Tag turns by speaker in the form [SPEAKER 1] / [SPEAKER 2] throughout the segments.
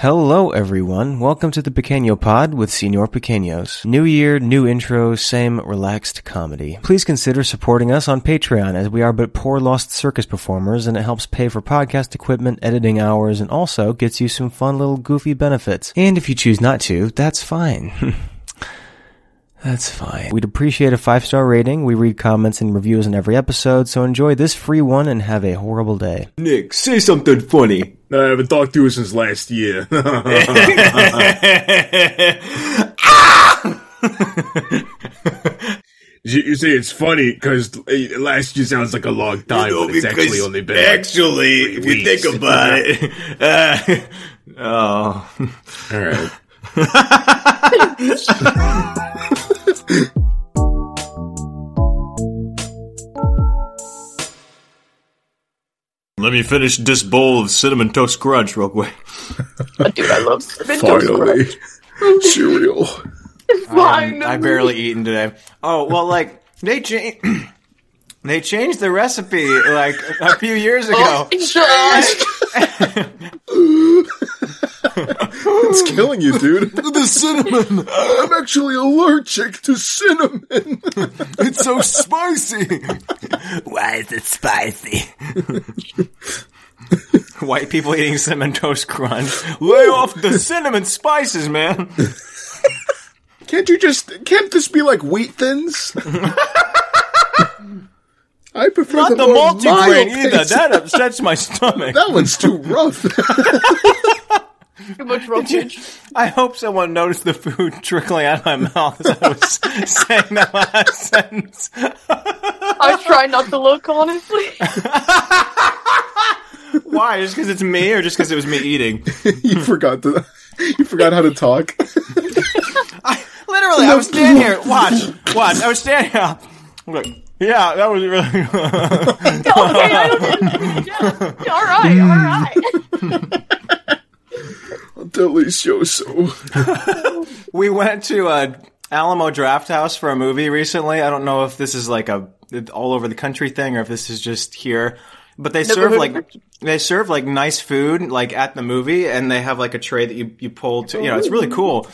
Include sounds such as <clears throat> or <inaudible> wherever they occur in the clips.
[SPEAKER 1] Hello, everyone. Welcome to the Pequeño Pod with Senor Pequeños. New year, new intro, same relaxed comedy. Please consider supporting us on Patreon as we are but poor lost circus performers and it helps pay for podcast equipment, editing hours, and also gets you some fun little goofy benefits. And if you choose not to, that's fine. <laughs> That's fine. We'd appreciate a five star rating. We read comments and reviews in every episode, so enjoy this free one and have a horrible day.
[SPEAKER 2] Nick, say something funny.
[SPEAKER 3] I haven't talked to you since last year. <laughs> you, you say it's funny because last year sounds like a long time,
[SPEAKER 4] No,
[SPEAKER 3] but it's
[SPEAKER 4] because
[SPEAKER 3] actually only been. like-
[SPEAKER 4] actually, if you
[SPEAKER 3] weeks.
[SPEAKER 4] think about it, <laughs> uh, oh,
[SPEAKER 3] all
[SPEAKER 4] <laughs>
[SPEAKER 3] right.
[SPEAKER 4] let me finish this bowl of cinnamon toast crunch real quick.
[SPEAKER 5] Dude, I love cinnamon toast crunch.
[SPEAKER 3] Finally, <laughs> cereal.
[SPEAKER 5] Finally.
[SPEAKER 4] I <laughs> barely eaten today. Oh well, like they changed, <clears throat> they changed the recipe like a few years ago.
[SPEAKER 5] Just-
[SPEAKER 2] It's killing you,
[SPEAKER 4] <laughs>
[SPEAKER 2] dude.
[SPEAKER 4] the cinnamon,
[SPEAKER 2] I'm actually allergic to
[SPEAKER 3] <laughs>
[SPEAKER 2] cinnamon.
[SPEAKER 4] it's so spicy. <laughs> Why is it spicy? <laughs> White people eating cinnamon toast crunch. Lay off the cinnamon spices, man.
[SPEAKER 2] Can't you just? Can't this be like wheat
[SPEAKER 4] <laughs>
[SPEAKER 2] thins? I prefer
[SPEAKER 4] Not
[SPEAKER 2] the,
[SPEAKER 4] the
[SPEAKER 2] more
[SPEAKER 4] multigrain
[SPEAKER 2] mild
[SPEAKER 4] either.
[SPEAKER 2] taste.
[SPEAKER 4] That upsets my stomach.
[SPEAKER 2] That one's too rough.
[SPEAKER 5] Too much voltage.
[SPEAKER 4] I hope someone noticed the food <laughs> trickling out of my mouth as I was <laughs> saying that last sentence.
[SPEAKER 5] I try not to look, honestly. <laughs>
[SPEAKER 4] Why? Just because it's me, or just because it was me eating?
[SPEAKER 2] you forgot to. You forgot how to talk.
[SPEAKER 4] Literally, I was standing here. Watch, watch. I was standing here. Look. Yeah, that was really.
[SPEAKER 5] okay, I don't yeah. All right, all right.
[SPEAKER 2] Delicioso.
[SPEAKER 4] we went to uh, Alamo Draft House for a movie recently. I don't know if this is like a all over the country thing or if this is just here, but they serve
[SPEAKER 5] heard
[SPEAKER 4] like
[SPEAKER 5] of
[SPEAKER 4] they serve like nice food like at the movie, and they have like a tray that you you pull to. You know, it's really cool.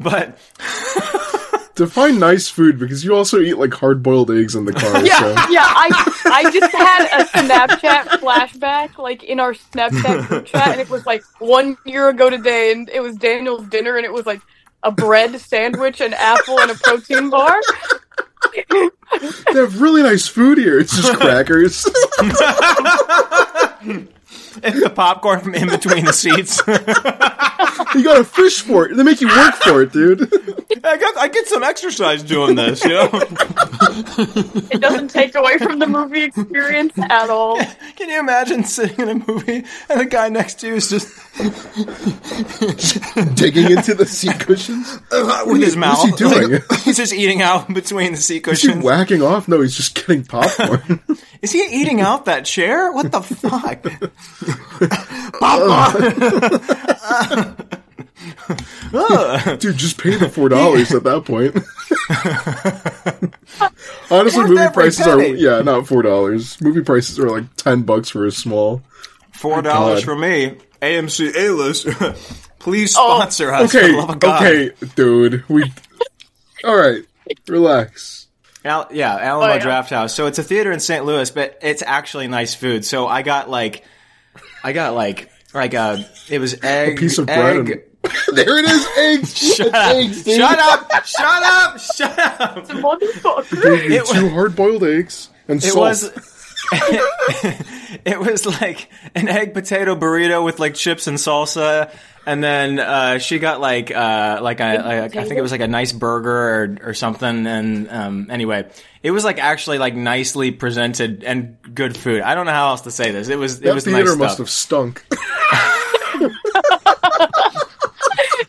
[SPEAKER 4] But <laughs>
[SPEAKER 2] Define nice food because you also eat like hard boiled eggs in the car. so.
[SPEAKER 5] Yeah, yeah. I I just had a Snapchat flashback, like in our Snapchat group chat, and it was like one year ago today, and it was Daniel's dinner, and it was like a bread sandwich, an apple, and a protein bar.
[SPEAKER 2] They have really nice food here. It's just crackers.
[SPEAKER 4] and the popcorn from in between the seats. <laughs>
[SPEAKER 2] you got to fish for it. They make you work for it, dude.
[SPEAKER 4] I got I get some exercise doing this, you know. <laughs>
[SPEAKER 5] It doesn't take away from the movie experience at all.
[SPEAKER 4] Can you imagine sitting in a movie and the guy next to you is just
[SPEAKER 2] Digging into the seat cushions.
[SPEAKER 4] with his mouth?
[SPEAKER 2] What's Uh, he doing?
[SPEAKER 4] he's just eating out <laughs> between the seat
[SPEAKER 2] Is he
[SPEAKER 4] cushions.
[SPEAKER 2] whacking off? No, he's just getting popcorn.
[SPEAKER 4] Is he eating out that chair? What the fuck? <laughs> Papa! <laughs> Ugh.
[SPEAKER 2] Dude, just pay the four dollars at that point. Honestly,
[SPEAKER 4] Worth
[SPEAKER 2] movie
[SPEAKER 4] every
[SPEAKER 2] prices are
[SPEAKER 4] penny.
[SPEAKER 2] yeah, not four dollars. Movie prices are like ten bucks for a small.
[SPEAKER 4] Four dollars
[SPEAKER 2] God.
[SPEAKER 4] for me. AMC A list. <laughs> Please
[SPEAKER 5] Oh,
[SPEAKER 4] sponsor us. For
[SPEAKER 2] Okay,
[SPEAKER 4] the love of God.
[SPEAKER 2] okay, dude. We all right. Relax. <laughs>
[SPEAKER 4] Al- yeah, Alamo
[SPEAKER 5] Oh, yeah.
[SPEAKER 4] Draft House. So it's a theater in St. Louis, but it's actually nice food. So I got like, I got like, like a. It was egg.
[SPEAKER 2] Piece of bread.
[SPEAKER 4] egg.
[SPEAKER 2] And, there it is.
[SPEAKER 4] <laughs>
[SPEAKER 2] Eggs.
[SPEAKER 4] Shut up! Shut up! Shut up! Shut up!
[SPEAKER 5] It's a motherfucker.
[SPEAKER 4] It was-
[SPEAKER 2] Two hard boiled eggs and
[SPEAKER 4] It
[SPEAKER 2] salt.
[SPEAKER 4] was. <laughs> it was like an egg potato burrito with like chips and salsa, and then uh, she got like uh, like a, like- I think it was like a nice burger or, or something. And um, anyway, it was like actually like nicely presented and good food. I don't know how else to say this. It was it
[SPEAKER 2] that
[SPEAKER 4] was
[SPEAKER 2] theater
[SPEAKER 4] nice
[SPEAKER 2] must
[SPEAKER 4] stuff.
[SPEAKER 2] have stunk.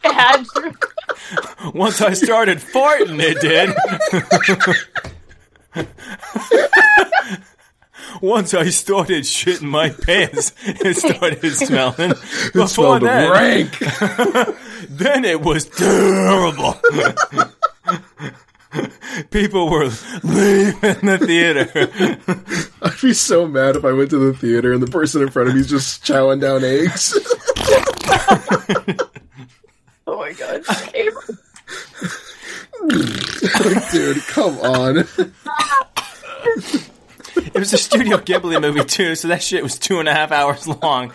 [SPEAKER 5] It had to.
[SPEAKER 4] Once I started farting, it did. Once I started shitting my pants, it started <laughs> smelling. Before
[SPEAKER 2] It smelled
[SPEAKER 4] then,
[SPEAKER 2] rank. <laughs>
[SPEAKER 4] then it was terrible. People were leaving the theater.
[SPEAKER 2] I'd be so mad if I went to the theater and the person in front of me's just chowing down eggs.
[SPEAKER 5] Oh my <laughs> god. Gabriel.
[SPEAKER 2] Like, <laughs> dude, come on.
[SPEAKER 4] It was a Studio Ghibli movie too, so that shit was two and a half hours long.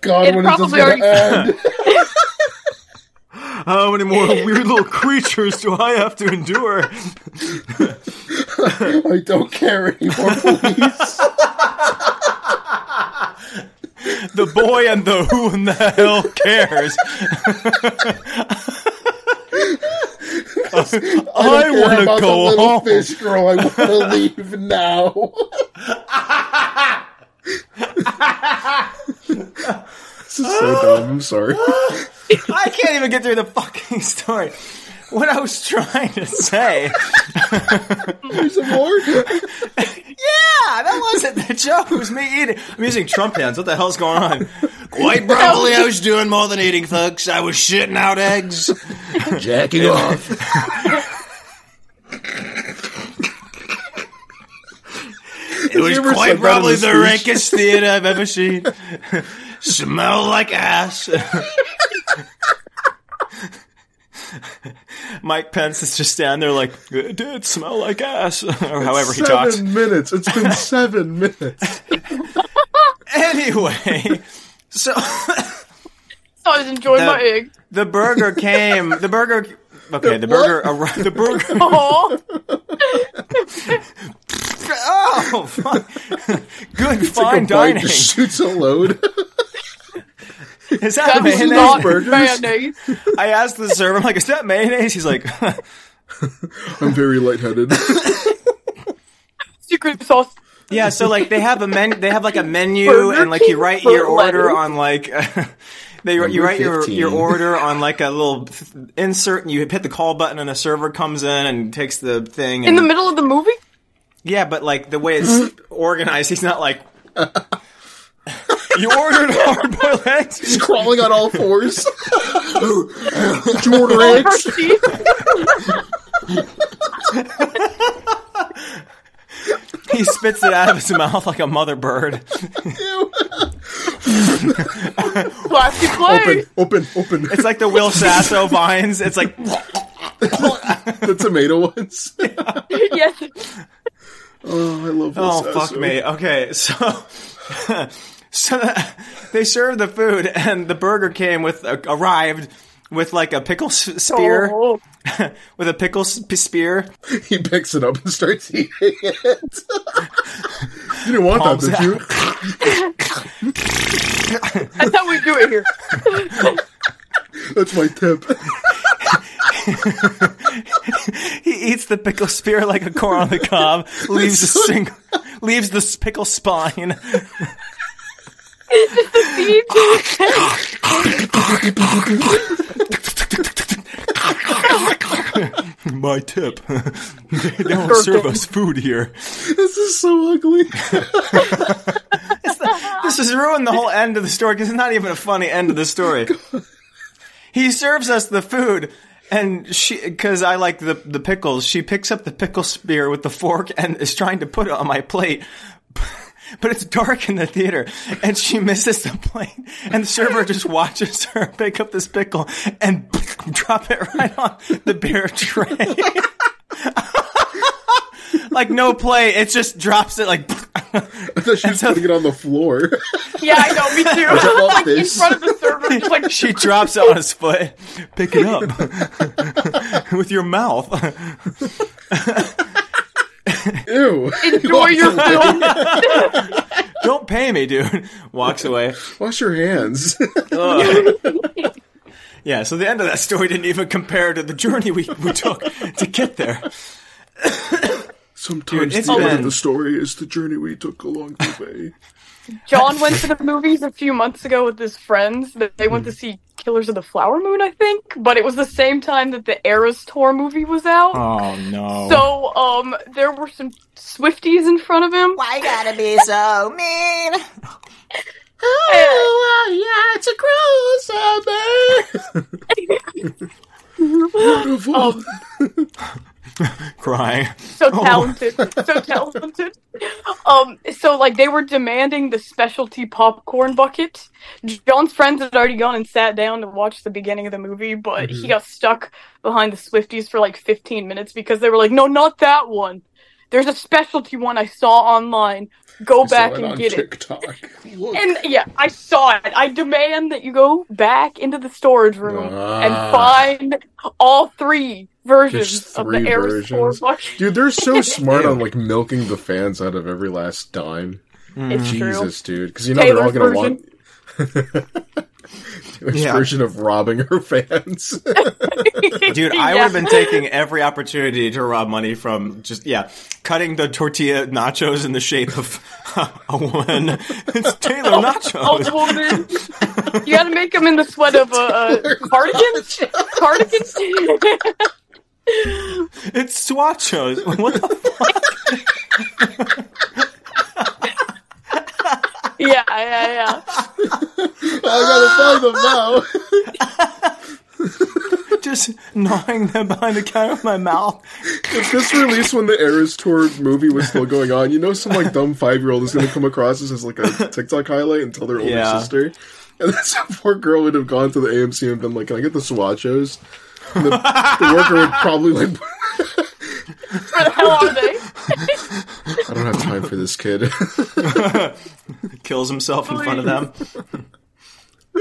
[SPEAKER 2] God,
[SPEAKER 5] It
[SPEAKER 2] when is this
[SPEAKER 5] probably
[SPEAKER 2] going to end?
[SPEAKER 4] How many <laughs> more weird little creatures do I have to endure?
[SPEAKER 2] I don't care anymore, please.
[SPEAKER 4] The boy and the who in the hell cares? I
[SPEAKER 2] don't care
[SPEAKER 4] want to
[SPEAKER 2] about the
[SPEAKER 4] go
[SPEAKER 2] little
[SPEAKER 4] home.
[SPEAKER 2] Fish girl, I want to leave now. this is so dumb. I'm sorry.
[SPEAKER 4] I can't even get through the fucking story. What I was trying to say.
[SPEAKER 2] There's some more.
[SPEAKER 4] Yeah, that wasn't the joke. It was me eating. I'm using Trump hands. What the hell's going on? Quite probably, I was doing more than eating, folks. I was shitting out eggs.
[SPEAKER 2] Jacking off.
[SPEAKER 4] It was
[SPEAKER 2] ever said that
[SPEAKER 4] quite
[SPEAKER 2] in
[SPEAKER 4] probably
[SPEAKER 2] a
[SPEAKER 4] the
[SPEAKER 2] speech?
[SPEAKER 4] rankest theater I've <laughs> ever seen. Smell like ass. Mike Pence is just standing there like, it did smell like ass, <laughs> or however he
[SPEAKER 2] Seven
[SPEAKER 4] talks.
[SPEAKER 2] minutes. It's
[SPEAKER 4] <laughs>
[SPEAKER 2] been seven minutes.
[SPEAKER 4] Anyway, so <laughs>
[SPEAKER 5] So I was enjoying
[SPEAKER 4] No.
[SPEAKER 5] my egg.
[SPEAKER 4] the burger came. The burger. Okay, the burger arrived. The burger.
[SPEAKER 5] Oh,
[SPEAKER 4] <laughs> <laughs> Oh, fuck. good fine
[SPEAKER 2] Like a bite
[SPEAKER 4] dining.
[SPEAKER 2] just shoots a load.
[SPEAKER 4] Is
[SPEAKER 5] that
[SPEAKER 4] that
[SPEAKER 5] was
[SPEAKER 4] mayonnaise?
[SPEAKER 5] not
[SPEAKER 2] burgers.
[SPEAKER 5] mayonnaise.
[SPEAKER 4] I asked the server, I'm like, is that mayonnaise? He's like, <laughs>
[SPEAKER 2] I'm very lightheaded.
[SPEAKER 5] Secret sauce.
[SPEAKER 4] yeah. So like, they have a men, they have like a menu,
[SPEAKER 5] <laughs> Burger
[SPEAKER 4] and like you
[SPEAKER 5] King
[SPEAKER 4] write your
[SPEAKER 5] for
[SPEAKER 4] order
[SPEAKER 5] lettuce.
[SPEAKER 4] on like. <laughs> They, you write your,
[SPEAKER 2] 15.
[SPEAKER 4] your order on like a little insert, and you hit the call button, and a server comes in and takes the thing.
[SPEAKER 5] In
[SPEAKER 4] And,
[SPEAKER 5] the middle of the movie?
[SPEAKER 4] yeah, but like the way
[SPEAKER 5] <laughs>
[SPEAKER 4] it's organized, he's not like you ordered hard boiled eggs.
[SPEAKER 2] He's crawling on all <laughs> fours. Did you order
[SPEAKER 5] Oh,
[SPEAKER 2] eggs?
[SPEAKER 5] Hershey.
[SPEAKER 4] He spits it out of his mouth like a mother bird.
[SPEAKER 2] <laughs>
[SPEAKER 5] Plastic clay.
[SPEAKER 2] Open, open, open.
[SPEAKER 4] It's like the Will Sasso vines. It's like
[SPEAKER 2] <laughs> the tomato ones. <laughs>
[SPEAKER 5] yes.
[SPEAKER 2] Oh, I love
[SPEAKER 4] Oh
[SPEAKER 2] this.
[SPEAKER 4] fuck me. Okay, so <laughs> so that- they served the food, and the burger came with uh, arrived with like a pickle s- spear,
[SPEAKER 5] Oh.
[SPEAKER 4] with a pickle s- spear.
[SPEAKER 2] He picks it up and starts eating it. <laughs> you didn't want
[SPEAKER 4] Palms
[SPEAKER 2] that, did you?
[SPEAKER 5] That's how we do it
[SPEAKER 2] <laughs>
[SPEAKER 5] here.
[SPEAKER 2] That's
[SPEAKER 5] <laughs>
[SPEAKER 2] my tip.
[SPEAKER 4] He eats the pickle spear like a corn <laughs> on the cob. leaves a single. Leaves the s- pickle spine. My tip: <laughs> they don't serve us food here.
[SPEAKER 2] this is so ugly.
[SPEAKER 4] This has ruined the whole end of the story because it's not even a funny end of the
[SPEAKER 2] <laughs>
[SPEAKER 4] story. He serves us the food, and she because I like the the pickles. She picks up the pickle spear with the fork and is trying to put it on my plate. <laughs> But it's dark in the theater, and she misses the plate, and the server just watches <laughs> her pick up this pickle and <laughs> drop it right on the beer tray. <laughs> like no play, it just drops it like. <laughs>
[SPEAKER 2] I thought she was
[SPEAKER 4] so-
[SPEAKER 2] putting it on the floor.
[SPEAKER 5] <laughs> Yeah, I know. Me too.
[SPEAKER 2] love
[SPEAKER 5] <laughs> like in
[SPEAKER 2] this.
[SPEAKER 5] front of the server, just like
[SPEAKER 2] <laughs>
[SPEAKER 4] she drops it on his foot. Pick it up with your mouth.
[SPEAKER 2] Ew.
[SPEAKER 5] enjoy your film.
[SPEAKER 4] Don't pay me, dude. Walks away.
[SPEAKER 2] Wash your hands. <laughs>
[SPEAKER 4] Yeah. So the end of that story didn't even compare to the journey we, we took to get there.
[SPEAKER 2] Sometimes
[SPEAKER 4] it's
[SPEAKER 2] the end
[SPEAKER 4] been-
[SPEAKER 2] of the story is the journey we took along
[SPEAKER 5] <laughs>
[SPEAKER 2] the way.
[SPEAKER 5] John went to the movies a few months ago with his friends. That They
[SPEAKER 2] Hmm.
[SPEAKER 5] went to see Killers of the Flower Moon, I think, but it was the same time that the Eras Tour movie was out.
[SPEAKER 4] Oh no.
[SPEAKER 5] So, um, there were some Swifties in front of him.
[SPEAKER 6] Why gotta be so mean?
[SPEAKER 2] yeah, it's a cruel summer. Beautiful.
[SPEAKER 4] crying.
[SPEAKER 5] so talented, so talented. Um, so like they were demanding the specialty popcorn bucket. John's friends had already gone and sat down to watch the beginning of the movie, but he got stuck behind the Swifties for like 15 minutes because they were like, "No, not that one. There's a specialty one I saw online. Go back and get it."
[SPEAKER 2] TikTok. Look.
[SPEAKER 5] And yeah, I saw it. I demand that you go back into the storage room
[SPEAKER 2] Ah.
[SPEAKER 5] and find all three versions
[SPEAKER 2] There's
[SPEAKER 5] of
[SPEAKER 2] three
[SPEAKER 5] the Air
[SPEAKER 2] versions.
[SPEAKER 5] bucket.
[SPEAKER 2] Dude,
[SPEAKER 5] <laughs>
[SPEAKER 2] they're so smart on like milking the fans out of every last dime.
[SPEAKER 5] It's true.
[SPEAKER 2] Jesus, dude, because you know
[SPEAKER 5] Taylor's
[SPEAKER 2] they're all gonna
[SPEAKER 5] version.
[SPEAKER 2] want. <laughs> Taylor's
[SPEAKER 4] Yeah.
[SPEAKER 2] version of robbing her fans. <laughs>
[SPEAKER 4] Dude, I
[SPEAKER 5] Yeah.
[SPEAKER 4] would have been taking every opportunity to rob money from just yeah, cutting the tortilla nachos in the shape of <laughs> a woman. It's Taylor
[SPEAKER 5] Oh,
[SPEAKER 4] nachos.
[SPEAKER 5] woman. you gotta make them in the sweat of a
[SPEAKER 2] <laughs>
[SPEAKER 5] uh, cardigan. <laughs> Cardigan.
[SPEAKER 4] It's swachos. What the
[SPEAKER 5] yeah, yeah, yeah.
[SPEAKER 2] I gotta find them now. <laughs>
[SPEAKER 4] f- just gnawing them behind the counter of my mouth.
[SPEAKER 2] if this release when the Eras Tour movie was still going on, you know, some like dumb five year old is gonna come across this as like a TikTok highlight and tell their older
[SPEAKER 4] Yeah.
[SPEAKER 2] sister. And this poor girl would have gone to the AMC and been like, "Can I get the swatchos?" And the, the worker would probably like, <laughs>
[SPEAKER 5] Where the hell are they?
[SPEAKER 2] "I don't have time for this kid." <laughs>
[SPEAKER 4] Kills himself in front of them.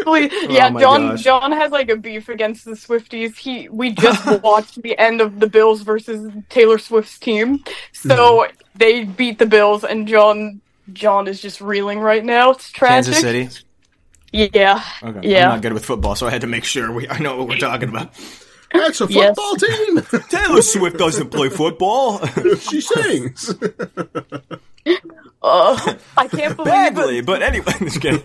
[SPEAKER 5] Please. Yeah,
[SPEAKER 4] Oh my
[SPEAKER 5] John.
[SPEAKER 4] gosh.
[SPEAKER 5] John has like a beef against the Swifties. He
[SPEAKER 4] <laughs>
[SPEAKER 5] we just watched the end of the Bills versus Taylor Swift's team, so
[SPEAKER 4] Mm-hmm.
[SPEAKER 5] they beat the Bills, and John. John is just reeling right now. It's tragic.
[SPEAKER 4] Kansas City.
[SPEAKER 5] Yeah.
[SPEAKER 4] Okay.
[SPEAKER 5] Yeah.
[SPEAKER 4] I'm not good with football, so I had to make sure we I know what we're talking about.
[SPEAKER 2] That's a
[SPEAKER 5] Yes.
[SPEAKER 2] football team. <laughs>
[SPEAKER 4] Taylor Swift doesn't play
[SPEAKER 5] <laughs>
[SPEAKER 4] football. <laughs>
[SPEAKER 2] she sings. <laughs>
[SPEAKER 5] Uh,
[SPEAKER 4] <laughs>
[SPEAKER 5] I can't believe it.
[SPEAKER 4] Badly, but anyway, <laughs> just kidding.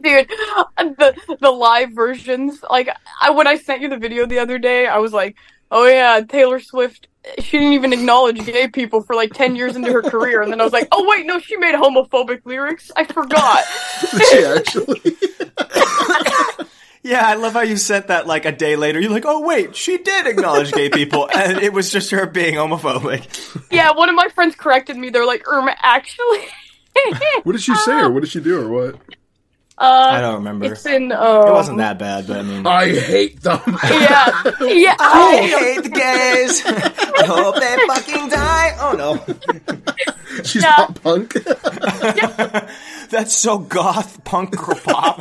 [SPEAKER 5] dude the the live versions like i when i sent you the video the other day i was like oh yeah taylor swift she didn't even acknowledge gay people for like 10 years into her career and then i was like oh wait no she made homophobic lyrics i forgot
[SPEAKER 2] she actually.
[SPEAKER 4] Yeah, I love how you sent that like a day later. You're like, oh wait, she did acknowledge gay people, <laughs> and it was just her being homophobic.
[SPEAKER 5] yeah one of my friends corrected me they're like irma
[SPEAKER 2] <laughs>
[SPEAKER 5] actually <laughs>
[SPEAKER 2] What did she say, or what did she do, or what?
[SPEAKER 4] I
[SPEAKER 5] uh
[SPEAKER 4] don't remember.
[SPEAKER 5] it's Uh,
[SPEAKER 4] It
[SPEAKER 5] in uh
[SPEAKER 4] wasn't that bad, but I mean,
[SPEAKER 2] I hate them. <laughs>
[SPEAKER 5] yeah
[SPEAKER 4] <laughs>
[SPEAKER 5] yeah
[SPEAKER 6] I
[SPEAKER 4] Oh.
[SPEAKER 5] I-
[SPEAKER 6] hate the gays. I hope they fucking die. Oh no.
[SPEAKER 2] She's
[SPEAKER 5] Yeah.
[SPEAKER 2] not punk. <laughs>
[SPEAKER 4] that's so goth punk pop.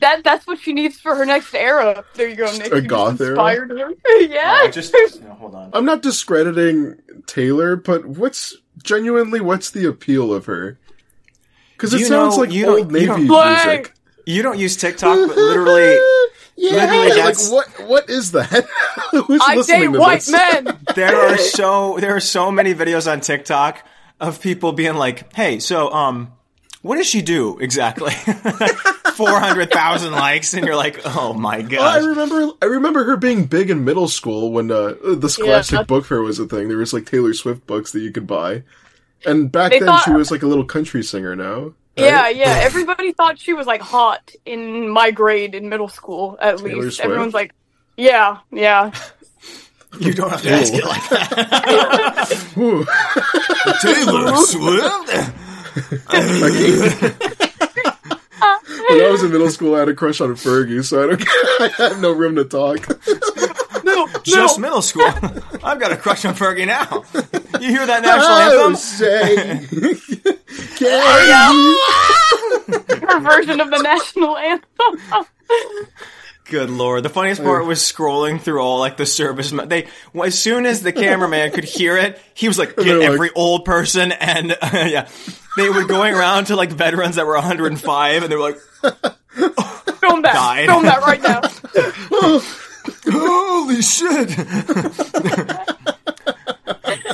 [SPEAKER 5] that that's what she needs for her next era there you go Nick.
[SPEAKER 2] a
[SPEAKER 5] You just
[SPEAKER 2] goth era?
[SPEAKER 5] inspired her <laughs> yeah
[SPEAKER 4] just no, hold on.
[SPEAKER 2] I'm not discrediting Taylor, but what's genuinely what's the appeal of her? Because it
[SPEAKER 4] You
[SPEAKER 2] sounds
[SPEAKER 4] know,
[SPEAKER 2] like
[SPEAKER 4] you
[SPEAKER 2] old
[SPEAKER 4] don't- you
[SPEAKER 2] Navy
[SPEAKER 4] don't-
[SPEAKER 2] music.
[SPEAKER 4] You don't use TikTok, but
[SPEAKER 2] <laughs>
[SPEAKER 4] literally,
[SPEAKER 2] yeah,
[SPEAKER 4] literally that's-
[SPEAKER 2] like what? What is that? <laughs> Who's
[SPEAKER 5] i
[SPEAKER 2] listening
[SPEAKER 5] date
[SPEAKER 2] to
[SPEAKER 5] white
[SPEAKER 2] this?
[SPEAKER 5] men
[SPEAKER 4] there
[SPEAKER 2] <laughs>
[SPEAKER 4] are so there are so many videos on TikTok of people being like, "Hey, so um, what does she do exactly?" <laughs> Four hundred
[SPEAKER 2] <laughs>
[SPEAKER 4] thousand likes, and you're like, "Oh my
[SPEAKER 2] I
[SPEAKER 4] gosh."
[SPEAKER 2] remember, I remember her being big in middle school when uh, the Scholastic
[SPEAKER 5] Yeah.
[SPEAKER 2] Book Fair was a thing. There was like Taylor Swift books that you could buy, and back
[SPEAKER 5] They
[SPEAKER 2] then
[SPEAKER 5] thought-
[SPEAKER 2] she was like a little country singer. Now,
[SPEAKER 4] <laughs>
[SPEAKER 5] Yeah, yeah. Everybody thought she was like hot in my grade in middle school, at
[SPEAKER 2] Taylor
[SPEAKER 5] least.
[SPEAKER 2] Swift?
[SPEAKER 5] Everyone's like, yeah,
[SPEAKER 4] <laughs>
[SPEAKER 5] yeah.
[SPEAKER 4] <laughs> You don't have to ask it like that.
[SPEAKER 2] Ooh.
[SPEAKER 4] Taylor Swift.
[SPEAKER 2] <laughs> when I was in middle school, I had a crush on Fergie, so I don't. <laughs> I have no room to talk.
[SPEAKER 5] <laughs> No,
[SPEAKER 4] Just
[SPEAKER 5] no.
[SPEAKER 4] middle school. <laughs> I've got a crush on Fergie now. <laughs> You hear that national
[SPEAKER 2] Oh,
[SPEAKER 4] anthem?
[SPEAKER 2] say,
[SPEAKER 5] Her version of the national anthem. <laughs>
[SPEAKER 4] Good lord. The funniest part was scrolling through all like the service. Me- they well, as soon as the cameraman could hear it, he was like,
[SPEAKER 2] <laughs> they're
[SPEAKER 4] "Get
[SPEAKER 2] like-
[SPEAKER 4] every old person." And <laughs> yeah, they were going around to like veterans that were 105, and they were like,
[SPEAKER 5] Film that.
[SPEAKER 4] Died.
[SPEAKER 5] Film that
[SPEAKER 4] <laughs>
[SPEAKER 5] right now.
[SPEAKER 4] "Holy shit!"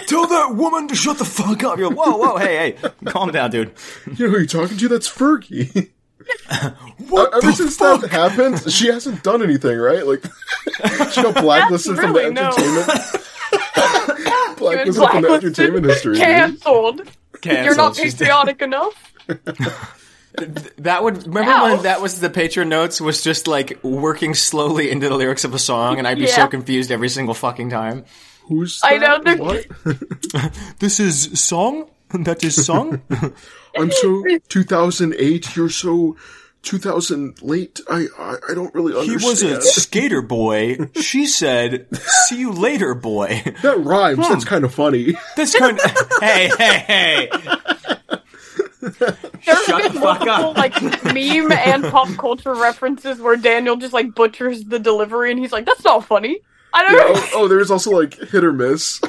[SPEAKER 4] Tell that woman to shut the fuck up. You're like, whoa, whoa, hey, hey, calm down, dude.
[SPEAKER 2] you know who you're talking to? That's Fergie.
[SPEAKER 4] What
[SPEAKER 2] Ever
[SPEAKER 4] the
[SPEAKER 2] since
[SPEAKER 4] fuck?
[SPEAKER 2] that happened, she hasn't done anything, right? Like, <laughs> she got blacklisted from the
[SPEAKER 5] Really, no.
[SPEAKER 2] entertainment. blacklisted from the
[SPEAKER 5] Blacklisted.
[SPEAKER 2] entertainment history. dude.
[SPEAKER 5] Canceled. You're not
[SPEAKER 4] Cancelled. She's dead.
[SPEAKER 5] patriotic enough.
[SPEAKER 4] That would remember
[SPEAKER 5] Ow.
[SPEAKER 4] when that was the patron notes was just like working slowly into the lyrics of a song, and I'd be so
[SPEAKER 5] Yeah.
[SPEAKER 4] confused every single fucking time.
[SPEAKER 2] Who's
[SPEAKER 5] I
[SPEAKER 2] that?
[SPEAKER 5] know, they're-
[SPEAKER 2] What?
[SPEAKER 4] This is song. That's his <laughs> song?
[SPEAKER 2] I'm so 2008. You're so 2000 late. I I, I don't really
[SPEAKER 4] he
[SPEAKER 2] understand.
[SPEAKER 4] was a skater boy. She said, see you later, boy.
[SPEAKER 2] that rhymes. That's kind of <laughs> funny.
[SPEAKER 4] This kind Hey, hey, hey.
[SPEAKER 5] There's
[SPEAKER 4] Shut
[SPEAKER 5] been
[SPEAKER 4] the fuck
[SPEAKER 5] multiple
[SPEAKER 4] up.
[SPEAKER 5] like meme and pop culture references where Daniel just like butchers the delivery and he's like, "That's not funny." I
[SPEAKER 2] Yeah,
[SPEAKER 5] don't.
[SPEAKER 2] oh, oh, there's also like hit or <laughs> miss.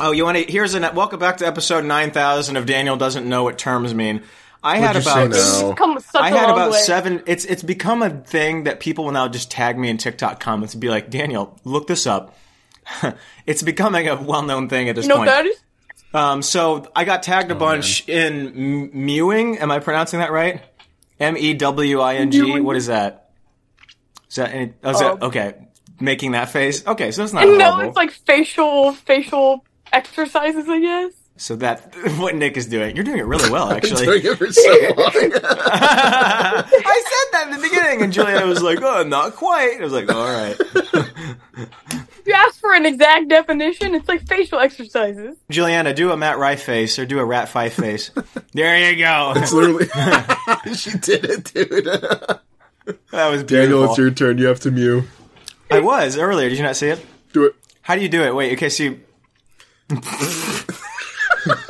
[SPEAKER 4] Oh, you want to? Here's an. Welcome back to episode 9000 of Daniel Doesn't Know What Terms Mean. I had
[SPEAKER 2] you say
[SPEAKER 4] about.
[SPEAKER 2] now?
[SPEAKER 5] It's come such
[SPEAKER 4] I
[SPEAKER 5] a
[SPEAKER 4] had
[SPEAKER 5] long
[SPEAKER 4] about
[SPEAKER 5] way.
[SPEAKER 4] seven. It's it's become a thing that people will now just tag me in TikTok comments and be like, Daniel, look this up. <laughs> it's becoming a well known thing at this
[SPEAKER 5] You know
[SPEAKER 4] point.
[SPEAKER 5] that is
[SPEAKER 4] Um, so I got tagged a
[SPEAKER 2] Oh,
[SPEAKER 4] bunch in m- mewing. Am I pronouncing that right? M e w i n g. What is that? Is that, any, oh, is that
[SPEAKER 5] Oh.
[SPEAKER 4] okay? Making that face. Okay, so that's not
[SPEAKER 5] and
[SPEAKER 4] horrible.
[SPEAKER 5] no, it's like facial facial exercises. I guess.
[SPEAKER 4] so that <laughs> what Nick is doing. You're doing it really
[SPEAKER 2] <laughs>
[SPEAKER 4] well, actually.
[SPEAKER 2] Doing it for so long.
[SPEAKER 4] <laughs>
[SPEAKER 2] <laughs>
[SPEAKER 4] I said that in the beginning, and Juliana was like, "Oh, not quite." I was like, "All right."
[SPEAKER 5] If you ask for an exact definition, it's like facial exercises.
[SPEAKER 4] Juliana, do a Matt Rye face or do a Rat Fife
[SPEAKER 2] <laughs>
[SPEAKER 4] face. there you go.
[SPEAKER 2] It's literally <laughs> she did it, <laughs> dude.
[SPEAKER 4] That was beautiful.
[SPEAKER 2] Daniel, it's your turn. You have to mew.
[SPEAKER 4] I was earlier. Did you not see it?
[SPEAKER 2] Do it.
[SPEAKER 4] How do you do it? Wait. Okay. See,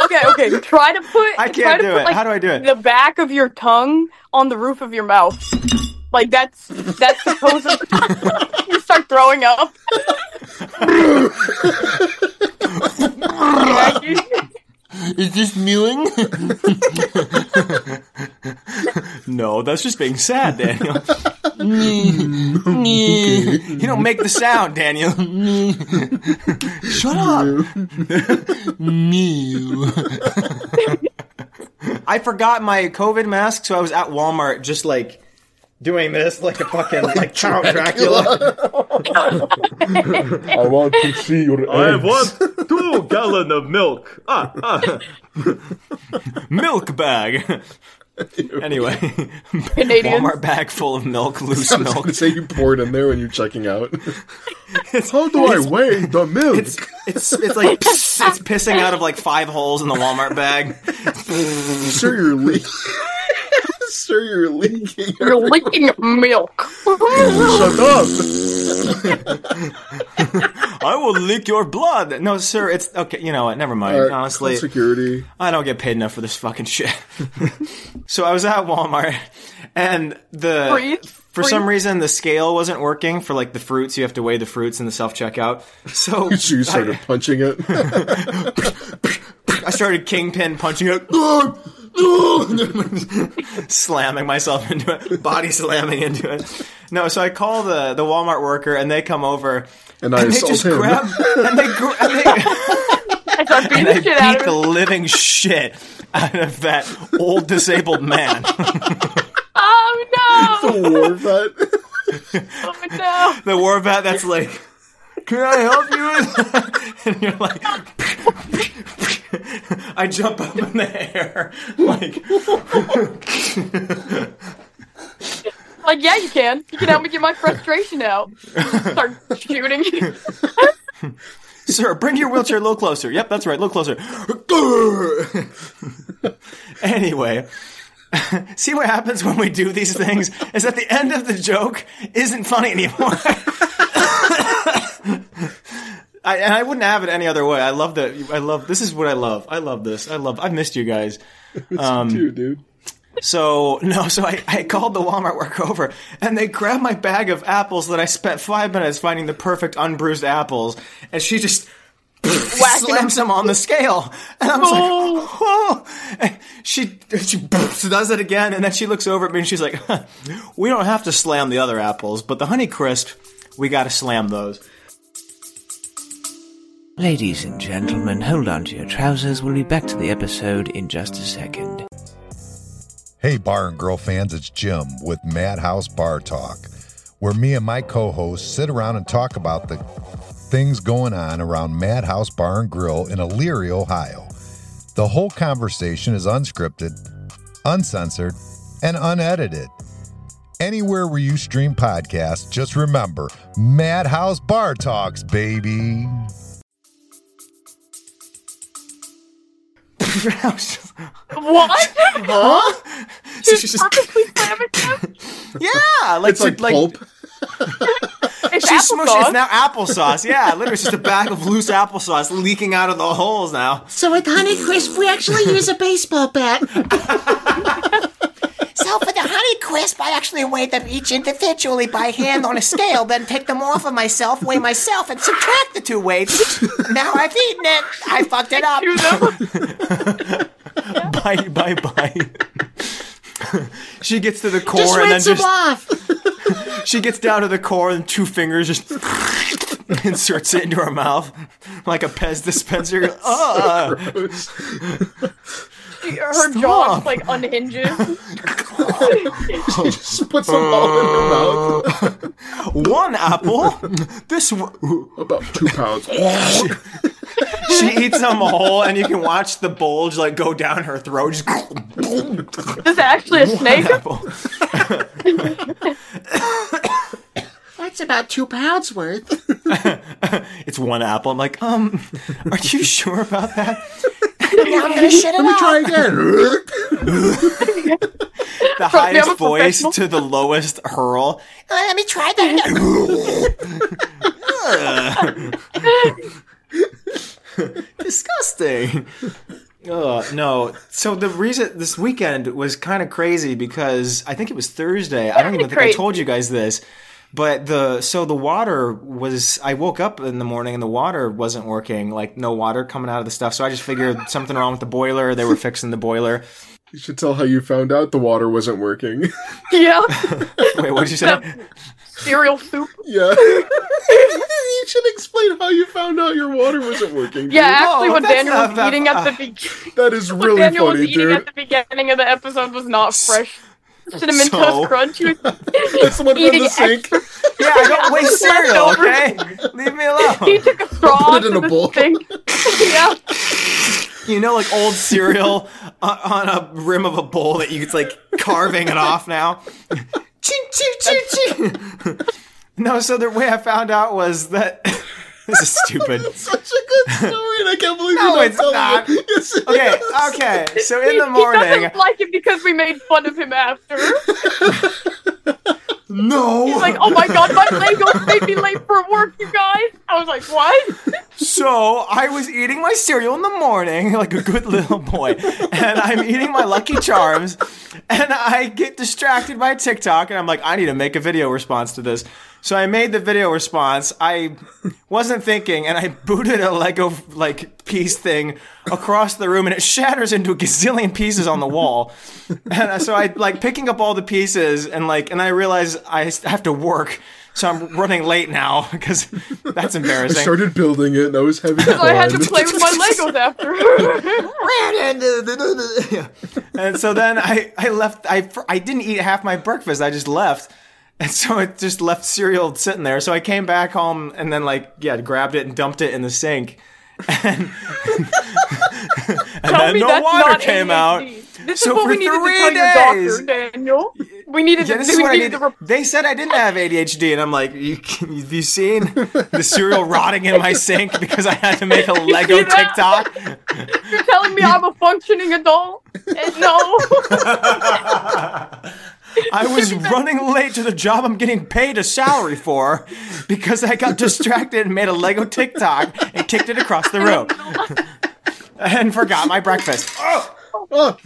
[SPEAKER 5] Okay,
[SPEAKER 4] <laughs>
[SPEAKER 5] okay. Try to put.
[SPEAKER 4] I
[SPEAKER 5] try
[SPEAKER 4] can't
[SPEAKER 5] to
[SPEAKER 4] do
[SPEAKER 5] put,
[SPEAKER 4] it.
[SPEAKER 5] like,
[SPEAKER 4] How do I do it?
[SPEAKER 5] the back of your tongue on the roof of your mouth. Like that's that's the pose of <laughs> you start throwing up. <laughs> Yeah, you-
[SPEAKER 4] Is this mewing? no, that's just being sad, Daniel. you don't make the sound, Daniel. Shut up. Mew. I forgot my COVID mask, so I was at Walmart just like doing this like a fucking like Count Dracula.
[SPEAKER 2] I want to see your eggs.
[SPEAKER 7] I want two gallon of milk. Ah, ah.
[SPEAKER 4] Milk bag. anyway,
[SPEAKER 5] Canadians.
[SPEAKER 4] Walmart bag full of milk, loose
[SPEAKER 2] <laughs> I was <laughs>
[SPEAKER 4] milk.
[SPEAKER 2] gonna say you pour it in there when you're checking out. <laughs> How do I weigh the milk?
[SPEAKER 4] It's it's it's like pss, it's pissing out of like five holes in the Walmart bag.
[SPEAKER 2] Sir, you're <laughs> leaking. Sir, you're leaking.
[SPEAKER 5] You're licking
[SPEAKER 4] <laughs>
[SPEAKER 5] milk. <laughs>
[SPEAKER 2] Shut up.
[SPEAKER 4] I will lick your blood. No, sir, it's okay. You know what? Never mind.
[SPEAKER 2] Uh,
[SPEAKER 4] Honestly,
[SPEAKER 2] security.
[SPEAKER 4] I don't get paid enough for this fucking shit. <laughs> so I was at Walmart, and the
[SPEAKER 5] Freeze,
[SPEAKER 4] for some
[SPEAKER 5] freeze.
[SPEAKER 4] reason the scale wasn't working for like the fruits. You have to weigh the fruits in the self checkout. So
[SPEAKER 2] She started
[SPEAKER 4] I,
[SPEAKER 2] punching <laughs> it.
[SPEAKER 4] I started kingpin punching it. slamming myself into it, body slamming into it. No, so I call the the Walmart worker, and they come over,
[SPEAKER 2] And I
[SPEAKER 4] they
[SPEAKER 2] assault
[SPEAKER 4] just
[SPEAKER 2] him.
[SPEAKER 4] grab, and they, gr- and
[SPEAKER 5] <laughs>
[SPEAKER 4] they,
[SPEAKER 5] I start
[SPEAKER 4] and
[SPEAKER 5] beating
[SPEAKER 4] they
[SPEAKER 5] the shit out
[SPEAKER 4] beat
[SPEAKER 5] of
[SPEAKER 4] the
[SPEAKER 5] him.
[SPEAKER 4] living shit out of that old disabled
[SPEAKER 5] <laughs>
[SPEAKER 4] man.
[SPEAKER 5] Oh
[SPEAKER 4] <laughs>
[SPEAKER 5] no!
[SPEAKER 2] War <laughs> vet.
[SPEAKER 5] Oh no!
[SPEAKER 4] The war bat that's like, "Can I help you?" <laughs> and you're like. I jump up in the air, <laughs> like
[SPEAKER 5] Like Uh, yeah, you can. You can help me get my frustration out. Start shooting.
[SPEAKER 4] Sir, bring your wheelchair a little closer. Yep, that's right, a little closer. <laughs> anyway, see what happens when we do these things is that the end of the joke isn't funny anymore. <laughs> I, and I wouldn't have it any other way. I love that. I love this is what I love. I love this. I love. I've missed you guys. Um,
[SPEAKER 2] Dude, dude.
[SPEAKER 4] So <laughs> no, so I, I called the Walmart work over and they grabbed my bag of apples that I spent five minutes finding the perfect unbruised apples, and she just <laughs>
[SPEAKER 5] Whacking
[SPEAKER 4] slams them on the scale. And I was like, oh. <laughs> And she she <laughs> does it again, and then she looks over at me and she's like, <laughs> "Huh, we don't have to slam the other apples, but the Honey Crisp, we got to slam those.
[SPEAKER 8] Ladies and gentlemen, hold on to your trousers. We'll be back to the episode in just a second.
[SPEAKER 9] Hey, bar and girl fans, it's Jim with Madhouse Bar Talk, where me and my co hosts sit around and talk about the things going on around Madhouse Bar and Grill in Elyria, Ohio. The whole conversation is unscripted, uncensored, and unedited. Anywhere where you stream podcasts, just remember Madhouse Bar Talks, baby.
[SPEAKER 6] Rouse.
[SPEAKER 5] What?
[SPEAKER 6] huh? So she's just,
[SPEAKER 5] Perfectly
[SPEAKER 2] <laughs>
[SPEAKER 5] flammable?
[SPEAKER 4] yeah, like
[SPEAKER 2] It's like,
[SPEAKER 4] like
[SPEAKER 2] <laughs> pulp.
[SPEAKER 5] It's
[SPEAKER 4] She smushed. It's
[SPEAKER 5] applesauce.
[SPEAKER 4] now applesauce. Yeah, literally, it's just a bag of loose applesauce leaking out of the holes now.
[SPEAKER 10] So with Honeycrisp, we actually use a baseball
[SPEAKER 6] <laughs>
[SPEAKER 10] bat.
[SPEAKER 6] so for the honey crisp, I actually weighed them each individually by hand on a scale, then take them off of myself, weigh myself, and subtract the two weights. Now I've eaten it. I fucked it up.
[SPEAKER 4] Bye, bye, bye. she gets to the core
[SPEAKER 10] Just
[SPEAKER 4] and then
[SPEAKER 10] rinse them
[SPEAKER 4] just
[SPEAKER 10] off.
[SPEAKER 4] she gets down to the core and two fingers just inserts it into her mouth like a Pez dispenser. Uh, Ugh.
[SPEAKER 5] She- Her jaw just, like unhinges.
[SPEAKER 2] she just puts them all in her
[SPEAKER 4] <laughs>
[SPEAKER 2] mouth.
[SPEAKER 4] one apple. This one.
[SPEAKER 2] About two pounds. <laughs>
[SPEAKER 4] she eats them whole, and you can watch the bulge like go down her throat. Just <laughs>
[SPEAKER 5] This is actually a snake.
[SPEAKER 4] apple.
[SPEAKER 10] That's about two pounds worth.
[SPEAKER 4] It's one apple. I'm like, um, are you sure about that?
[SPEAKER 6] Now I'm gonna shit it out.
[SPEAKER 2] Try again.
[SPEAKER 4] The
[SPEAKER 5] me, I'm a
[SPEAKER 4] highest voice
[SPEAKER 5] professional.
[SPEAKER 4] to the lowest hurl.
[SPEAKER 6] Uh, Let me try that again.
[SPEAKER 4] disgusting. <laughs> Oh no! So the reason this weekend was kind of crazy because I think it was Thursday. I don't even think I
[SPEAKER 5] Crazy.
[SPEAKER 4] told you guys this, but the so the water was. I woke up in the morning and the water wasn't working. Like no water coming out of the stuff. So I just figured something wrong with the boiler. They were fixing the boiler.
[SPEAKER 2] You should tell how you found out the water wasn't working. <laughs>
[SPEAKER 5] yeah.
[SPEAKER 4] Wait, what did you say?
[SPEAKER 5] Cereal soup.
[SPEAKER 2] yeah. <laughs> you should explain how you found out your water wasn't working. dude.
[SPEAKER 5] Yeah, actually,
[SPEAKER 4] No,
[SPEAKER 5] what
[SPEAKER 4] that's
[SPEAKER 5] Daniel
[SPEAKER 4] not
[SPEAKER 5] was
[SPEAKER 4] that-
[SPEAKER 5] eating at the
[SPEAKER 4] uh,
[SPEAKER 5] beginning,
[SPEAKER 2] That is
[SPEAKER 5] what
[SPEAKER 2] really
[SPEAKER 5] Daniel was
[SPEAKER 2] funny,
[SPEAKER 5] eating
[SPEAKER 2] dude.
[SPEAKER 5] at the beginning of the episode was not fresh. Cinnamon
[SPEAKER 4] So-
[SPEAKER 5] Toast
[SPEAKER 2] <laughs>
[SPEAKER 5] Crunch. He was
[SPEAKER 2] That's the one from
[SPEAKER 5] eating
[SPEAKER 2] the
[SPEAKER 5] <laughs>
[SPEAKER 2] sink. <laughs>
[SPEAKER 5] extra-
[SPEAKER 4] <laughs> Yeah, I don't waste cereal. Okay, leave me
[SPEAKER 5] He <laughs>
[SPEAKER 4] alone.
[SPEAKER 5] took a straw
[SPEAKER 2] Put it in
[SPEAKER 5] to
[SPEAKER 2] a bowl.
[SPEAKER 5] the sink. <laughs> yeah.
[SPEAKER 4] You know, like old cereal on, on a rim of a bowl that you it's like carving it off now.
[SPEAKER 6] Ching, ching, ching, ching.
[SPEAKER 4] No, so the way I found out was that <laughs> this is
[SPEAKER 5] <laughs>
[SPEAKER 4] stupid.
[SPEAKER 2] Such a good story, and I can't believe
[SPEAKER 4] No,
[SPEAKER 2] you're not
[SPEAKER 4] it's
[SPEAKER 2] telling
[SPEAKER 4] not.
[SPEAKER 2] it. <laughs> Yes, it
[SPEAKER 4] Okay,
[SPEAKER 2] is.
[SPEAKER 4] okay. <laughs> So in
[SPEAKER 5] he,
[SPEAKER 4] the
[SPEAKER 5] he
[SPEAKER 4] morning,
[SPEAKER 5] doesn't like it because we made fun of him after.
[SPEAKER 4] no.
[SPEAKER 5] He's like, oh my god, my Legos made me late for work, you guys. I was like, what?
[SPEAKER 4] So I was eating my cereal in the morning, like a good little boy, and I'm eating my Lucky Charms, and I get distracted by TikTok, and I'm like, I need to make a video response to this. So I made the video response. I wasn't thinking, and I booted a Lego like piece thing across the room, and it shatters into a gazillion pieces on the wall. And uh, so I like picking up all the pieces, and like, and I realize I have to work. So I'm running late now <laughs> because that's embarrassing.
[SPEAKER 2] I started building it, and I
[SPEAKER 5] <laughs>
[SPEAKER 2] was having fun.
[SPEAKER 5] So I had to play with my Legos after. <laughs>
[SPEAKER 4] And so then I, I left. I, I didn't eat half my breakfast. I just left. And so it just left cereal sitting there. So I came back home and then, like, yeah, grabbed it and dumped it in the sink. And,
[SPEAKER 5] Tell
[SPEAKER 4] then
[SPEAKER 5] me
[SPEAKER 4] no
[SPEAKER 5] that's
[SPEAKER 4] water
[SPEAKER 5] not
[SPEAKER 4] came
[SPEAKER 5] ADHD.
[SPEAKER 4] out.
[SPEAKER 5] This
[SPEAKER 4] So
[SPEAKER 5] is what
[SPEAKER 4] for
[SPEAKER 5] we needed
[SPEAKER 4] three
[SPEAKER 5] to tell your doctor, Daniel. We needed
[SPEAKER 4] Yeah,
[SPEAKER 5] to
[SPEAKER 4] this is
[SPEAKER 5] we
[SPEAKER 4] what I
[SPEAKER 5] needed
[SPEAKER 4] need.
[SPEAKER 5] to rep-
[SPEAKER 4] They said I didn't have ADHD, and I'm like, you, have you seen the cereal rotting in my sink because I had to
[SPEAKER 5] <laughs>
[SPEAKER 4] make a Lego
[SPEAKER 5] see that?
[SPEAKER 4] TikTok?
[SPEAKER 5] <laughs> You're telling me I'm a functioning adult?
[SPEAKER 4] <laughs>
[SPEAKER 5] And no.
[SPEAKER 4] I was running late to the job I'm getting paid a salary for because I got distracted and made a Lego TikTok and kicked it across the
[SPEAKER 5] <laughs>
[SPEAKER 4] room and forgot my breakfast.
[SPEAKER 2] <laughs> Ah.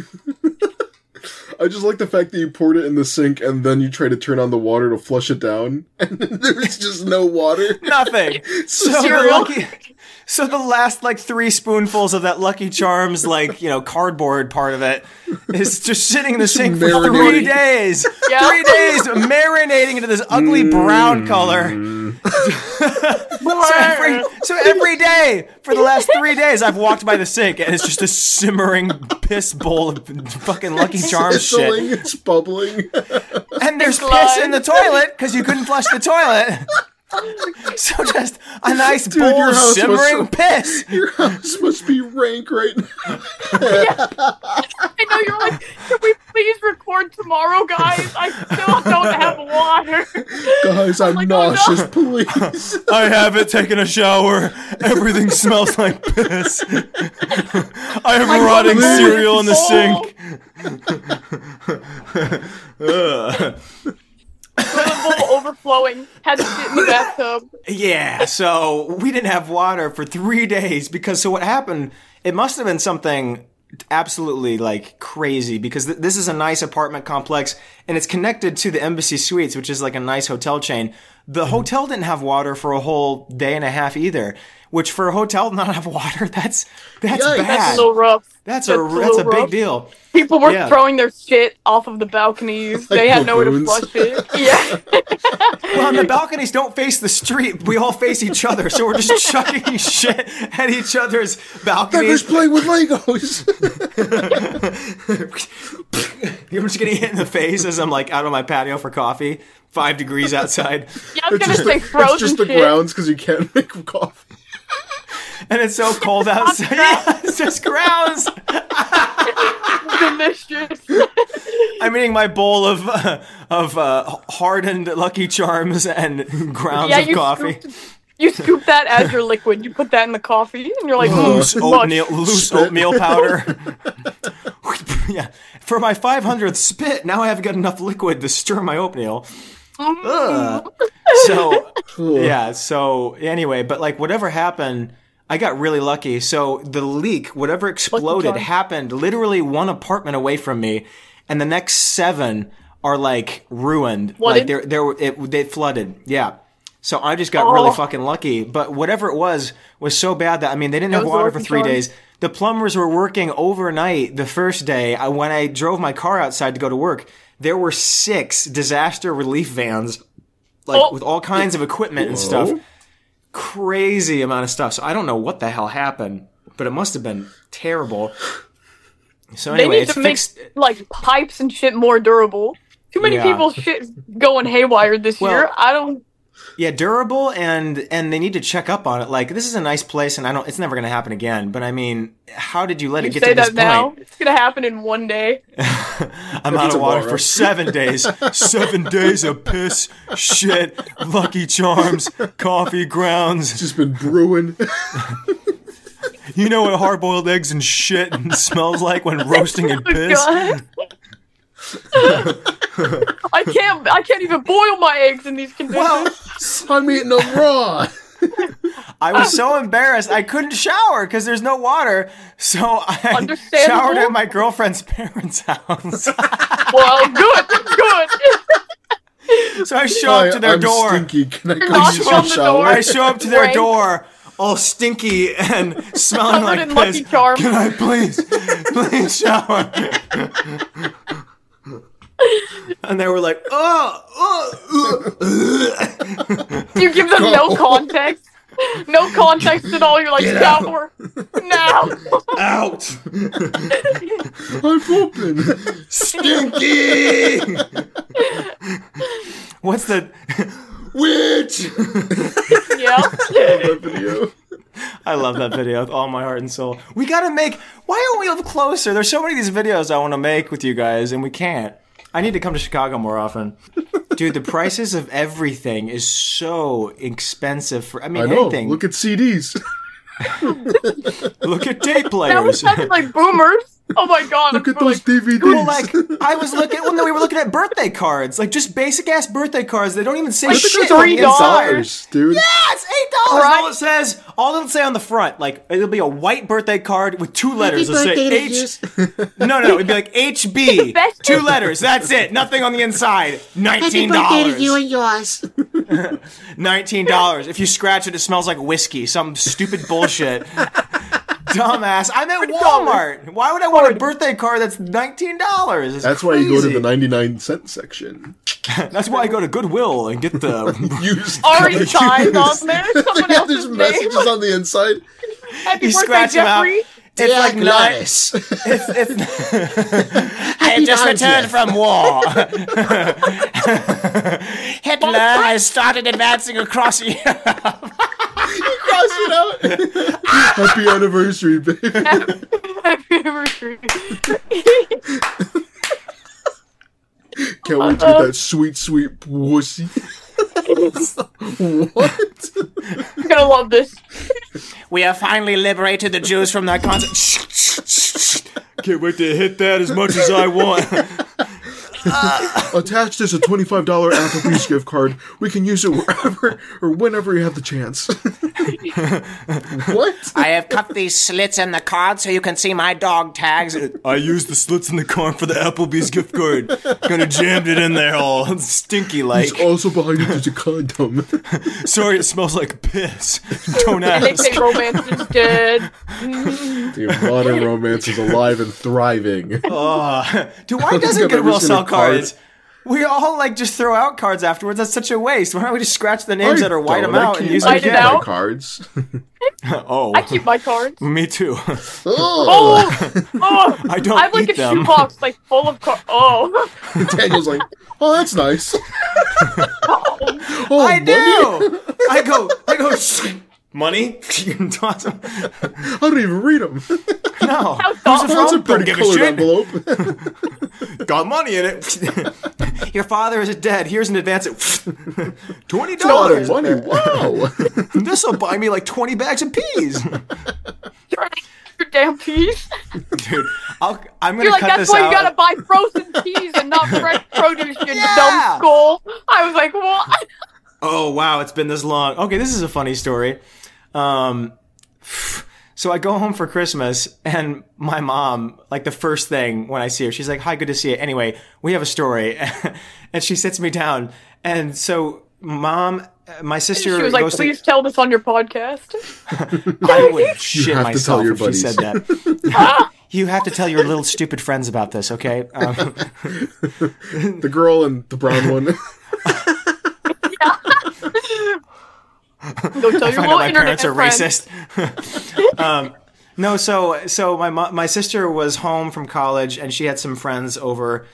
[SPEAKER 2] I just like the fact that you poured it in the sink and then you try to turn on the water to flush it down, <laughs> and there's just no water. <laughs>
[SPEAKER 4] Nothing. So the,
[SPEAKER 2] Cereal.
[SPEAKER 4] lucky, so the last like three spoonfuls of that Lucky Charms, like you know, cardboard part of it, is just sitting in the sink for three
[SPEAKER 2] marinating.
[SPEAKER 4] days.
[SPEAKER 5] Yeah.
[SPEAKER 4] Three days marinating into this ugly
[SPEAKER 2] Mm.
[SPEAKER 4] brown
[SPEAKER 2] <laughs>
[SPEAKER 4] color. <laughs> So every, so every day for the last three days, I've walked by the sink and it's just a simmering piss bowl of fucking Lucky Charms
[SPEAKER 2] Sizzling,
[SPEAKER 4] shit.
[SPEAKER 2] it's bubbling.
[SPEAKER 4] And there's piss
[SPEAKER 5] Glide.
[SPEAKER 4] in the toilet because you couldn't flush the toilet. <laughs> So just a nice bowl
[SPEAKER 2] your
[SPEAKER 4] of
[SPEAKER 2] house was
[SPEAKER 4] simmering <laughs>
[SPEAKER 2] so-
[SPEAKER 4] piss.
[SPEAKER 2] Your house must be rank right now.
[SPEAKER 5] I know you're like, can we please record tomorrow, guys? I still don't have water.
[SPEAKER 2] Guys, I'm nauseous, <laughs> please.
[SPEAKER 4] I haven't taken a shower. Everything smells like piss. I have
[SPEAKER 5] My
[SPEAKER 4] rotting
[SPEAKER 5] God,
[SPEAKER 4] cereal in the
[SPEAKER 5] it's
[SPEAKER 4] sink. Ugh.
[SPEAKER 5] Bowl overflowing. Had to sit in
[SPEAKER 4] <laughs>
[SPEAKER 5] the bathtub.
[SPEAKER 4] yeah, so we didn't have water for three days because so what happened? It must have been something absolutely like crazy because th- this is a nice apartment complex and it's connected to the Embassy Suites, which is like a nice hotel chain. The hotel didn't have water for a whole day and a half either, which for a hotel to not have water, <laughs> that's that's
[SPEAKER 5] Yikes.
[SPEAKER 4] bad.
[SPEAKER 5] That's a little rough.
[SPEAKER 4] That's a that's
[SPEAKER 5] little
[SPEAKER 4] a big
[SPEAKER 5] rough.
[SPEAKER 4] deal.
[SPEAKER 5] People were
[SPEAKER 4] Yeah.
[SPEAKER 5] throwing their shit off of the balconies.
[SPEAKER 4] Like
[SPEAKER 5] they had nowhere to
[SPEAKER 4] baboons.
[SPEAKER 5] flush
[SPEAKER 4] <laughs>
[SPEAKER 5] it. Yeah.
[SPEAKER 4] Well, and the balconies don't face the street. We all face each other, so we're
[SPEAKER 5] <laughs>
[SPEAKER 4] just chucking shit at each other's
[SPEAKER 2] Peppers
[SPEAKER 4] balconies.
[SPEAKER 2] play with Legos.
[SPEAKER 4] You're just getting hit in the face as I'm like out on my patio for coffee, five degrees outside.
[SPEAKER 5] Yeah, I was gonna say frozen
[SPEAKER 2] <laughs> it's just the
[SPEAKER 5] shit.
[SPEAKER 2] grounds because you can't <laughs> make coffee.
[SPEAKER 4] and it's so
[SPEAKER 5] <laughs>
[SPEAKER 4] cold outside. <laughs> Yeah, it's just grounds.
[SPEAKER 5] <laughs>
[SPEAKER 4] <laughs>
[SPEAKER 5] Delicious.
[SPEAKER 4] I'm eating my bowl of uh, of uh, hardened Lucky Charms and grounds
[SPEAKER 5] yeah,
[SPEAKER 4] of
[SPEAKER 5] you
[SPEAKER 4] coffee.
[SPEAKER 5] Scooped, you scoop that as your liquid. You put that in the coffee, and you're like,
[SPEAKER 4] loose
[SPEAKER 5] "Mm,
[SPEAKER 4] oatmeal,
[SPEAKER 5] mush."
[SPEAKER 4] loose oatmeal
[SPEAKER 5] <laughs>
[SPEAKER 4] powder. <laughs> yeah, for my 500th spit, now I have got enough liquid to stir my oatmeal.
[SPEAKER 5] "Mm-hmm."
[SPEAKER 4] Ugh.
[SPEAKER 1] <laughs>
[SPEAKER 4] So yeah, so anyway, but like whatever happened, I got really lucky. So the leak, whatever exploded,
[SPEAKER 1] Lucky Charm.
[SPEAKER 4] happened literally one apartment away from me, and the next seven are like ruined.
[SPEAKER 1] Flooded?
[SPEAKER 4] Like they're there were- it they flooded. Yeah. So I just got really
[SPEAKER 1] Oh.
[SPEAKER 4] fucking lucky. But whatever it was was so bad that I mean they didn't
[SPEAKER 1] That
[SPEAKER 4] have
[SPEAKER 1] was the
[SPEAKER 4] water for
[SPEAKER 1] lucky
[SPEAKER 4] three
[SPEAKER 1] charm.
[SPEAKER 4] days. The plumbers were working overnight the first day. I, when I drove my car outside to go to work, there were six disaster relief vans, like
[SPEAKER 1] Oh.
[SPEAKER 4] with all kinds of equipment and stuff.
[SPEAKER 1] Whoa.
[SPEAKER 4] Crazy amount of stuff. So I don't know what the hell happened, but it must have been terrible. So
[SPEAKER 5] they
[SPEAKER 4] anyway,
[SPEAKER 5] need
[SPEAKER 4] it's
[SPEAKER 5] to make
[SPEAKER 4] fixed.
[SPEAKER 5] like pipes and shit more durable. Too many
[SPEAKER 4] Yeah.
[SPEAKER 5] people's shit is going haywire this
[SPEAKER 4] Well,
[SPEAKER 5] year. I don't.
[SPEAKER 4] Yeah, durable and and they need to check up on it. Like this is a nice place, and I don't. It's never going to happen again. But I mean, how did you let
[SPEAKER 5] You
[SPEAKER 4] it get to
[SPEAKER 5] say
[SPEAKER 4] this
[SPEAKER 5] that
[SPEAKER 4] point?
[SPEAKER 5] now. It's gonna happen in one day.
[SPEAKER 4] I'm out
[SPEAKER 1] It's
[SPEAKER 4] of water
[SPEAKER 1] tomorrow.
[SPEAKER 4] for seven
[SPEAKER 1] <laughs>
[SPEAKER 4] days. seven days of piss, shit, Lucky Charms, coffee grounds. It's
[SPEAKER 2] just been brewing. <laughs>
[SPEAKER 4] you know what hard-boiled eggs and shit and smells like when roasting and
[SPEAKER 5] <laughs> Oh,
[SPEAKER 4] piss.
[SPEAKER 5] God. I can't. I can't even boil my eggs in these conditions.
[SPEAKER 4] <laughs>
[SPEAKER 2] I'm eating them raw.
[SPEAKER 4] I was
[SPEAKER 5] <laughs>
[SPEAKER 4] so embarrassed I couldn't shower because there's no water. So I
[SPEAKER 5] Understandable.
[SPEAKER 4] showered at my girlfriend's <laughs> parents' house.
[SPEAKER 5] well, good, good.
[SPEAKER 4] So I show up
[SPEAKER 2] Hi,
[SPEAKER 4] to their
[SPEAKER 2] I'm
[SPEAKER 4] door.
[SPEAKER 2] Stinky. Can I
[SPEAKER 5] You're
[SPEAKER 2] come
[SPEAKER 5] not
[SPEAKER 2] use
[SPEAKER 5] from
[SPEAKER 2] your
[SPEAKER 5] the
[SPEAKER 2] shower?
[SPEAKER 4] I show up to their
[SPEAKER 5] Right.
[SPEAKER 4] door, all stinky
[SPEAKER 5] <laughs>
[SPEAKER 4] and smelling
[SPEAKER 5] Covered
[SPEAKER 4] like
[SPEAKER 5] in
[SPEAKER 4] piss.
[SPEAKER 5] Lucky Charms.
[SPEAKER 4] Can I please,
[SPEAKER 5] <laughs>
[SPEAKER 4] please shower? <laughs> and they were like, "Oh, oh,
[SPEAKER 5] You give them
[SPEAKER 4] Go.
[SPEAKER 5] no context. No context at all. You're like,
[SPEAKER 4] Get out.
[SPEAKER 5] shower now. <laughs>
[SPEAKER 4] out!"
[SPEAKER 2] I'm pooping.
[SPEAKER 4] Stinky. What's the witch?
[SPEAKER 5] yeah.
[SPEAKER 4] I love that video with all my heart and soul. We gotta make. Why aren't we up closer? There's so many of these videos I want to make with you guys, and we can't. I need to come to Chicago more often, dude. The prices of everything is so expensive for. I mean,
[SPEAKER 2] I know.
[SPEAKER 4] anything.
[SPEAKER 2] <laughs> Look at CDs.
[SPEAKER 4] Look at tape
[SPEAKER 5] That
[SPEAKER 4] players.
[SPEAKER 5] was
[SPEAKER 4] <laughs>
[SPEAKER 5] sounded like boomers. Oh my god. Look at those
[SPEAKER 2] DVDs.
[SPEAKER 4] Well,
[SPEAKER 2] <laughs>
[SPEAKER 4] like I was looking. Well, no, we were looking at birthday cards, like just basic ass birthday cards. They don't even say
[SPEAKER 2] Like
[SPEAKER 4] shit on the
[SPEAKER 2] three
[SPEAKER 4] inside.
[SPEAKER 2] dollars, dude.
[SPEAKER 4] Yes, eight dollars. All it says, all it'll say on the front, like it'll be a white birthday card with two letters. It'll say
[SPEAKER 10] birthday to
[SPEAKER 4] H. <laughs> no, no, no, it'd
[SPEAKER 10] <laughs>
[SPEAKER 4] be like HB, two letters. That's it. Nothing on the
[SPEAKER 10] <laughs>
[SPEAKER 4] inside.
[SPEAKER 10] Happy
[SPEAKER 4] Nineteen
[SPEAKER 10] birthday to you
[SPEAKER 4] dollars.
[SPEAKER 10] and yours. <laughs>
[SPEAKER 4] Nineteen dollars. If you scratch it, it smells like whiskey. Some stupid
[SPEAKER 10] <laughs>
[SPEAKER 4] bullshit. Dumbass. I'm at Walmart. Why would I want a birthday card that's nineteen dollars?
[SPEAKER 2] That's why you go to the 99 cent section.
[SPEAKER 4] That's why I go to Goodwill and get
[SPEAKER 10] <laughs>
[SPEAKER 4] the
[SPEAKER 2] used <laughs>
[SPEAKER 5] Already signed on there. Someone
[SPEAKER 2] yeah,
[SPEAKER 5] else's
[SPEAKER 2] there's
[SPEAKER 5] name.
[SPEAKER 2] messages on the inside.
[SPEAKER 5] Happy
[SPEAKER 4] You
[SPEAKER 5] birthday,
[SPEAKER 4] scratch 'em out.
[SPEAKER 5] Jeffrey.
[SPEAKER 4] It's like nine.
[SPEAKER 2] Nice.
[SPEAKER 4] It's, it's, <laughs> I have just returned from <laughs> war. Hitler has started advancing across Europe.
[SPEAKER 2] Cross it out. <laughs> Happy anniversary, babe.
[SPEAKER 5] Happy anniversary.
[SPEAKER 2] Can't wait to get that sweet, sweet wussy. what?
[SPEAKER 5] <laughs> You're gonna
[SPEAKER 4] <laughs>
[SPEAKER 5] love this.
[SPEAKER 8] We have finally liberated the Jews from their concentration.
[SPEAKER 4] Can't wait to hit that as much as I want.
[SPEAKER 2] Attached is a $25 Applebee's gift card. We can use it wherever or whenever you have the chance. <laughs> what?
[SPEAKER 8] I have cut these slits in the card so you can see my dog tags.
[SPEAKER 4] I used the slits in the corn for the Applebee's gift card. Gonna jammed it in there all <laughs> stinky like.
[SPEAKER 2] It's also behind it is a condom.
[SPEAKER 4] Sorry, it smells like piss. <laughs> Don't
[SPEAKER 5] And they
[SPEAKER 4] ask.
[SPEAKER 5] say romance is dead.
[SPEAKER 2] Dude,
[SPEAKER 4] <laughs>
[SPEAKER 2] modern romance is alive and thriving.
[SPEAKER 4] Ah. Dude, why doesn't
[SPEAKER 2] I've ever
[SPEAKER 4] Goodwill
[SPEAKER 2] seen
[SPEAKER 4] sell
[SPEAKER 2] a card.
[SPEAKER 4] cards? We all like just throw out cards afterwards. That's such a waste. Why don't we just scratch the names that or white them
[SPEAKER 2] I
[SPEAKER 4] out and
[SPEAKER 2] keep-
[SPEAKER 4] use
[SPEAKER 2] I
[SPEAKER 4] them
[SPEAKER 5] White it
[SPEAKER 2] keep
[SPEAKER 4] again?
[SPEAKER 5] out.
[SPEAKER 2] my cards. <laughs>
[SPEAKER 4] Oh,
[SPEAKER 5] I keep
[SPEAKER 4] <laughs>
[SPEAKER 5] my cards.
[SPEAKER 4] me too.
[SPEAKER 2] Oh,
[SPEAKER 5] Oh, oh!
[SPEAKER 4] <laughs> I don't
[SPEAKER 5] I have
[SPEAKER 4] eat
[SPEAKER 5] like a
[SPEAKER 4] them.
[SPEAKER 5] shoebox like full of cards. Oh, <laughs>
[SPEAKER 2] <laughs> Daniel's like, oh, that's nice. oh,
[SPEAKER 4] I
[SPEAKER 2] money?
[SPEAKER 4] do. I go. I go. Shh. Money? <laughs> Toss 'em.
[SPEAKER 2] I don't even read them.
[SPEAKER 4] No.
[SPEAKER 5] thoughtful.
[SPEAKER 4] Who's it
[SPEAKER 2] <laughs> That's a
[SPEAKER 4] from? Don't
[SPEAKER 2] pretty
[SPEAKER 4] give a
[SPEAKER 2] colored
[SPEAKER 4] shit. <laughs>
[SPEAKER 2] envelope.
[SPEAKER 4] Got money in it. <laughs> Your father is dead. Here's an advance. at <laughs> Twenty
[SPEAKER 2] a lot of
[SPEAKER 4] dollars.
[SPEAKER 2] money. Wow. <laughs>
[SPEAKER 4] This will buy me like twenty bags of peas.
[SPEAKER 5] you're an extra
[SPEAKER 4] <laughs>
[SPEAKER 5] damn piece.
[SPEAKER 4] Dude, I'll, I'm gonna
[SPEAKER 5] You're like,
[SPEAKER 4] cut
[SPEAKER 5] that's
[SPEAKER 4] this
[SPEAKER 5] why
[SPEAKER 4] out.
[SPEAKER 5] you gotta buy frozen peas and
[SPEAKER 4] <laughs>
[SPEAKER 5] not fresh produce, you
[SPEAKER 4] Yeah.
[SPEAKER 5] dumb skull. I was like, what? <laughs>
[SPEAKER 4] Oh wow, it's been this long. Okay, this is a funny story. Um, so I go home for Christmas, and my mom, like the first thing when I see her, she's like, "Hi, good to see you." Anyway, we have a story, <laughs> and she sits me down, and so mom, uh, my sister
[SPEAKER 5] She was like,
[SPEAKER 4] goes
[SPEAKER 5] please
[SPEAKER 4] to.
[SPEAKER 5] tell this on your podcast.
[SPEAKER 4] I would shit
[SPEAKER 2] have to
[SPEAKER 4] myself
[SPEAKER 2] tell your
[SPEAKER 4] if she said that.
[SPEAKER 2] <laughs>
[SPEAKER 4] <laughs> you have to tell your little stupid friends about this, okay? Um,
[SPEAKER 2] the girl and
[SPEAKER 4] <laughs>
[SPEAKER 2] the brown one.
[SPEAKER 5] Go tell
[SPEAKER 4] <laughs>
[SPEAKER 5] your
[SPEAKER 4] I know
[SPEAKER 5] little
[SPEAKER 4] my
[SPEAKER 5] internet
[SPEAKER 4] parents are
[SPEAKER 5] friends.
[SPEAKER 4] racist. <laughs> um, no, so so my mo- my sister was home from college and she had some friends over,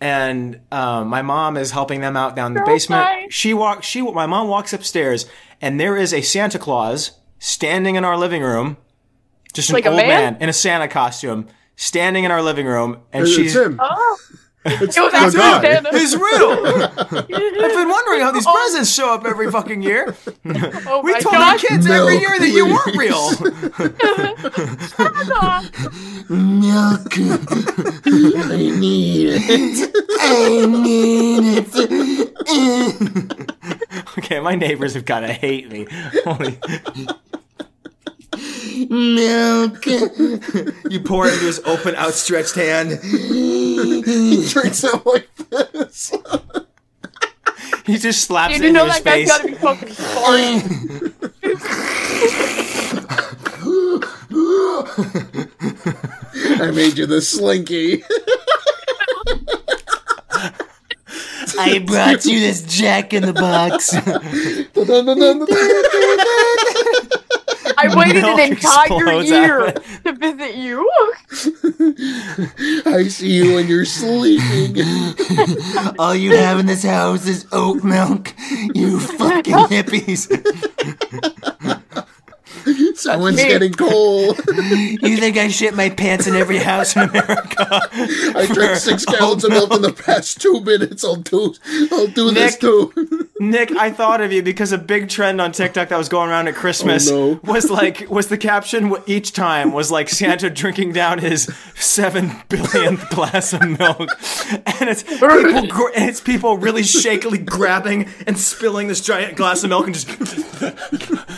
[SPEAKER 4] and um, my mom is helping them out down in the
[SPEAKER 5] Girl
[SPEAKER 4] basement.
[SPEAKER 5] fight.
[SPEAKER 4] She walks. She my mom walks upstairs and there is a Santa Claus standing in our living room, just an
[SPEAKER 5] Like a
[SPEAKER 4] old
[SPEAKER 5] man?
[SPEAKER 4] in a Santa costume standing in our living room, and
[SPEAKER 2] It's
[SPEAKER 4] she's
[SPEAKER 2] him.
[SPEAKER 5] Oh, <laughs>
[SPEAKER 2] It's
[SPEAKER 5] it was
[SPEAKER 2] the
[SPEAKER 5] actually
[SPEAKER 2] guy.
[SPEAKER 5] Santa.
[SPEAKER 4] It's real.
[SPEAKER 10] <laughs>
[SPEAKER 4] I've been wondering how
[SPEAKER 10] Oh.
[SPEAKER 4] these presents show up every fucking year.
[SPEAKER 5] Oh
[SPEAKER 4] We
[SPEAKER 5] my
[SPEAKER 4] told
[SPEAKER 5] gosh.
[SPEAKER 4] the kids
[SPEAKER 2] No,
[SPEAKER 4] every year that you weren't
[SPEAKER 2] please.
[SPEAKER 4] real.
[SPEAKER 5] Santa.
[SPEAKER 10] Milk. I need it. I need it.
[SPEAKER 4] Okay, my neighbors have got to hate me. Holy,
[SPEAKER 10] Milk.
[SPEAKER 4] you pour it into his open, outstretched hand.
[SPEAKER 2] <laughs> He drinks out like this. <laughs>
[SPEAKER 4] He just <laughs> slaps
[SPEAKER 5] Dude,
[SPEAKER 4] it
[SPEAKER 5] you know
[SPEAKER 4] into his
[SPEAKER 5] that guy's
[SPEAKER 4] face.
[SPEAKER 5] gotta be fucking sorry.
[SPEAKER 2] I made you the slinky. <laughs>
[SPEAKER 10] I brought you this Jack in the Box.
[SPEAKER 4] <laughs>
[SPEAKER 5] I waited
[SPEAKER 4] Milk
[SPEAKER 5] an entire
[SPEAKER 4] explodes
[SPEAKER 5] year
[SPEAKER 4] out
[SPEAKER 5] to visit you.
[SPEAKER 2] I see you when you're sleeping.
[SPEAKER 10] <laughs> All you have in this house is oat milk. You fucking hippies.
[SPEAKER 2] <laughs> Someone's getting
[SPEAKER 10] <laughs>
[SPEAKER 2] cold.
[SPEAKER 10] You think I shit my pants in every house in America?
[SPEAKER 2] I drank six gallons of milk in the past two minutes. I'll do, I'll do this
[SPEAKER 4] Nick.
[SPEAKER 2] too. <laughs>
[SPEAKER 4] Nick, I thought of you because a big trend on TikTok that was going around at Christmas
[SPEAKER 2] Oh, no. <laughs>
[SPEAKER 4] was like was the caption wa- each time was like Santa drinking down his seven billionth <laughs> glass of milk, and it's people gr- and it's people really shakily grabbing and spilling this giant glass of milk and just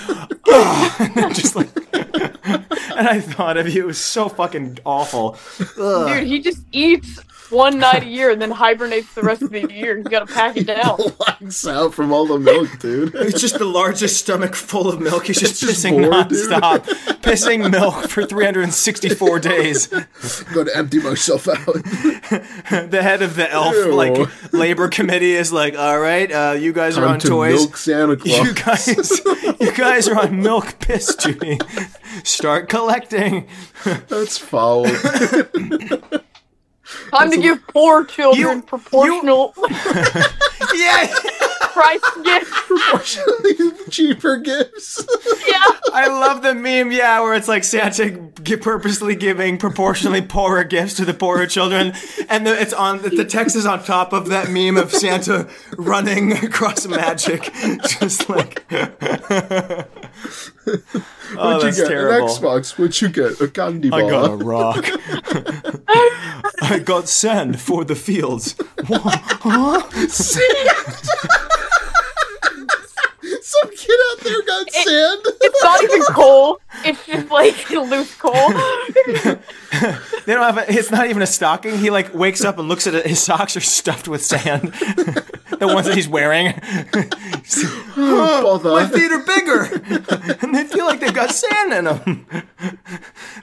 [SPEAKER 4] <laughs> Ah, and then just like. <laughs> and I thought of you. It was so fucking awful.
[SPEAKER 5] Dude, he just eats one night a year and then hibernates the rest of the year. He's gotta pack
[SPEAKER 4] <laughs>
[SPEAKER 5] it down.
[SPEAKER 2] Blacks out from all the milk, dude. <laughs>
[SPEAKER 4] It's just the largest stomach full of milk. He's just
[SPEAKER 2] just
[SPEAKER 4] pissing
[SPEAKER 2] bored, dude.
[SPEAKER 4] nonstop, pissing milk for
[SPEAKER 2] <laughs>
[SPEAKER 4] 364 days.
[SPEAKER 2] gonna empty myself out.
[SPEAKER 4] The head of the elf
[SPEAKER 2] Ew.
[SPEAKER 4] like labor committee is like, all right, uh, you guys are
[SPEAKER 2] Time
[SPEAKER 4] on
[SPEAKER 2] to
[SPEAKER 4] toys.
[SPEAKER 2] milk Santa Claus.
[SPEAKER 4] You guys, you guys are on milk piss duty. Start
[SPEAKER 2] <laughs>
[SPEAKER 4] collecting. <laughs>
[SPEAKER 2] That's foul. <laughs>
[SPEAKER 5] Time to give poor children
[SPEAKER 4] You-
[SPEAKER 5] <laughs> proportional.
[SPEAKER 4] Yeah.
[SPEAKER 5] price gift.
[SPEAKER 2] Proportionally cheaper gifts.
[SPEAKER 5] Yeah.
[SPEAKER 4] I love the meme, yeah, where it's like Santa g- purposely giving proportionally poorer gifts to the poorer children, and the, it's on the text is on top of that meme of Santa running across magic, <laughs> just like. oh,
[SPEAKER 2] What'd
[SPEAKER 4] that's
[SPEAKER 2] you get?
[SPEAKER 4] terrible.
[SPEAKER 2] An Xbox. What'd you get? A candy
[SPEAKER 4] I
[SPEAKER 2] bar.
[SPEAKER 4] got a rock. I got sand for the fields.
[SPEAKER 2] Some kid out there got sand. <laughs>
[SPEAKER 5] It's not even coal. It's just like <laughs> loose
[SPEAKER 4] <laughs>
[SPEAKER 5] coal.
[SPEAKER 4] They don't have. A, it's not even a stocking. He like wakes up and looks at it. His socks are stuffed with sand. <laughs> the ones that he's wearing.
[SPEAKER 2] Bother.
[SPEAKER 4] My
[SPEAKER 2] <laughs>
[SPEAKER 4] feet are bigger, <laughs> and they feel like they've got sand in them.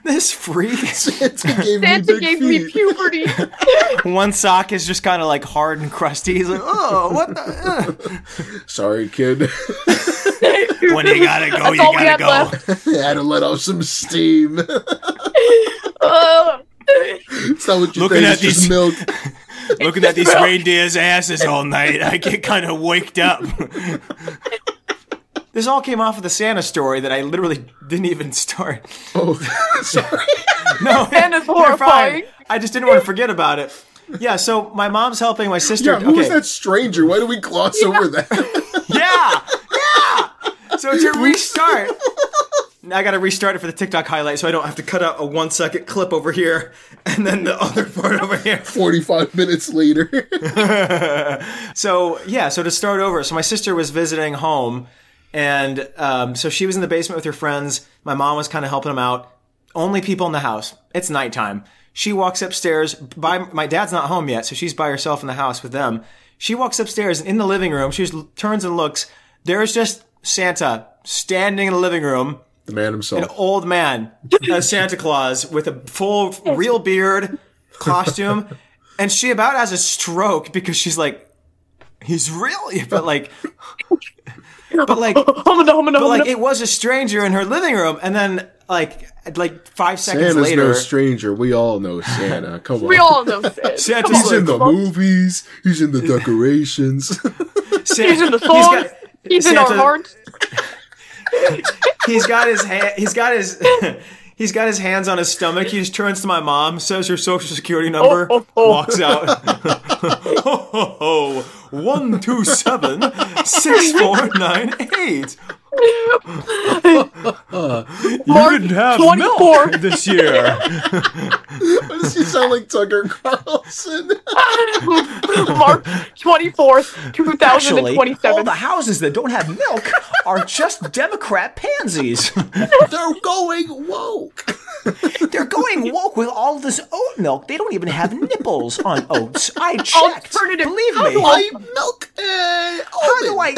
[SPEAKER 4] This freak.
[SPEAKER 2] Santa gave
[SPEAKER 5] Santa
[SPEAKER 2] me big
[SPEAKER 5] gave
[SPEAKER 2] feet.
[SPEAKER 5] me
[SPEAKER 4] <laughs>
[SPEAKER 5] puberty. <laughs>
[SPEAKER 4] One sock is just kind of like hard and crusty. He's like, oh, what? The?
[SPEAKER 2] Sorry, kid.
[SPEAKER 4] <laughs>
[SPEAKER 2] <laughs>
[SPEAKER 4] When you gotta go,
[SPEAKER 5] That's
[SPEAKER 4] you
[SPEAKER 5] all we
[SPEAKER 4] gotta
[SPEAKER 5] had
[SPEAKER 4] go.
[SPEAKER 5] left.
[SPEAKER 2] I had to let off some steam.
[SPEAKER 5] <laughs> Oh.
[SPEAKER 2] it's not what you
[SPEAKER 4] Looking
[SPEAKER 2] think.
[SPEAKER 4] at
[SPEAKER 2] it's just
[SPEAKER 4] these-
[SPEAKER 2] <laughs> milk.
[SPEAKER 4] Looking at
[SPEAKER 5] <laughs>
[SPEAKER 4] these reindeer's asses all night, I get kind of waked up. This all came off of the Santa story that I literally didn't even start.
[SPEAKER 2] Oh, sorry.
[SPEAKER 4] No, <laughs>
[SPEAKER 5] Santa's
[SPEAKER 4] you're fine.
[SPEAKER 5] horrifying.
[SPEAKER 4] I just didn't want to forget about it. Yeah, so my mom's helping my sister.
[SPEAKER 2] Yeah, who was
[SPEAKER 4] okay.
[SPEAKER 2] that stranger? Why do we gloss over
[SPEAKER 5] <laughs>
[SPEAKER 2] that?
[SPEAKER 4] Yeah, yeah. So to restart, now I got to restart it for the TikTok highlight, so I don't have to cut out a one second clip over here and then the other part over here.
[SPEAKER 2] 45 minutes later.
[SPEAKER 4] So yeah, so to start over, so my sister was visiting home, and um, so she was in the basement with her friends. My mom was kind of helping them out. Only people in the house. It's nighttime. She walks upstairs. By my dad's not home yet, so she's by herself in the house with them. She walks upstairs and in the living room. She just turns and looks. There's just Santa standing in the living room
[SPEAKER 2] the man himself.
[SPEAKER 4] old man, uh, Santa Claus, with a full real beard costume, and she about has a stroke because she's like, he's really, but like, but like, but
[SPEAKER 5] Humana, humana,
[SPEAKER 4] like,
[SPEAKER 5] humana.
[SPEAKER 4] it was a stranger in her living room, and then like, like five seconds
[SPEAKER 2] Santa's
[SPEAKER 4] later,
[SPEAKER 2] no stranger. We all
[SPEAKER 5] <laughs>
[SPEAKER 2] know Santa. Come on.
[SPEAKER 5] We
[SPEAKER 4] <laughs>
[SPEAKER 5] all know Santa.
[SPEAKER 4] Santa's
[SPEAKER 2] He's
[SPEAKER 4] like,
[SPEAKER 2] in the movies. He's in the decorations. <laughs>
[SPEAKER 4] Sa-
[SPEAKER 5] He's in the
[SPEAKER 4] he's got-
[SPEAKER 5] songs. He's in our
[SPEAKER 4] Santa-
[SPEAKER 5] hearts.
[SPEAKER 4] he's got his hand. He's got his. <laughs> He's got his hands on his stomach. He just turns to my mom, says her social security number,
[SPEAKER 5] Oh, oh, oh.
[SPEAKER 4] walks out. <laughs> ho, ho, ho. One two seven six four nine eight.
[SPEAKER 5] March
[SPEAKER 3] didn't have
[SPEAKER 5] 24.
[SPEAKER 3] milk this year.
[SPEAKER 2] Why does he sound like Tucker
[SPEAKER 5] <laughs>
[SPEAKER 2] Carlson?
[SPEAKER 5] March 24th, 2027.
[SPEAKER 4] all the houses that don't have milk are just Democrat pansies.
[SPEAKER 2] They're going woke.
[SPEAKER 4] They're going woke with all this oat milk. They don't even have nipples on oats. I checked.
[SPEAKER 5] Alternative-
[SPEAKER 4] Believe
[SPEAKER 5] How
[SPEAKER 4] me.
[SPEAKER 5] do
[SPEAKER 2] I milk. Uh,
[SPEAKER 4] how do I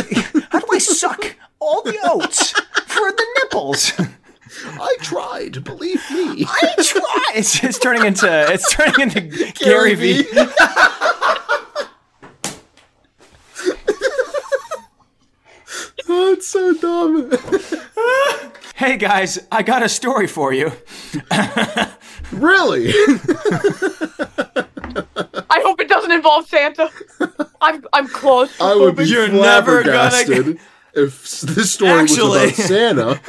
[SPEAKER 4] how do I suck all the oats for the nipples?
[SPEAKER 2] I tried. Believe <laughs> me.
[SPEAKER 4] I try. <laughs> It's, it's turning into it's turning <laughs> into Gary V.
[SPEAKER 2] That's so dumb.
[SPEAKER 4] Hey guys, I got a story for you.
[SPEAKER 2] Really?
[SPEAKER 5] I hope it doesn't involve Santa. I'm I'm close.
[SPEAKER 2] <laughs> I would be
[SPEAKER 4] You're never gonna
[SPEAKER 2] flabbergasted if s- this story
[SPEAKER 4] Actually-
[SPEAKER 2] was about <laughs> Santa.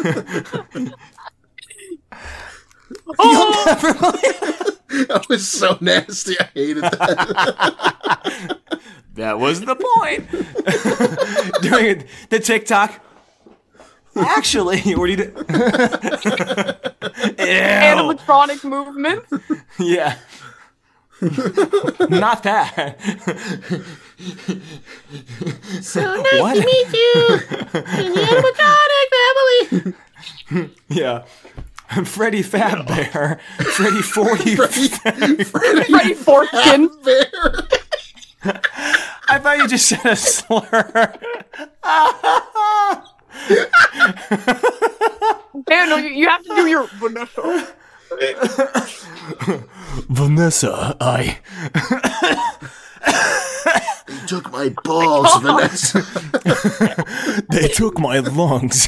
[SPEAKER 5] oh,
[SPEAKER 2] That was so nasty. I hated <laughs> that.
[SPEAKER 4] <laughs> That was the point. <laughs> During the TikTok. Actually, <laughs> what do you do? <laughs> Ew.
[SPEAKER 5] animatronic movements.
[SPEAKER 4] Yeah. <laughs> Not that. <laughs>
[SPEAKER 6] So nice
[SPEAKER 4] What?
[SPEAKER 6] to meet you in the animatronic family.
[SPEAKER 4] Yeah. Freddy Fazbear. <laughs> Freddy 40.
[SPEAKER 5] Freddy Foreskin.
[SPEAKER 2] Bear.
[SPEAKER 4] I thought you just said a slur.
[SPEAKER 5] Daniel, you, you have to do your Vanessa.
[SPEAKER 4] Vanessa, I.
[SPEAKER 2] You took my balls, <laughs> Vanessa.
[SPEAKER 4] They took my lungs.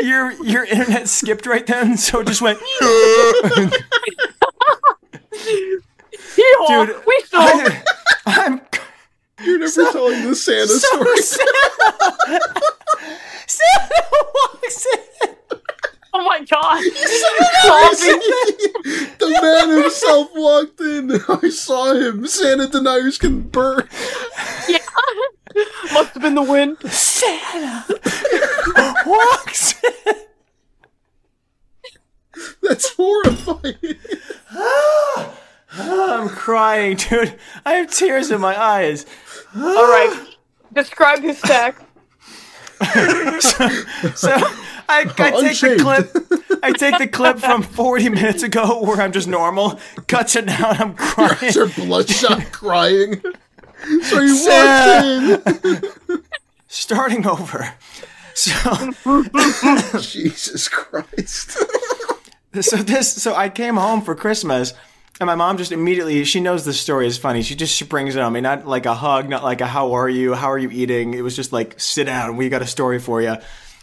[SPEAKER 4] your your internet skipped right then, so it just went.
[SPEAKER 5] Yeehaw,
[SPEAKER 4] Dude,
[SPEAKER 5] we saw.
[SPEAKER 4] "Oh, I, I
[SPEAKER 2] for telling the Santa story.
[SPEAKER 5] Santa, Santa walks in. Oh my god.
[SPEAKER 2] <laughs> the man himself walked in. <laughs> I saw him. Santa deniers can burn.
[SPEAKER 5] Yeah. Must have been the wind.
[SPEAKER 6] Santa walks in.
[SPEAKER 2] That's horrifying.
[SPEAKER 4] I'm crying, dude. I have tears in my eyes.
[SPEAKER 5] All right. Describe his stack.
[SPEAKER 4] so, so I, I take the
[SPEAKER 2] Unshaved.
[SPEAKER 4] clip. I take the clip from 40 minutes ago where I'm just normal, cuts it down. I'm
[SPEAKER 2] <laughs>
[SPEAKER 4] crying.
[SPEAKER 2] They're <laughs> bloodshot crying. So he
[SPEAKER 4] Santa.
[SPEAKER 2] walked
[SPEAKER 4] Starting over. So,
[SPEAKER 2] in. Jesus Christ.
[SPEAKER 4] so this, so I came home for Christmas, and my mom just immediately she knows this story is funny. She just springs it on me, not like a hug, not like a how are you, how are you eating. It was just like sit down, we got a story for you.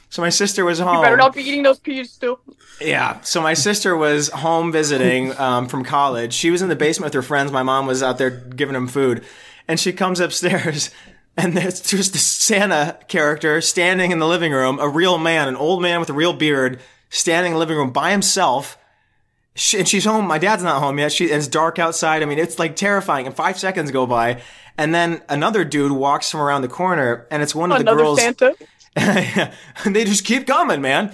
[SPEAKER 4] So my sister was home.
[SPEAKER 5] Better not be eating those peas too.
[SPEAKER 4] Yeah. So my sister was home visiting um, from college. She was in the basement with her friends. My mom was out there giving them food, and she comes upstairs, <laughs> and there's just this Santa character standing in the living room, a real man, an old man with a real beard, standing in the living room by himself. She, and she's home. My dad's not home yet. She, and it's dark outside. I mean, it's like terrifying. And five seconds go by, and then another dude walks from around the corner, and it's one of the
[SPEAKER 5] Another
[SPEAKER 4] girls.
[SPEAKER 5] Santa.
[SPEAKER 4] and <laughs> they just keep coming, man.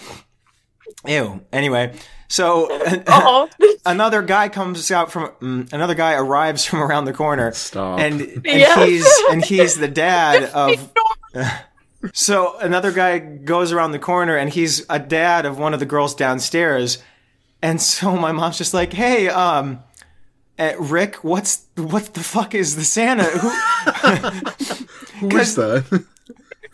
[SPEAKER 4] Ew. Anyway, so <laughs>
[SPEAKER 5] Uh oh.
[SPEAKER 4] another guy comes out from mm, another guy arrives from around the corner.
[SPEAKER 2] Stop.
[SPEAKER 4] And, and
[SPEAKER 5] Yeah.
[SPEAKER 4] he's and he's the dad of <laughs> so another guy goes around the corner and he's a dad of one of the girls downstairs. And so my mom's just like, "Hey, um, eh, Rick, what's what the fuck is the Santa? Who,
[SPEAKER 2] Who is that?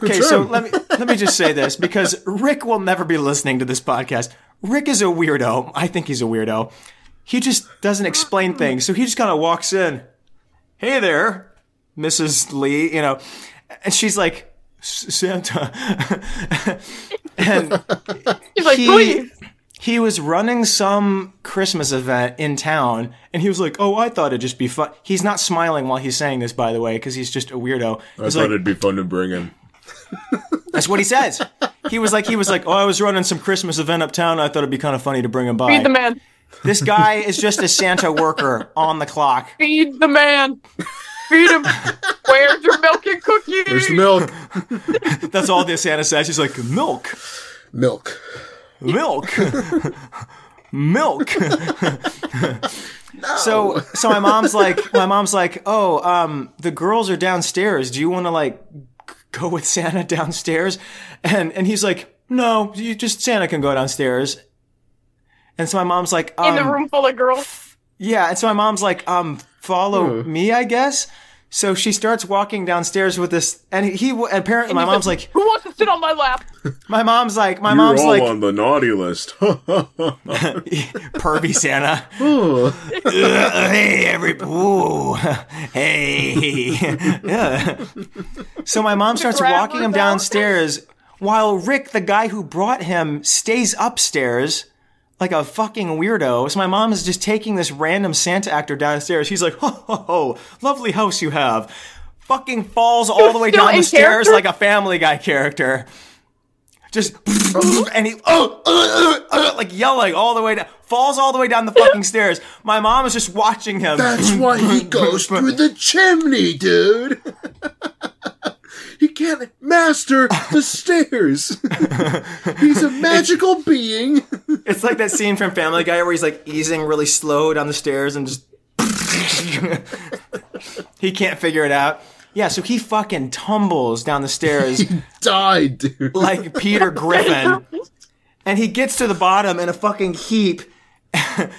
[SPEAKER 4] Okay, so let me let me just say this because Rick will never be listening to this podcast. Rick is a weirdo. I think he's a weirdo. He just doesn't explain things. So he just kind of walks in. Hey there, Mrs. Lee, you know. And she's like, "S- Santa. <laughs> and
[SPEAKER 5] <laughs> He's like,
[SPEAKER 4] he-
[SPEAKER 5] please.
[SPEAKER 4] he was running some Christmas event in town, and he was like, "Oh, I thought it'd just be fun." He's not smiling while he's saying this, by the way, because he's just a weirdo. He's like,
[SPEAKER 3] it'd be fun to bring him.
[SPEAKER 4] that's what he says. He was like, he was like, "Oh, I was running some Christmas event uptown. I thought it'd be kind of funny to bring him by."
[SPEAKER 5] Feed the man.
[SPEAKER 4] This guy is just a Santa worker on the clock.
[SPEAKER 5] Feed the man. Feed
[SPEAKER 4] <laughs>
[SPEAKER 5] him. Where's your milk and cookies?
[SPEAKER 2] There's milk.
[SPEAKER 4] That's all this Santa says. He's like, "Milk,
[SPEAKER 2] Milk.
[SPEAKER 4] milk, milk." So, so my mom's like, my mom's like, "Oh, um, the girls are downstairs. Do you want to like go with Santa downstairs?" And and he's like, "No, you just Santa can go downstairs." And so my mom's like, um,
[SPEAKER 5] In the room full of girls.
[SPEAKER 4] Yeah, and so my mom's like, um, follow
[SPEAKER 3] Hmm.
[SPEAKER 4] me, I guess. So she starts walking downstairs with this, and he and apparently my mom's like,
[SPEAKER 5] Who wants to sit on my lap?
[SPEAKER 4] my mom's like, my
[SPEAKER 3] You're
[SPEAKER 4] mom's
[SPEAKER 3] all
[SPEAKER 4] like,
[SPEAKER 3] on the naughty list.
[SPEAKER 4] <laughs>
[SPEAKER 3] <laughs>
[SPEAKER 4] pervy Santa. Ugh, hey, every, ooh, hey. Yeah. So my mom starts
[SPEAKER 5] Grab
[SPEAKER 4] walking him
[SPEAKER 5] herself.
[SPEAKER 4] downstairs while Rick, the guy who brought him, stays upstairs like a fucking weirdo. So my mom is just taking this random Santa actor downstairs. He's like, ho, ho, ho, lovely house you have. Fucking falls all the way
[SPEAKER 5] still
[SPEAKER 4] down the
[SPEAKER 5] in
[SPEAKER 4] stairs
[SPEAKER 5] character?
[SPEAKER 4] like a Family Guy character. Just <laughs> and he oh, uh, uh, uh, like yelling all the way down, falls all the way down the fucking stairs. My mom is just watching him.
[SPEAKER 2] That's why he goes through the chimney, dude. <laughs> he can't master the <laughs> stairs. He's a magical being.
[SPEAKER 4] It's like that scene from Family Guy where he's like easing really slow down the stairs and just <laughs> he can't figure it out. Yeah, so he fucking tumbles down the
[SPEAKER 2] <laughs>
[SPEAKER 4] stairs
[SPEAKER 2] Die, dude.
[SPEAKER 4] like Peter Griffin, and he gets to the bottom in a fucking heap. <laughs> and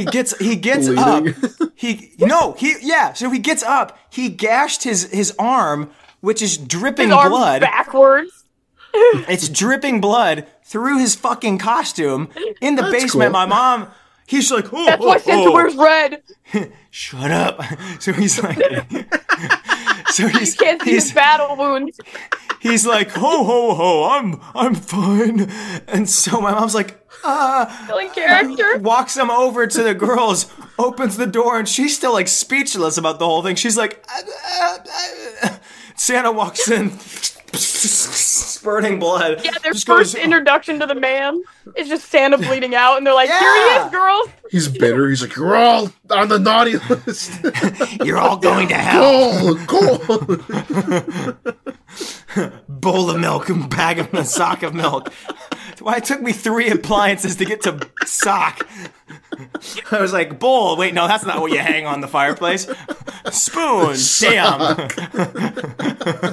[SPEAKER 4] he gets he gets
[SPEAKER 2] Bleeding.
[SPEAKER 4] up. He no he yeah. So he gets up. He gashed his his arm, which is dripping
[SPEAKER 5] His arms
[SPEAKER 4] blood.
[SPEAKER 5] backwards.
[SPEAKER 4] It's dripping blood through his fucking costume in the
[SPEAKER 2] cool.
[SPEAKER 4] basement. My mom. He's like, oh,
[SPEAKER 5] That's why
[SPEAKER 4] oh,
[SPEAKER 5] Santa
[SPEAKER 4] oh,
[SPEAKER 5] wears red.
[SPEAKER 4] shut up. <laughs> So he's like, so he's
[SPEAKER 5] Can't see his
[SPEAKER 4] he's,
[SPEAKER 5] battle wounds.
[SPEAKER 4] he's like, ho ho ho, I'm I'm fine. And so my mom's like, "Ah,"
[SPEAKER 5] Killing character.
[SPEAKER 4] walks him over to the girls, opens the door, and she's still like speechless about the whole thing. She's like, "Uh, uh, uh," <laughs> Santa walks in, <laughs> spurting blood.
[SPEAKER 5] Yeah, their first introduction to the man is just Santa bleeding out, and they're like, "Here he is, girls."
[SPEAKER 2] He's bitter. He's like, you're all on the naughty list.
[SPEAKER 10] You're all
[SPEAKER 5] <laughs>
[SPEAKER 10] going to
[SPEAKER 2] hell. Cool, cool.
[SPEAKER 4] bowl of milk and bag of a sock of milk. Why it took me three appliances to get to sock. I was like, bowl. Wait, no, that's not what you hang on the fireplace. Spoon. Damn.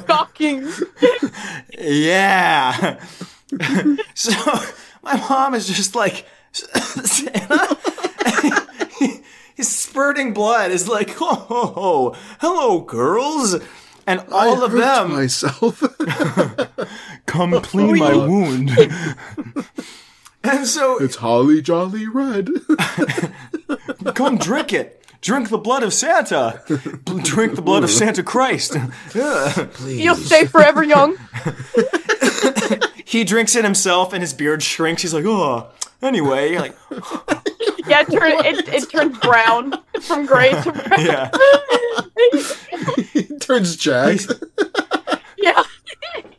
[SPEAKER 5] Fucking
[SPEAKER 4] Yeah. <laughs> so my mom is just like, Santa? He's spurting blood. Is like, oh, oh, oh, hello, girls. And all of
[SPEAKER 2] hurt
[SPEAKER 4] them
[SPEAKER 2] myself.
[SPEAKER 4] come clean my wound. <laughs> and so
[SPEAKER 2] It's Holly Jolly Red. <laughs>
[SPEAKER 4] Come drink it. Drink the blood of Santa. B- Drink the blood of Santa Christ. Yeah.
[SPEAKER 5] You'll stay
[SPEAKER 4] <laughs>
[SPEAKER 5] forever young.
[SPEAKER 4] he drinks it himself and his beard shrinks. He's like, oh. Anyway, you're like,
[SPEAKER 5] Yeah, it, turn, it, it turns brown from gray to brown.
[SPEAKER 4] <laughs> yeah.
[SPEAKER 2] It turns jacked.
[SPEAKER 5] <laughs> Yeah.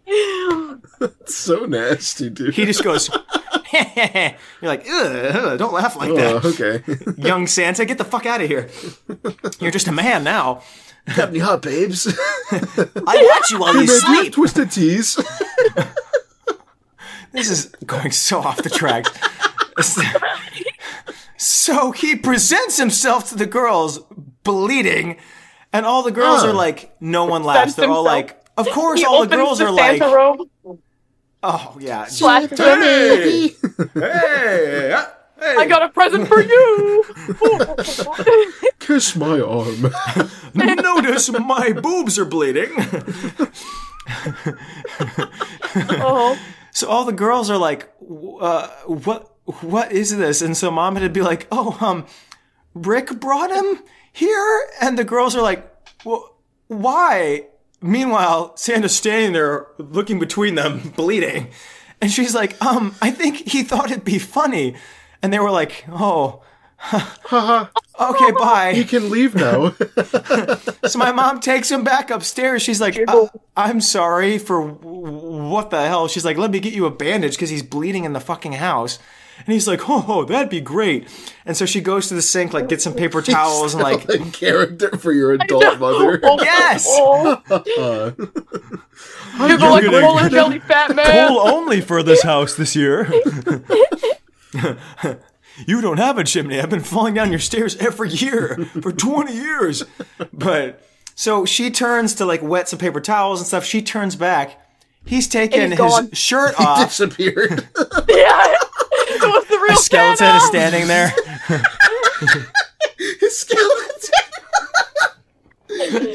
[SPEAKER 2] It's so nasty, dude.
[SPEAKER 4] He just goes, <laughs> you're like, ugh, ugh, don't laugh like
[SPEAKER 2] oh,
[SPEAKER 4] <laughs> that.
[SPEAKER 2] okay.
[SPEAKER 4] Young Santa, get the fuck out of here. You're just a man now.
[SPEAKER 2] Got any hot <laughs> babes?
[SPEAKER 4] <laughs> I watch you while you
[SPEAKER 2] Maybe
[SPEAKER 4] sleep.
[SPEAKER 2] twisted tees. <laughs>
[SPEAKER 4] This is going so off the tracks. so he presents himself to the girls bleeding, and all the girls
[SPEAKER 2] Huh.
[SPEAKER 4] are like, no one laughs. They're all
[SPEAKER 5] himself.
[SPEAKER 4] like, of course,
[SPEAKER 5] He
[SPEAKER 4] all the
[SPEAKER 5] opens
[SPEAKER 4] girls
[SPEAKER 5] the
[SPEAKER 4] are
[SPEAKER 5] Santa
[SPEAKER 4] like,
[SPEAKER 5] robe,
[SPEAKER 4] oh yeah,
[SPEAKER 5] flashes it.
[SPEAKER 2] Hey!
[SPEAKER 4] <laughs>
[SPEAKER 3] Hey, uh, hey.
[SPEAKER 5] I got a present for
[SPEAKER 4] <laughs>
[SPEAKER 5] you.
[SPEAKER 2] Kiss my arm. <laughs>
[SPEAKER 4] notice my boobs are bleeding.
[SPEAKER 5] oh,
[SPEAKER 4] so all the girls are like, w- uh, what, what is this? And so mom had to be like, oh, um, Rick brought him here, and the girls are like, well, why? Meanwhile, Santa's standing there looking between them, <laughs> bleeding. And she's like, um, I think he thought it'd be funny. And they were like, oh, <laughs> okay,
[SPEAKER 2] He
[SPEAKER 4] bye.
[SPEAKER 2] can
[SPEAKER 4] <laughs>
[SPEAKER 2] leave now.
[SPEAKER 4] So my mom takes him back upstairs. She's like, uh, I'm sorry for w- w- what the hell? She's like, let me get you a bandage because he's bleeding in the fucking house. And he's like, oh, oh, that'd be great. And so she goes to the sink, like, get some
[SPEAKER 5] <laughs>
[SPEAKER 4] paper
[SPEAKER 2] <laughs>
[SPEAKER 4] towels and like, <laughs>
[SPEAKER 2] a character for your adult mother.
[SPEAKER 5] Oh,
[SPEAKER 4] yes,
[SPEAKER 5] oh. you go like a
[SPEAKER 4] gonna-
[SPEAKER 5] roller jelly fat man.
[SPEAKER 4] Coal only for this house this year. <laughs> you don't have a chimney. I've been falling down your stairs every year for 20 years. But so she turns to like wet some paper towels and stuff. She turns back. He's taken
[SPEAKER 5] And
[SPEAKER 4] his
[SPEAKER 5] he's gone.
[SPEAKER 4] shirt off.
[SPEAKER 2] <laughs>
[SPEAKER 5] <laughs>
[SPEAKER 2] Disappeared. <laughs>
[SPEAKER 5] Yeah. So it's the real
[SPEAKER 4] <laughs> Skeleton
[SPEAKER 5] Santa.
[SPEAKER 4] is standing there.
[SPEAKER 2] His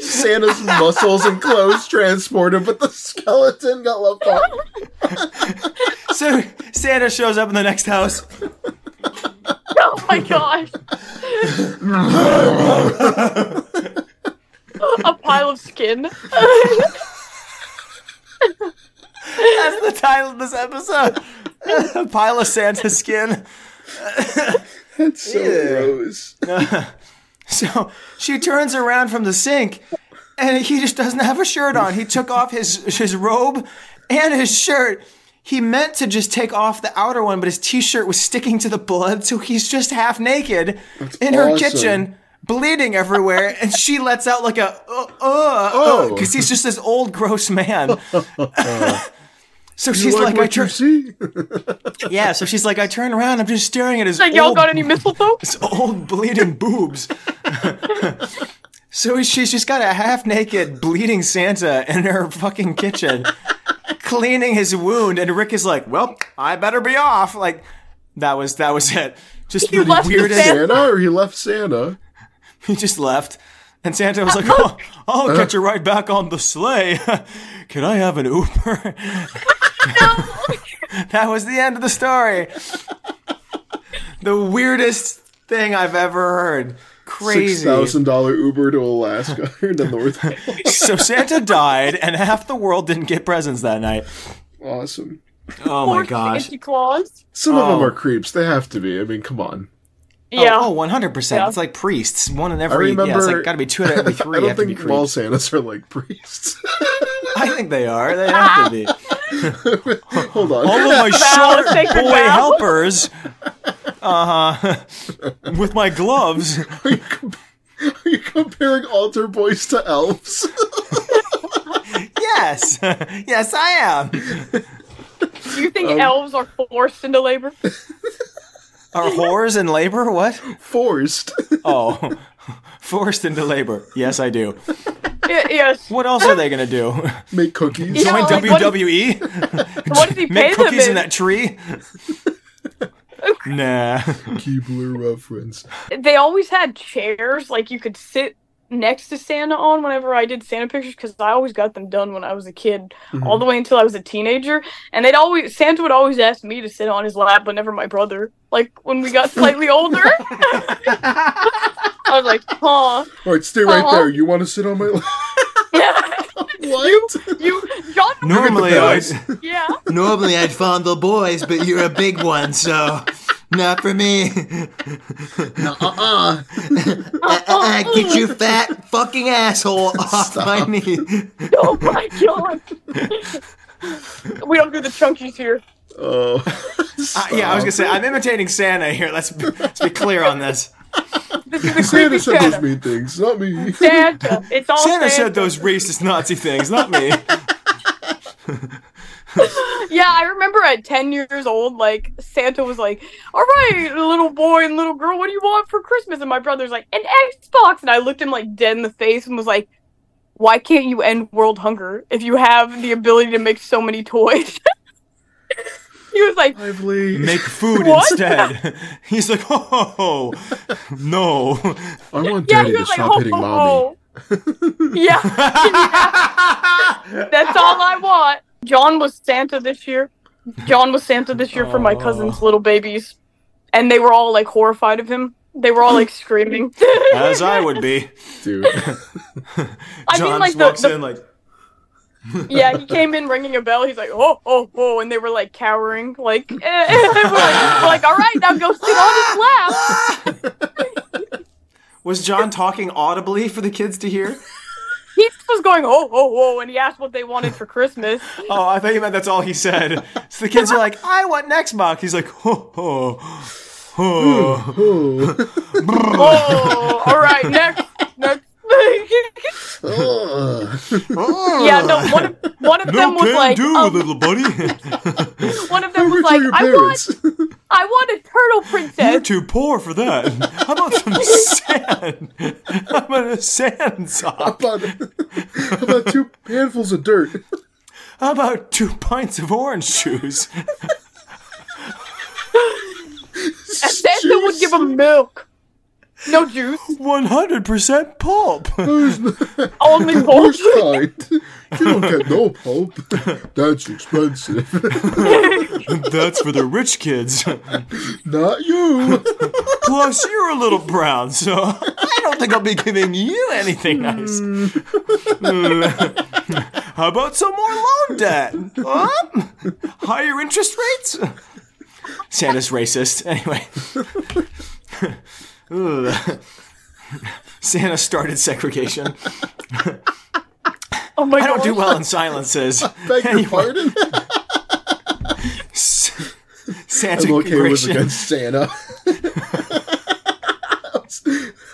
[SPEAKER 2] skeleton. <laughs> Santa's muscles and clothes transported, but the skeleton got left off.
[SPEAKER 4] <laughs> So Santa shows up in the next house.
[SPEAKER 5] <laughs> Oh my gosh. a pile of skin. <laughs>
[SPEAKER 4] That's the title of this episode. <laughs> A pile of Santa skin.
[SPEAKER 2] That's so gross.
[SPEAKER 4] So she turns around from the sink, and he just doesn't have a shirt on. He took off his his robe and his shirt. He meant to just take off the outer one, but his t-shirt was sticking to the blood, so he's just half naked in her
[SPEAKER 2] awesome.
[SPEAKER 4] kitchen, bleeding everywhere, and she lets out like a uh uh
[SPEAKER 2] Oh.
[SPEAKER 4] because he's just this old gross
[SPEAKER 2] <laughs>
[SPEAKER 4] man. <laughs> so she's like,
[SPEAKER 2] like,
[SPEAKER 4] I
[SPEAKER 2] what you
[SPEAKER 4] turn <laughs>
[SPEAKER 2] see?
[SPEAKER 4] yeah, so she's like, I turn around, I'm just staring at his
[SPEAKER 5] Like, y'all
[SPEAKER 4] old
[SPEAKER 5] got any mistletoe?
[SPEAKER 4] old bleeding boobs. <laughs> so she's just got a half naked bleeding Santa in her fucking kitchen, cleaning his wound, and Rick is like, "Well, I better be off." Like that was that was it. Just the
[SPEAKER 5] left the
[SPEAKER 4] weirdest.
[SPEAKER 5] Santa-
[SPEAKER 2] Santa or he left Santa?
[SPEAKER 4] <laughs> He just left, and Santa
[SPEAKER 5] <laughs>
[SPEAKER 4] was like, "Oh,
[SPEAKER 2] Uh.
[SPEAKER 4] I'll get you right back on the sleigh. <laughs> Can I have an
[SPEAKER 5] <laughs>
[SPEAKER 4] Uber?" <laughs> that was the end of the story. The weirdest thing I've ever heard.
[SPEAKER 2] Six
[SPEAKER 4] Crazy.
[SPEAKER 2] thousand dollar Uber to Alaska <laughs> or the North Pole.
[SPEAKER 4] <laughs> so Santa died, and half the world didn't get presents that night.
[SPEAKER 2] Awesome.
[SPEAKER 4] Oh
[SPEAKER 5] Poor
[SPEAKER 4] my gosh!
[SPEAKER 5] Santa Claus.
[SPEAKER 2] Some of them
[SPEAKER 4] Oh.
[SPEAKER 2] are creeps. They have to be. I mean, come on.
[SPEAKER 5] Yeah.
[SPEAKER 4] Oh, one hundred percent.
[SPEAKER 5] Yeah.
[SPEAKER 4] It's like priests, one in every.
[SPEAKER 2] I remember. <laughs>
[SPEAKER 4] yeah, it's like got to be two out of every three.
[SPEAKER 2] I
[SPEAKER 4] have
[SPEAKER 2] don't
[SPEAKER 4] to be
[SPEAKER 2] think all
[SPEAKER 4] priests.
[SPEAKER 2] Santas are like priests. <laughs>
[SPEAKER 4] I think they are. They have to
[SPEAKER 5] <laughs>
[SPEAKER 4] be.
[SPEAKER 2] Hold on.
[SPEAKER 4] All
[SPEAKER 2] <laughs>
[SPEAKER 4] of <laughs> my short
[SPEAKER 5] Take your
[SPEAKER 4] boy <laughs>
[SPEAKER 5] vowel.
[SPEAKER 4] helpers, uh <laughs> huh, with my gloves.
[SPEAKER 2] Are you comparing altar boys to elves? <laughs>
[SPEAKER 4] Yes, yes, I am.
[SPEAKER 5] Do you think
[SPEAKER 4] um,
[SPEAKER 5] elves are forced into labor? <laughs>
[SPEAKER 4] Are whores in labor? What?
[SPEAKER 2] Forced. <laughs>
[SPEAKER 4] Oh, forced into labor. Yes, I do.
[SPEAKER 5] Yeah, yes.
[SPEAKER 4] What else are they gonna <laughs> do?
[SPEAKER 2] Make cookies.
[SPEAKER 5] You know,
[SPEAKER 4] Join
[SPEAKER 5] like, what-
[SPEAKER 4] WWE?
[SPEAKER 5] What does he pay
[SPEAKER 4] Make
[SPEAKER 5] them
[SPEAKER 4] cookies in
[SPEAKER 5] in?
[SPEAKER 4] that <laughs> tree? nah.
[SPEAKER 2] Keebler reference.
[SPEAKER 5] they always had chairs like you could sit next to Santa on whenever I did Santa pictures because I always got them done when I was a kid,
[SPEAKER 4] Mm-hmm.
[SPEAKER 5] all the way until I was a teenager. And they'd always Santa would always ask me to sit on his lap, but never my brother. Like when we
[SPEAKER 4] <laughs>
[SPEAKER 5] got slightly older, I was like, huh. <laughs>
[SPEAKER 2] All right, stay right
[SPEAKER 5] Uh-huh.
[SPEAKER 2] there. You want to sit on
[SPEAKER 4] <laughs>
[SPEAKER 2] my lap? <laughs> what?
[SPEAKER 5] you, John,
[SPEAKER 4] Normally, I,
[SPEAKER 5] yeah. <laughs>
[SPEAKER 10] Normally I'd fondle boys, but you're a big one, so not for me.
[SPEAKER 2] Uh-uh.
[SPEAKER 10] Uh-uh, <laughs> get your fat fucking asshole
[SPEAKER 4] <laughs>
[SPEAKER 10] off my knee.
[SPEAKER 5] Oh my god. we don't do the chunkies here.
[SPEAKER 4] <laughs>
[SPEAKER 2] Oh.
[SPEAKER 4] I- Uh, yeah, I was gonna say I'm imitating Santa here. Let's be, let's be clear
[SPEAKER 10] <laughs>
[SPEAKER 4] on this.
[SPEAKER 5] This is the
[SPEAKER 2] Santa
[SPEAKER 5] creepy
[SPEAKER 2] said those
[SPEAKER 5] Santa.
[SPEAKER 2] mean things, not me.
[SPEAKER 5] Santa. It's all
[SPEAKER 4] Santa
[SPEAKER 5] Santa.
[SPEAKER 4] said those racist Nazi things, not me.
[SPEAKER 5] Yeah, I remember at 10 years old, like, Santa was like, All right, little boy and little girl, what do you want for Christmas? And my brother's like, An Xbox. And I looked him, like, dead in the face and was like, Why can't you end world hunger if you have the ability to make so many toys? <laughs> he was like,
[SPEAKER 4] <laughs>
[SPEAKER 2] Lively.
[SPEAKER 4] Make food
[SPEAKER 5] What?
[SPEAKER 4] instead. <laughs> He's like, oh no. <laughs>
[SPEAKER 2] I want
[SPEAKER 5] Yeah,
[SPEAKER 2] daddy
[SPEAKER 5] he
[SPEAKER 2] to
[SPEAKER 5] was like,
[SPEAKER 2] stop
[SPEAKER 5] Ho,
[SPEAKER 2] hitting
[SPEAKER 5] ho,
[SPEAKER 4] "Oh."
[SPEAKER 2] mommy.
[SPEAKER 5] ho. yeah.
[SPEAKER 2] <laughs>
[SPEAKER 5] That's all I want. John was Santa this year. John was Santa this year for my cousin's little babies. And they were all like horrified of him. They were all like screaming. <laughs>
[SPEAKER 4] As I would be. <laughs>
[SPEAKER 2] Dude.
[SPEAKER 5] I
[SPEAKER 4] John
[SPEAKER 5] mean, like
[SPEAKER 4] just
[SPEAKER 5] the,
[SPEAKER 4] walks
[SPEAKER 5] the
[SPEAKER 4] in like,
[SPEAKER 5] yeah, he came in ringing a bell. He's like, oh, oh, oh, and they were like cowering, like, <laughs> eh, eh, we're like, we're like, all right, now go sit on his lap.
[SPEAKER 4] was John talking audibly for the kids
[SPEAKER 10] <laughs>
[SPEAKER 4] to hear?
[SPEAKER 5] He was going, oh, oh, oh, and he asked what they wanted for Christmas.
[SPEAKER 4] Oh, I thought you meant that's all he said. So the kids are like, I want an Xbox. He's like, "Oh, ho ho
[SPEAKER 10] Hmm.
[SPEAKER 4] ho.
[SPEAKER 5] oh, all right, next, next.
[SPEAKER 2] Ugh.
[SPEAKER 5] <laughs> yeah, no, one of, one of them was like, um,
[SPEAKER 4] little buddy.
[SPEAKER 5] <laughs> one of them was
[SPEAKER 2] Where
[SPEAKER 5] like,
[SPEAKER 2] are your
[SPEAKER 5] I want,
[SPEAKER 2] parents?
[SPEAKER 5] I want a turtle princess.
[SPEAKER 4] too poor for that. I want
[SPEAKER 5] <laughs>
[SPEAKER 4] some sand. I want a sand sock.
[SPEAKER 2] about, <laughs> about two handfuls of dirt.
[SPEAKER 4] How about two pints of orange juice?
[SPEAKER 5] Santa would give him milk. No juice,
[SPEAKER 4] 100% pulp. <laughs>
[SPEAKER 5] only milk.
[SPEAKER 2] First kind. You don't get no pulp. That's expensive. <laughs>
[SPEAKER 4] That's for the rich kids.
[SPEAKER 2] Not you.
[SPEAKER 4] Plus, you're a little brown, so I don't think I'll be giving you anything nice.
[SPEAKER 2] Hmm.
[SPEAKER 4] How about some more loan debt? Huh? Higher interest rates? Santa's racist. Anyway. Ugh. Santa started segregation.
[SPEAKER 5] Oh my
[SPEAKER 4] I
[SPEAKER 5] god,
[SPEAKER 4] don't do well in silences.
[SPEAKER 2] Beg your pardon.
[SPEAKER 4] S- Santa
[SPEAKER 2] I'm okay with
[SPEAKER 4] segregation.
[SPEAKER 2] against Santa.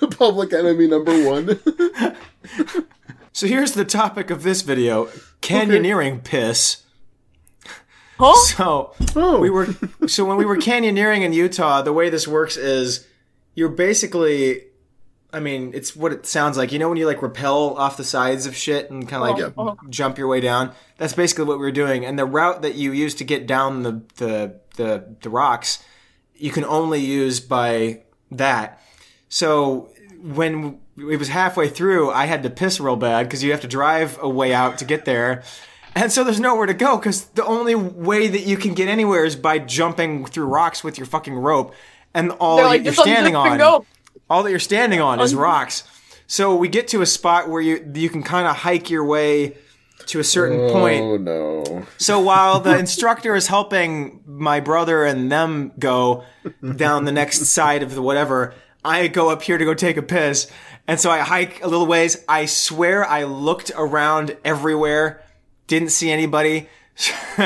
[SPEAKER 2] <laughs> Public enemy number one.
[SPEAKER 4] So here's the topic of this video: canyoneering piss.
[SPEAKER 5] Huh?
[SPEAKER 4] So
[SPEAKER 2] Oh,
[SPEAKER 4] we were so when we were canyoneering in Utah, the way this works is you're basically I mean, it's what it sounds like. You know when you like rappel off the sides of shit and kind of like
[SPEAKER 5] Uh-huh.
[SPEAKER 4] jump your way down? That's basically what we were doing. And the route that you use to get down the the the, the rocks, you can only use by that. So when it was halfway through, I had to piss real bad because you have to drive a way out to get there. And so there's nowhere to go because the only way that you can get anywhere is by jumping through rocks with your fucking rope, and all
[SPEAKER 5] They're like,
[SPEAKER 4] you're
[SPEAKER 5] just
[SPEAKER 4] standing
[SPEAKER 5] unzip and
[SPEAKER 4] on, <laughs>
[SPEAKER 5] go.
[SPEAKER 4] all that you're standing on is rocks. So we get to a spot where you you can kind of hike your way to a certain point.
[SPEAKER 2] oh no.
[SPEAKER 4] So while
[SPEAKER 2] <laughs>
[SPEAKER 4] the instructor is helping my brother and them go down the
[SPEAKER 2] <laughs>
[SPEAKER 4] next side of the whatever, I go up here to go take a piss. And so I hike a little ways. I swear I looked around everywhere didn't see anybody. <laughs>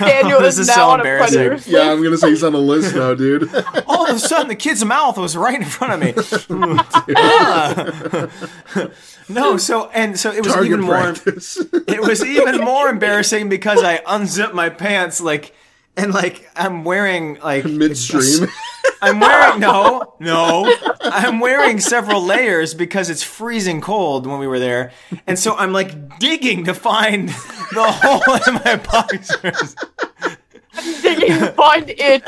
[SPEAKER 5] Daniel
[SPEAKER 4] this
[SPEAKER 5] is
[SPEAKER 4] is
[SPEAKER 5] now
[SPEAKER 4] so
[SPEAKER 5] on a predator.
[SPEAKER 4] embarrassing.
[SPEAKER 5] <laughs>
[SPEAKER 2] Yeah, I'm gonna say he's on the list
[SPEAKER 4] <laughs>
[SPEAKER 2] now, dude.
[SPEAKER 4] All of a sudden, the kid's mouth was right in front
[SPEAKER 2] <laughs>
[SPEAKER 4] of me. <laughs> Ah. no, so and so it was
[SPEAKER 2] Target
[SPEAKER 4] even more.
[SPEAKER 2] practice. <laughs>
[SPEAKER 4] It was even more embarrassing because I unzipped my pants like and like I'm wearing
[SPEAKER 2] <laughs>
[SPEAKER 4] like
[SPEAKER 2] Midstream.
[SPEAKER 4] I'm wearing
[SPEAKER 2] <laughs>
[SPEAKER 4] no, no. I'm wearing several layers because it's freezing cold when we were there, and so I'm like digging to find the hole in my boxers.
[SPEAKER 5] Digging find it.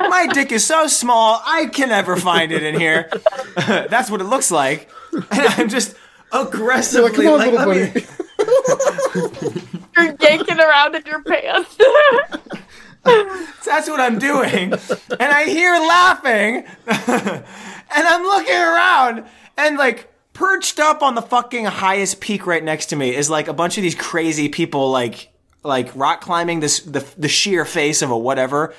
[SPEAKER 4] My dick is so small, I can never find it in here. <laughs> That's what it looks like, and I'm just
[SPEAKER 2] Like,
[SPEAKER 4] aggressively
[SPEAKER 2] come on,
[SPEAKER 4] like,
[SPEAKER 2] little
[SPEAKER 4] let me-
[SPEAKER 2] buddy.
[SPEAKER 5] You're yanking around in your pants. <laughs>
[SPEAKER 4] That's what I'm doing. And I hear laughing. <laughs> and I'm looking around and like perched up on the fucking highest peak right next to me is like a bunch of these crazy people like like rock climbing this the, the sheer face of a whatever.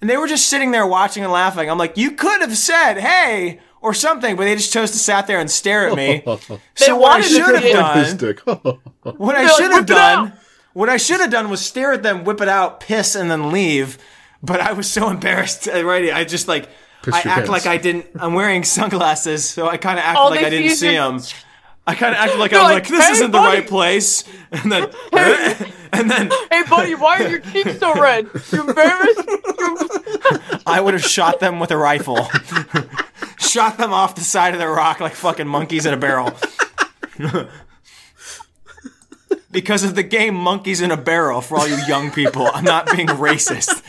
[SPEAKER 4] And they were just sitting there watching and laughing. I'm like, you could have said, "Hey," or something, but they just chose to sat there and stare at me. so what I
[SPEAKER 5] wanted to
[SPEAKER 4] should have
[SPEAKER 5] be-
[SPEAKER 2] This
[SPEAKER 4] done
[SPEAKER 2] dick. <laughs>
[SPEAKER 4] what I
[SPEAKER 5] They're like,
[SPEAKER 4] should have
[SPEAKER 5] "Whip it
[SPEAKER 4] done,
[SPEAKER 5] out."
[SPEAKER 4] what I should have done was stare at them, whip it out, piss, and then leave. But I was so <laughs> embarrassed already. I just like I
[SPEAKER 2] your
[SPEAKER 4] act
[SPEAKER 2] pants.
[SPEAKER 4] like I didn't. I'm wearing sunglasses, so I kind of act
[SPEAKER 5] All
[SPEAKER 4] like
[SPEAKER 5] they
[SPEAKER 4] I
[SPEAKER 5] see
[SPEAKER 4] didn't
[SPEAKER 5] is
[SPEAKER 4] see
[SPEAKER 5] your- <laughs>
[SPEAKER 4] them. I kind of acted like I
[SPEAKER 5] They're
[SPEAKER 4] was like,
[SPEAKER 5] like,
[SPEAKER 4] "This
[SPEAKER 5] "Hey,
[SPEAKER 4] isn't the
[SPEAKER 5] buddy."
[SPEAKER 4] right place," <laughs> and then <laughs> and then
[SPEAKER 5] hey, buddy, why are your cheeks so red? You embarrassed?
[SPEAKER 4] I would have shot them with a rifle, <laughs> shot them off the side of the rock like fucking monkeys in a barrel. because of the game Monkeys in a Barrel for all you young people. I'm not being racist.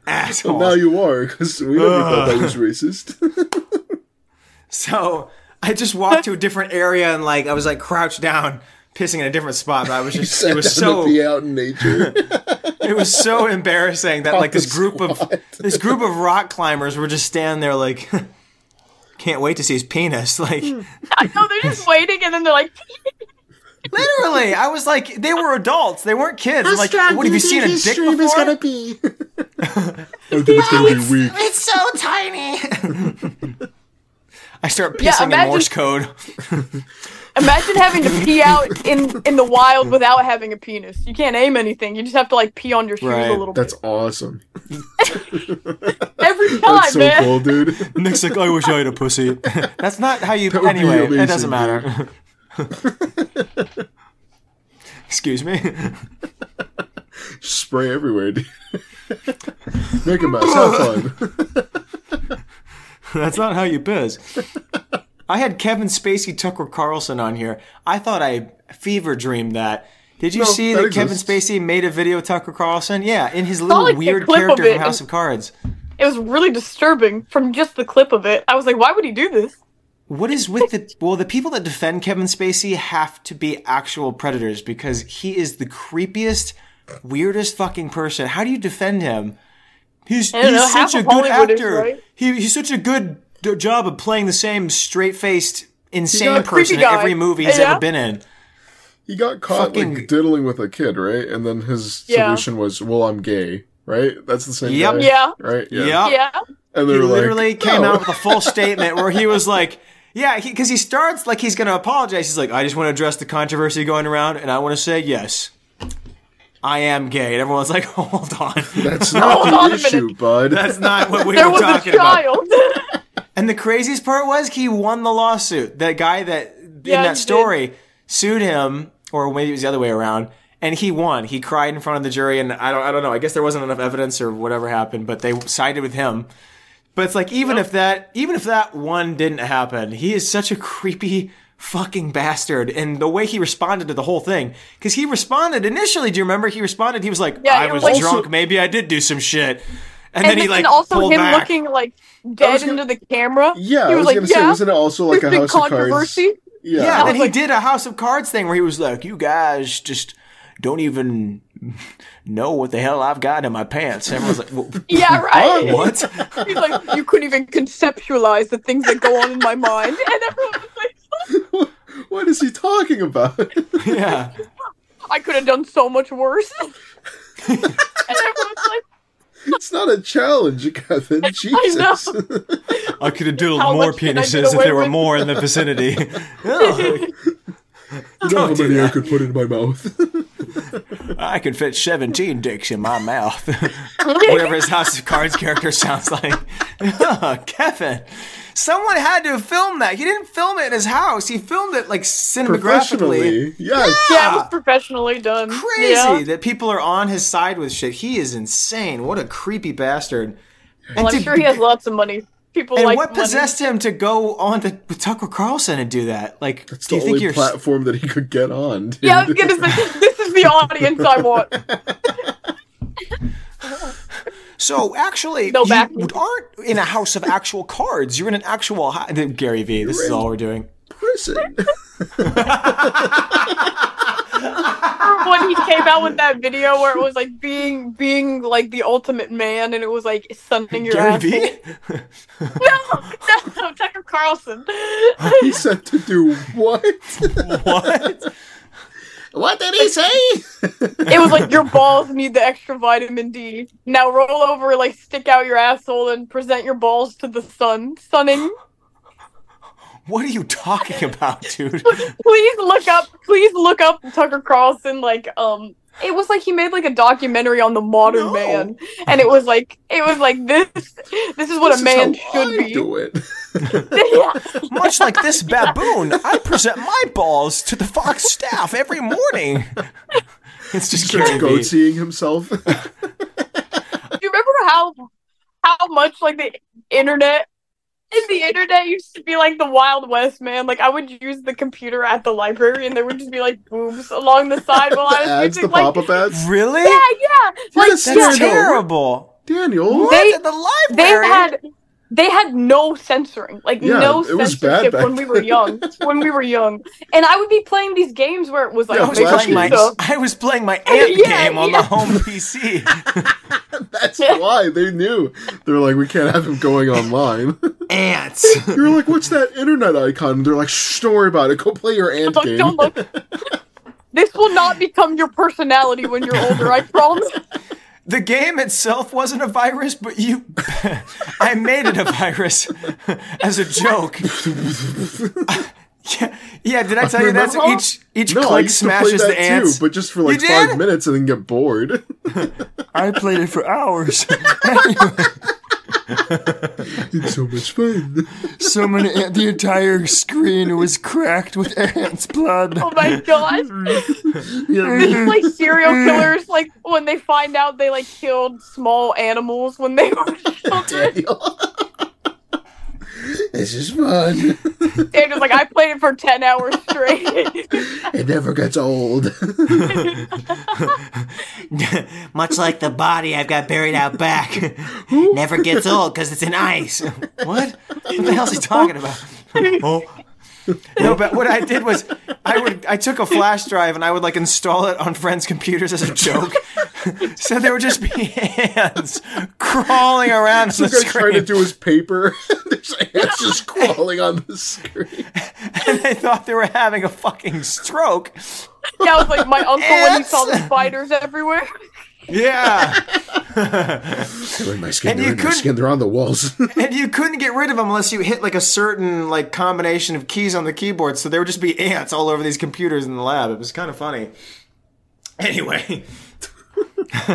[SPEAKER 2] <laughs>
[SPEAKER 4] Asshole.
[SPEAKER 2] Now you are, because we never thought that was racist. <laughs>
[SPEAKER 4] so I just walked to a different area and like I was like crouched down, pissing in a different spot. But <laughs> I was just it was
[SPEAKER 2] Down to
[SPEAKER 4] so
[SPEAKER 2] be out
[SPEAKER 5] <laughs>
[SPEAKER 2] in nature.
[SPEAKER 4] it was so embarrassing that like
[SPEAKER 2] the
[SPEAKER 4] this group of this group of rock climbers were just standing there like <laughs> can't wait to see his penis. Like
[SPEAKER 5] I know they're just waiting, and then they're like,
[SPEAKER 4] Literally, I was like, they were adults. They weren't kids. I'm like, what have you seen a dick before?
[SPEAKER 2] be? I think it's gonna be weak.
[SPEAKER 6] It's so
[SPEAKER 4] <laughs>
[SPEAKER 6] tiny.
[SPEAKER 4] I start pissing
[SPEAKER 5] Yeah,
[SPEAKER 4] in
[SPEAKER 5] imagine-
[SPEAKER 4] Morse code.
[SPEAKER 5] imagine having to pee out in in the
[SPEAKER 2] Mm.
[SPEAKER 5] wild without having a penis. You can't aim anything. You just have to like pee on your shoes
[SPEAKER 4] Right.
[SPEAKER 5] a little
[SPEAKER 2] That's awesome.
[SPEAKER 5] bit every time,
[SPEAKER 2] <laughs> That's so
[SPEAKER 5] man.
[SPEAKER 2] cool,
[SPEAKER 4] <laughs>
[SPEAKER 2] dude. <laughs>
[SPEAKER 4] Nick's like, I wish I had a pussy. <laughs> That's not how <laughs> you.
[SPEAKER 2] That would be
[SPEAKER 4] anyway, it doesn't
[SPEAKER 2] amazing,
[SPEAKER 4] <laughs> matter. Excuse me. <laughs>
[SPEAKER 2] Spray everywhere, dude. <laughs> Make a mess. Have fun.
[SPEAKER 4] That's not how you piss. I had Kevin Spacey Tucker Carlson on here. I thought I fever dreamed that. Did you
[SPEAKER 2] No,
[SPEAKER 4] see that,
[SPEAKER 2] that
[SPEAKER 4] Kevin
[SPEAKER 2] exists.
[SPEAKER 4] Spacey made a video of Tucker Carlson? Yeah, in his little
[SPEAKER 5] like, a
[SPEAKER 4] weird
[SPEAKER 5] clip of
[SPEAKER 4] character
[SPEAKER 5] it
[SPEAKER 4] from House
[SPEAKER 5] and-
[SPEAKER 4] of Cards.
[SPEAKER 5] It was really disturbing from just the clip of it. I was like, why would he do this?
[SPEAKER 4] What is with the well? The people that defend Kevin Spacey have to be actual predators because he is the creepiest, weirdest fucking person. How do you defend him? He's,
[SPEAKER 5] don't know,
[SPEAKER 4] he's
[SPEAKER 5] half
[SPEAKER 4] such a
[SPEAKER 5] of
[SPEAKER 4] good
[SPEAKER 5] Hollywood is,
[SPEAKER 4] actor.
[SPEAKER 5] right?
[SPEAKER 4] He, he's such a good d- job of playing the same straight faced,
[SPEAKER 2] got
[SPEAKER 4] insane
[SPEAKER 2] a creepy
[SPEAKER 4] person in
[SPEAKER 5] guy.
[SPEAKER 4] every movie he's
[SPEAKER 5] Yeah.
[SPEAKER 4] ever been in.
[SPEAKER 2] He got caught
[SPEAKER 4] Fucking-
[SPEAKER 2] like diddling with a kid, right? And then his
[SPEAKER 5] Yeah.
[SPEAKER 2] solution was, "Well, I'm gay." Right? That's the same.
[SPEAKER 4] Yep.
[SPEAKER 2] guy,
[SPEAKER 5] Yeah.
[SPEAKER 2] Right.
[SPEAKER 4] Yep.
[SPEAKER 5] Yeah.
[SPEAKER 2] And
[SPEAKER 4] He
[SPEAKER 2] they Uh, were like,
[SPEAKER 4] literally came
[SPEAKER 2] "No." <laughs>
[SPEAKER 4] out with a full statement where he was like, "Yeah," because he starts like he's going to apologize. He's like, "I just want to address the controversy going around, and I want to say yes, I am gay." And everyone's like, <laughs> "Hold on,
[SPEAKER 2] That's not
[SPEAKER 5] on <laughs> a
[SPEAKER 2] the issue,
[SPEAKER 5] minute.
[SPEAKER 2] bud.
[SPEAKER 4] that's not what we
[SPEAKER 5] There
[SPEAKER 4] were
[SPEAKER 5] was a
[SPEAKER 4] talking about."
[SPEAKER 2] <laughs>
[SPEAKER 5] child.
[SPEAKER 4] And the craziest part was he won the lawsuit. That guy that
[SPEAKER 5] Yeah,
[SPEAKER 4] in
[SPEAKER 5] he
[SPEAKER 4] that
[SPEAKER 5] did.
[SPEAKER 4] story sued him, or maybe it was the other way around. And he won. He cried in front of the jury, and I don't, I don't know. I guess there wasn't enough evidence or whatever happened, but they sided with him. But it's like even if that, even if that one didn't happen, he is such a creepy fucking bastard. And the way he responded to the whole thing, because he responded initially. Do you remember? He responded. He was like,
[SPEAKER 5] Yeah,
[SPEAKER 4] "I
[SPEAKER 5] it
[SPEAKER 4] was
[SPEAKER 5] was-
[SPEAKER 4] drunk. Maybe I did do some shit." And, then
[SPEAKER 5] and,
[SPEAKER 4] he like
[SPEAKER 5] and also
[SPEAKER 4] pulled
[SPEAKER 5] him
[SPEAKER 4] back.
[SPEAKER 5] looking like dead
[SPEAKER 2] gonna-
[SPEAKER 5] into the camera.
[SPEAKER 2] Yeah,
[SPEAKER 5] he was,
[SPEAKER 2] I was
[SPEAKER 5] like,
[SPEAKER 2] gonna say,
[SPEAKER 5] yeah,
[SPEAKER 2] wasn't it also like a
[SPEAKER 5] there's been
[SPEAKER 2] House
[SPEAKER 5] controversy.
[SPEAKER 2] of Cards? Yeah.
[SPEAKER 4] Yeah,
[SPEAKER 5] I
[SPEAKER 4] and
[SPEAKER 5] was
[SPEAKER 4] he
[SPEAKER 5] like-
[SPEAKER 4] did a House of Cards thing where he was like, "You guys just don't even know what the hell I've got in my pants." And everyone's like, "Well, <laughs>
[SPEAKER 2] <laughs>
[SPEAKER 5] yeah, right.
[SPEAKER 4] "What?" <laughs>
[SPEAKER 5] He's like, you couldn't even conceptualize the things that go on in my mind. And everyone was like,
[SPEAKER 2] <laughs> What is he talking about? <laughs>
[SPEAKER 4] yeah,
[SPEAKER 5] I could have done so much worse. <laughs> and everyone's like,
[SPEAKER 2] it's not a challenge,
[SPEAKER 5] <laughs>
[SPEAKER 2] <laughs> Kevin. Jesus.
[SPEAKER 4] I could have diddled
[SPEAKER 5] How
[SPEAKER 4] more
[SPEAKER 5] much can I get
[SPEAKER 4] penises if
[SPEAKER 5] away
[SPEAKER 4] there were
[SPEAKER 5] with?
[SPEAKER 4] more
[SPEAKER 5] <laughs>
[SPEAKER 4] in the vicinity.
[SPEAKER 2] Not how
[SPEAKER 4] do
[SPEAKER 2] many I
[SPEAKER 4] that.
[SPEAKER 2] could put in my mouth.
[SPEAKER 4] I can fit 17 dicks in my mouth. <laughs> Whatever his House of Cards character sounds like. <laughs> Ugh, Kevin. Someone had to film that. He didn't film it in his house. He filmed it like
[SPEAKER 2] Professionally,
[SPEAKER 4] cinematographically.
[SPEAKER 2] yes.
[SPEAKER 5] Yeah, it was professionally done.
[SPEAKER 4] Ah. Crazy
[SPEAKER 5] Yeah.
[SPEAKER 4] that people are on his side with shit. He is insane. What a creepy bastard.
[SPEAKER 5] Well,
[SPEAKER 4] And
[SPEAKER 5] I'm
[SPEAKER 4] to-
[SPEAKER 5] sure he has lots of money. People
[SPEAKER 4] and
[SPEAKER 5] like
[SPEAKER 4] what
[SPEAKER 5] money.
[SPEAKER 4] possessed him to go on to with Tucker Carlson and do that? Like,
[SPEAKER 2] It's
[SPEAKER 4] do
[SPEAKER 2] the
[SPEAKER 4] you think
[SPEAKER 2] only
[SPEAKER 4] you're?
[SPEAKER 2] platform that he could get on. Dude. <laughs>
[SPEAKER 5] Yeah, I was gonna say <laughs> this is the audience
[SPEAKER 4] <laughs>
[SPEAKER 5] I want.
[SPEAKER 4] So actually,
[SPEAKER 5] No
[SPEAKER 4] you
[SPEAKER 5] back-
[SPEAKER 4] aren't in a house of actual cards. You're in an actual ho- Gary Vee. This is all we're doing.
[SPEAKER 2] Prison.
[SPEAKER 5] Remember when he came out with that video where it was like being being like the ultimate man, and it was like sunning your
[SPEAKER 4] Gary
[SPEAKER 5] ass.
[SPEAKER 4] Vee?
[SPEAKER 5] <laughs>
[SPEAKER 4] <laughs>
[SPEAKER 5] No, no, Tucker Carlson. <laughs>
[SPEAKER 2] He said to do what?
[SPEAKER 4] what?
[SPEAKER 2] What did he say?
[SPEAKER 5] It was like your balls need the extra vitamin D. Now roll over, like stick out your asshole, and present your balls to the sun. Sunning.
[SPEAKER 4] What are you talking about, dude?
[SPEAKER 5] Please look up. Please look up Tucker Carlson. Like um. It was like he made like a documentary on the modern
[SPEAKER 4] No.
[SPEAKER 5] man, and it was like it was like this. This is what
[SPEAKER 2] This
[SPEAKER 5] a
[SPEAKER 2] is
[SPEAKER 5] man
[SPEAKER 2] how
[SPEAKER 5] should
[SPEAKER 2] I
[SPEAKER 5] be. <laughs>
[SPEAKER 2] Do it.
[SPEAKER 5] Yeah.
[SPEAKER 4] Much like
[SPEAKER 5] <laughs>
[SPEAKER 4] this baboon, I present my balls to the Fox staff every morning. It's just Gary
[SPEAKER 2] Starts goat
[SPEAKER 4] Vee.
[SPEAKER 2] seeing
[SPEAKER 5] <laughs>
[SPEAKER 2] himself.
[SPEAKER 5] Do you remember how how much like the internet in the internet used to be like the Wild West, man? Like I would use the computer at the library, and there would just be like boobs along the side while
[SPEAKER 2] <laughs> the
[SPEAKER 5] I was
[SPEAKER 2] ads, the
[SPEAKER 5] using like
[SPEAKER 2] pop-up ads.
[SPEAKER 4] Really?
[SPEAKER 5] yeah, yeah, like
[SPEAKER 2] Yes,
[SPEAKER 5] yeah.
[SPEAKER 4] That's
[SPEAKER 2] no,
[SPEAKER 4] terrible.
[SPEAKER 2] Daniel.
[SPEAKER 5] They-
[SPEAKER 4] What? At the
[SPEAKER 5] they
[SPEAKER 4] library?
[SPEAKER 5] had they had no censoring, like
[SPEAKER 2] Yeah,
[SPEAKER 5] no
[SPEAKER 2] it was
[SPEAKER 5] censorship
[SPEAKER 2] bad back
[SPEAKER 5] when we were young. when we were young, and I would be playing these games where it was like
[SPEAKER 2] Yeah,
[SPEAKER 4] I was, playing
[SPEAKER 5] making
[SPEAKER 2] Flash
[SPEAKER 4] my,
[SPEAKER 5] stuff.
[SPEAKER 4] I was playing my ant
[SPEAKER 5] <laughs> Yeah,
[SPEAKER 4] game on
[SPEAKER 5] yeah.
[SPEAKER 4] the home
[SPEAKER 2] <laughs>
[SPEAKER 4] PC.
[SPEAKER 2] That's why they knew. They're like, we can't have him going online. <laughs>
[SPEAKER 4] Ants.
[SPEAKER 2] You're like, what's that internet icon? They're like, shh, don't worry about it. Go play your ant
[SPEAKER 5] Look,
[SPEAKER 2] game.
[SPEAKER 5] don't look. This will not become your personality when you're older. I promise.
[SPEAKER 4] <laughs> The game itself wasn't a virus, but you. <laughs> I made it a virus <laughs> as a
[SPEAKER 2] <laughs>
[SPEAKER 4] joke. yeah, yeah, did I tell you that? So each each
[SPEAKER 2] <laughs> no, I
[SPEAKER 4] click
[SPEAKER 2] used to play
[SPEAKER 4] smashes
[SPEAKER 2] that
[SPEAKER 4] the ants.
[SPEAKER 2] too, but just for like
[SPEAKER 4] You
[SPEAKER 2] five
[SPEAKER 4] did?
[SPEAKER 2] minutes and then get bored. <laughs>
[SPEAKER 4] I played it for hours.
[SPEAKER 2] it's so much fun.
[SPEAKER 10] <laughs> So many, the entire screen was cracked with ants' blood.
[SPEAKER 5] Oh my god.
[SPEAKER 2] Yeah.
[SPEAKER 5] This is like serial killers, like when they find out they like killed small animals when they <laughs> were children.
[SPEAKER 2] this is fun.
[SPEAKER 5] They're just like, I played it for ten hours straight. <laughs>
[SPEAKER 2] It never gets old. <laughs>
[SPEAKER 6] Much like the body I've got buried out back.
[SPEAKER 2] <laughs>
[SPEAKER 6] Never gets old because it's in ice.
[SPEAKER 4] What? What the hell's he talking
[SPEAKER 2] <laughs>
[SPEAKER 4] about? Oh. No, but what I did was I would I took a flash drive and I would like install it on friends' computers as a joke. <laughs> so there would just be hands crawling
[SPEAKER 2] <laughs>
[SPEAKER 4] around on
[SPEAKER 2] Some
[SPEAKER 4] the
[SPEAKER 2] guy's trying to
[SPEAKER 4] screen.
[SPEAKER 2] do his paper. <laughs> There's ants just crawling on the screen.
[SPEAKER 4] and they thought they were having a fucking stroke.
[SPEAKER 5] yeah, I was like my uncle when he saw the spiders everywhere. <laughs>
[SPEAKER 4] Yeah.
[SPEAKER 2] They're in my
[SPEAKER 4] <laughs>
[SPEAKER 2] skin.
[SPEAKER 4] And
[SPEAKER 2] they're
[SPEAKER 4] you
[SPEAKER 2] in my
[SPEAKER 4] couldn't-
[SPEAKER 2] skin. They're on the <laughs> walls.
[SPEAKER 4] and you couldn't get rid of them unless you hit like a certain like combination of keys on the keyboard. So there would just be ants all over these computers in the lab. It was kind of funny. Anyway, <laughs>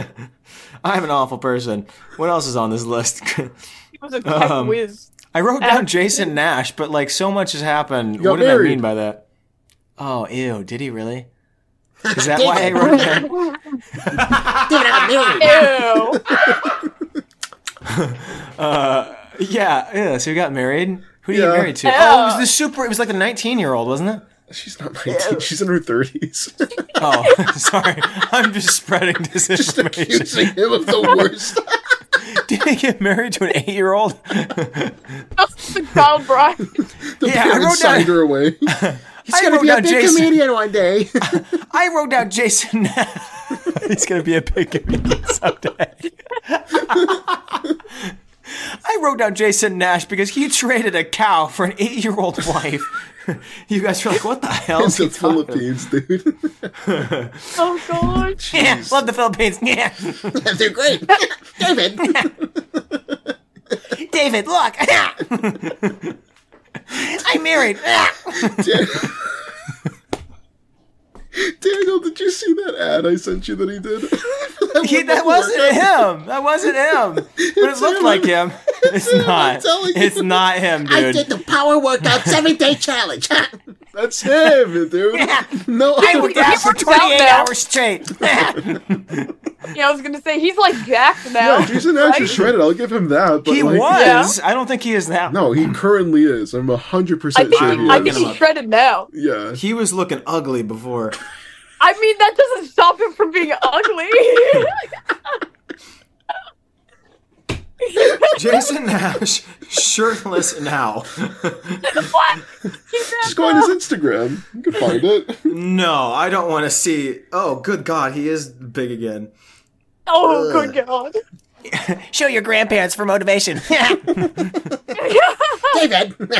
[SPEAKER 4] I'm an awful person. What else is on this list? <laughs>
[SPEAKER 5] He was a tech
[SPEAKER 4] Um,
[SPEAKER 5] whiz.
[SPEAKER 4] I wrote down Jason Nash, but like so much has happened.
[SPEAKER 2] got
[SPEAKER 4] What did I
[SPEAKER 2] Uh, married.
[SPEAKER 4] mean by that? Oh, ew! Did he really? Is
[SPEAKER 2] <laughs>
[SPEAKER 4] that why I wrote that?
[SPEAKER 2] <laughs>
[SPEAKER 5] Ew.
[SPEAKER 4] Yeah, yeah. So he got married. Who did you
[SPEAKER 2] Yeah.
[SPEAKER 4] get married to? Oh, it was the super. It was like the 19 year old, wasn't it?
[SPEAKER 2] She's not 19. She's in her <laughs> 30s.
[SPEAKER 4] Oh, sorry. I'm just spreading this <laughs> information.
[SPEAKER 2] Accusing him of the worst.
[SPEAKER 4] Did he get married to an eight year
[SPEAKER 2] <laughs>
[SPEAKER 4] old?
[SPEAKER 5] That's the child bride.
[SPEAKER 2] The
[SPEAKER 4] <laughs> Yeah, I wrote
[SPEAKER 2] parents signed
[SPEAKER 4] down- <laughs>
[SPEAKER 2] her away. He's gonna
[SPEAKER 4] wrote
[SPEAKER 2] be a
[SPEAKER 4] down
[SPEAKER 2] big
[SPEAKER 4] Jason.
[SPEAKER 2] comedian
[SPEAKER 4] <laughs>
[SPEAKER 2] one day.
[SPEAKER 4] I wrote out Jason. <laughs> He's going to be a big comedian someday. <laughs> I wrote down Jason Nash because he traded a cow for an eight year old wife. <laughs> you guys were like,
[SPEAKER 2] <laughs>
[SPEAKER 4] what the hell? Is
[SPEAKER 2] It's
[SPEAKER 4] he
[SPEAKER 2] the
[SPEAKER 4] talking about?
[SPEAKER 2] Philippines, dude.
[SPEAKER 5] Oh god.
[SPEAKER 4] Yeah, love the Philippines. <laughs> Yeah.
[SPEAKER 2] <laughs> They're great. <laughs> David.
[SPEAKER 4] <laughs>
[SPEAKER 6] David, look. I'm married.
[SPEAKER 2] Daniel did you see that ad I sent you that he did? <laughs>
[SPEAKER 4] He, that wasn't him. That wasn't
[SPEAKER 2] <laughs>
[SPEAKER 4] him. But it looked like him. It's not.
[SPEAKER 2] telling you.
[SPEAKER 4] It's not him,
[SPEAKER 6] I
[SPEAKER 4] dude.
[SPEAKER 6] did the power workout seven day challenge. <laughs>
[SPEAKER 2] That's him,
[SPEAKER 5] <laughs>
[SPEAKER 2] dude. No,
[SPEAKER 6] I worked out for
[SPEAKER 5] works out
[SPEAKER 6] 28
[SPEAKER 5] now.
[SPEAKER 2] <laughs>
[SPEAKER 6] hours straight.
[SPEAKER 5] Yeah, I was gonna say he's like jacked now.
[SPEAKER 2] yeah, Jason Nash is shredded. I'll give him that. But
[SPEAKER 4] He
[SPEAKER 2] like,
[SPEAKER 4] was. I don't think he is now.
[SPEAKER 2] No, he currently is. I'm hundred
[SPEAKER 5] I
[SPEAKER 2] percent
[SPEAKER 5] think,
[SPEAKER 2] sure he
[SPEAKER 5] he,
[SPEAKER 2] is.
[SPEAKER 5] I think he's shredded now.
[SPEAKER 2] yeah.
[SPEAKER 11] He was looking ugly
[SPEAKER 4] <laughs>
[SPEAKER 11] before.
[SPEAKER 5] I mean, that doesn't stop him from being ugly. <laughs>
[SPEAKER 11] Jason Nash, shirtless
[SPEAKER 4] <laughs>
[SPEAKER 11] now.
[SPEAKER 5] what? He's
[SPEAKER 2] Just go on his Instagram. You can
[SPEAKER 4] <laughs>
[SPEAKER 2] find it.
[SPEAKER 11] No, I don't want to see. Oh, good God, he is big again.
[SPEAKER 5] Oh, good God.
[SPEAKER 6] Show your grandparents for motivation. <laughs> David.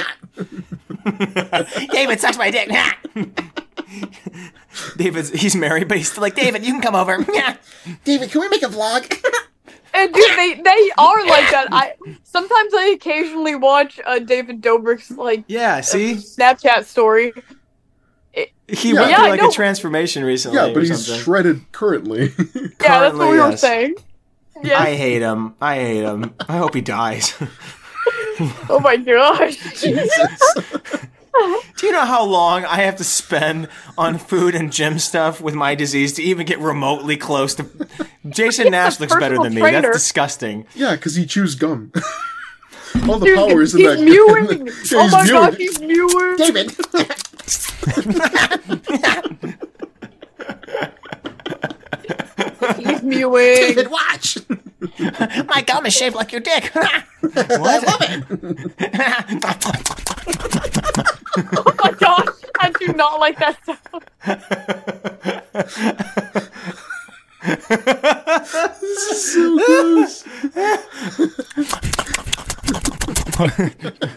[SPEAKER 6] <laughs> David sucks my dick.
[SPEAKER 4] David's he's married, but he's still like David.
[SPEAKER 6] David, you can come
[SPEAKER 4] <laughs>
[SPEAKER 6] over. David, can we make a vlog? <laughs>
[SPEAKER 5] And dude, they they are like that. I sometimes I occasionally watch uh, David Dobrik's like
[SPEAKER 4] Yeah, see?
[SPEAKER 5] Snapchat story.
[SPEAKER 4] He
[SPEAKER 2] Yeah.
[SPEAKER 4] went
[SPEAKER 5] Yeah,
[SPEAKER 4] through
[SPEAKER 5] I
[SPEAKER 4] like
[SPEAKER 5] know.
[SPEAKER 4] a transformation recently.
[SPEAKER 2] Yeah, but
[SPEAKER 4] or
[SPEAKER 2] he's
[SPEAKER 4] something.
[SPEAKER 2] shredded currently. <laughs>
[SPEAKER 5] Yeah, that's what
[SPEAKER 11] Currently,
[SPEAKER 5] we were
[SPEAKER 11] yes.
[SPEAKER 5] saying. Yeah.
[SPEAKER 11] I hate him. I hate him. I hope he dies.
[SPEAKER 5] Oh my gosh.
[SPEAKER 4] <laughs> Do you know how long I have to spend on food and gym stuff with my disease to even get remotely close
[SPEAKER 5] <laughs>
[SPEAKER 4] to? Jason Nash looks better than me.
[SPEAKER 5] personal trainer.
[SPEAKER 4] That's disgusting.
[SPEAKER 2] yeah, because he chews gum. <laughs> All the
[SPEAKER 5] Dude,
[SPEAKER 2] power is in
[SPEAKER 5] he's
[SPEAKER 2] <laughs> that.
[SPEAKER 5] mewing.
[SPEAKER 2] he's
[SPEAKER 5] oh my
[SPEAKER 2] mewing.
[SPEAKER 5] gosh, he's mewing.
[SPEAKER 6] David. <laughs>
[SPEAKER 5] He's mewing.
[SPEAKER 6] David, watch. <laughs> My gum is shaped like your dick.
[SPEAKER 5] <laughs>
[SPEAKER 6] <laughs>
[SPEAKER 5] Oh my gosh, I do not like that sound.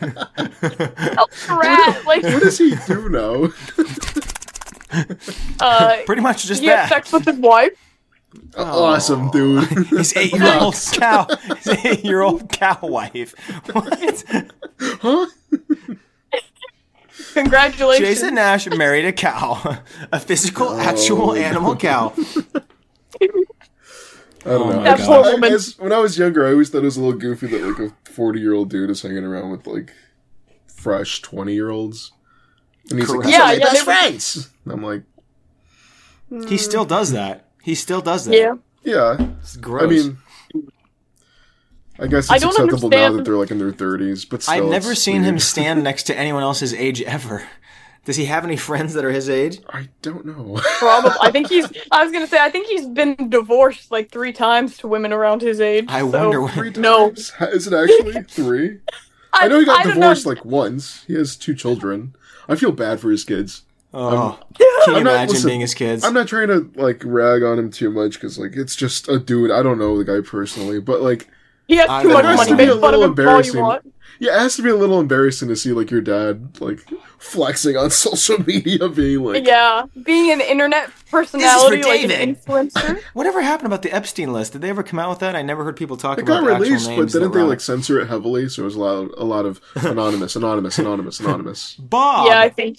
[SPEAKER 5] A rat, Oh, like
[SPEAKER 2] What does he
[SPEAKER 4] <laughs>
[SPEAKER 2] do now?
[SPEAKER 5] uh,
[SPEAKER 4] Pretty much just
[SPEAKER 5] he had
[SPEAKER 4] that.
[SPEAKER 5] sex with his wife.
[SPEAKER 2] Awesome, dude.
[SPEAKER 4] His eight-year-old cow. His eight-year-old cow wife. <laughs> What?
[SPEAKER 5] Congratulations.
[SPEAKER 4] Jason Nash married a cow, <laughs> a physical, actual animal cow.
[SPEAKER 2] I
[SPEAKER 4] Oh
[SPEAKER 2] don't know.
[SPEAKER 5] That
[SPEAKER 2] I-
[SPEAKER 5] poor
[SPEAKER 2] I
[SPEAKER 5] woman.
[SPEAKER 2] guess when I was younger, I always thought it was a little goofy that like a forty-year-old dude is hanging around with like fresh twenty-year-olds, and he's like,
[SPEAKER 11] Correct.
[SPEAKER 2] "That's
[SPEAKER 5] Yeah,
[SPEAKER 2] my
[SPEAKER 5] yeah,
[SPEAKER 2] best
[SPEAKER 5] they were-
[SPEAKER 2] friends." And I'm like,
[SPEAKER 4] He still does that. He still does that.
[SPEAKER 5] Yeah.
[SPEAKER 2] yeah.
[SPEAKER 11] It's
[SPEAKER 2] I
[SPEAKER 11] gross.
[SPEAKER 2] mean, I guess it's
[SPEAKER 5] I don't
[SPEAKER 2] acceptable now that
[SPEAKER 5] understand-
[SPEAKER 2] they're like in their thirties, but still,
[SPEAKER 4] I've never
[SPEAKER 2] it's
[SPEAKER 4] seen him
[SPEAKER 2] weird.
[SPEAKER 4] stand next to anyone else's age ever. Does he have any friends that are his
[SPEAKER 2] <laughs>
[SPEAKER 4] age?
[SPEAKER 2] I don't know. <laughs>
[SPEAKER 5] Probably. I think he's. I was gonna say. I think he's been divorced like three times to women around his age.
[SPEAKER 4] I
[SPEAKER 5] so-
[SPEAKER 4] wonder what. <laughs>
[SPEAKER 2] Three
[SPEAKER 5] No.
[SPEAKER 2] times? Is it actually three? I know he got divorced like once. He has two children. I feel bad for his kids.
[SPEAKER 4] Oh, can you
[SPEAKER 2] I'm not-
[SPEAKER 4] imagine
[SPEAKER 2] listen,
[SPEAKER 4] being his kids?
[SPEAKER 2] I'm not trying to like rag on him too much because like it's just a dude. I don't know the guy personally, but like
[SPEAKER 5] He has
[SPEAKER 4] I
[SPEAKER 5] too
[SPEAKER 4] know.
[SPEAKER 5] much
[SPEAKER 4] It has
[SPEAKER 5] money.
[SPEAKER 4] to be
[SPEAKER 5] Make
[SPEAKER 2] a
[SPEAKER 5] fun of
[SPEAKER 2] little
[SPEAKER 5] him all you
[SPEAKER 2] embarrassing.
[SPEAKER 5] want.
[SPEAKER 2] yeah, it has to be a little embarrassing to see like your dad like flexing on <laughs> social media, being like,
[SPEAKER 5] Yeah, being an internet personality,
[SPEAKER 6] This is for
[SPEAKER 5] like an
[SPEAKER 6] David.
[SPEAKER 2] <laughs>
[SPEAKER 5] influencer.
[SPEAKER 4] Whatever happened about the Epstein list? Did they ever come out with that? I never heard people talk
[SPEAKER 2] It
[SPEAKER 4] about
[SPEAKER 2] got
[SPEAKER 4] the actual
[SPEAKER 2] released, but
[SPEAKER 4] names
[SPEAKER 2] didn't
[SPEAKER 4] that
[SPEAKER 2] they
[SPEAKER 4] were on
[SPEAKER 2] like
[SPEAKER 4] it.
[SPEAKER 2] censor it heavily? So it was a lot, a
[SPEAKER 4] <laughs>
[SPEAKER 2] lot of anonymous, anonymous, anonymous, anonymous.
[SPEAKER 4] Bob?
[SPEAKER 5] yeah, I think.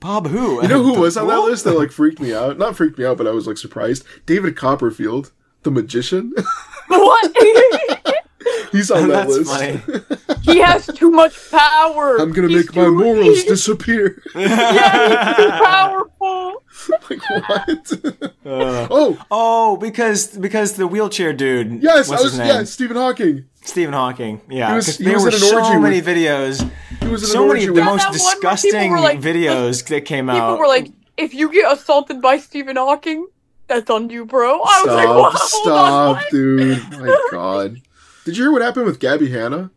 [SPEAKER 4] Bob who?
[SPEAKER 2] You know who was on that list that like freaked me out? Not freaked me out, but I was like surprised. David Copperfield, the magician. <laughs>
[SPEAKER 5] What? <laughs>
[SPEAKER 2] He's on that
[SPEAKER 4] That's
[SPEAKER 2] list.
[SPEAKER 4] funny.
[SPEAKER 5] he has too much power.
[SPEAKER 2] I'm gonna
[SPEAKER 5] He's
[SPEAKER 2] make my
[SPEAKER 5] too-
[SPEAKER 2] morals disappear.
[SPEAKER 5] <laughs>
[SPEAKER 2] <laughs>
[SPEAKER 5] yeah,
[SPEAKER 4] <laughs>
[SPEAKER 5] he's too powerful.
[SPEAKER 2] like what? oh
[SPEAKER 4] Oh, because because the wheelchair dude.
[SPEAKER 2] yes,
[SPEAKER 4] what's
[SPEAKER 2] I was
[SPEAKER 4] his name?
[SPEAKER 2] yeah Stephen Hawking.
[SPEAKER 4] Stephen Hawking. Yeah,
[SPEAKER 2] He was-
[SPEAKER 4] 'cause
[SPEAKER 2] he
[SPEAKER 4] there
[SPEAKER 2] was
[SPEAKER 4] were
[SPEAKER 2] in an
[SPEAKER 4] so
[SPEAKER 2] orgy
[SPEAKER 4] many
[SPEAKER 2] with-
[SPEAKER 4] videos,
[SPEAKER 2] He was in
[SPEAKER 4] so
[SPEAKER 2] an
[SPEAKER 4] many
[SPEAKER 2] orgy
[SPEAKER 4] of
[SPEAKER 2] with
[SPEAKER 4] the most
[SPEAKER 5] that one where people
[SPEAKER 4] disgusting
[SPEAKER 5] were like-
[SPEAKER 4] videos that came
[SPEAKER 5] <laughs> People
[SPEAKER 4] out.
[SPEAKER 5] were like, "If you get assaulted by Stephen Hawking, that's on you, bro." I was like,
[SPEAKER 2] Stop,
[SPEAKER 5] "What? Hold on,
[SPEAKER 2] stop,
[SPEAKER 5] what?"
[SPEAKER 2] dude. My God. Did you hear what happened with Gabby Hanna?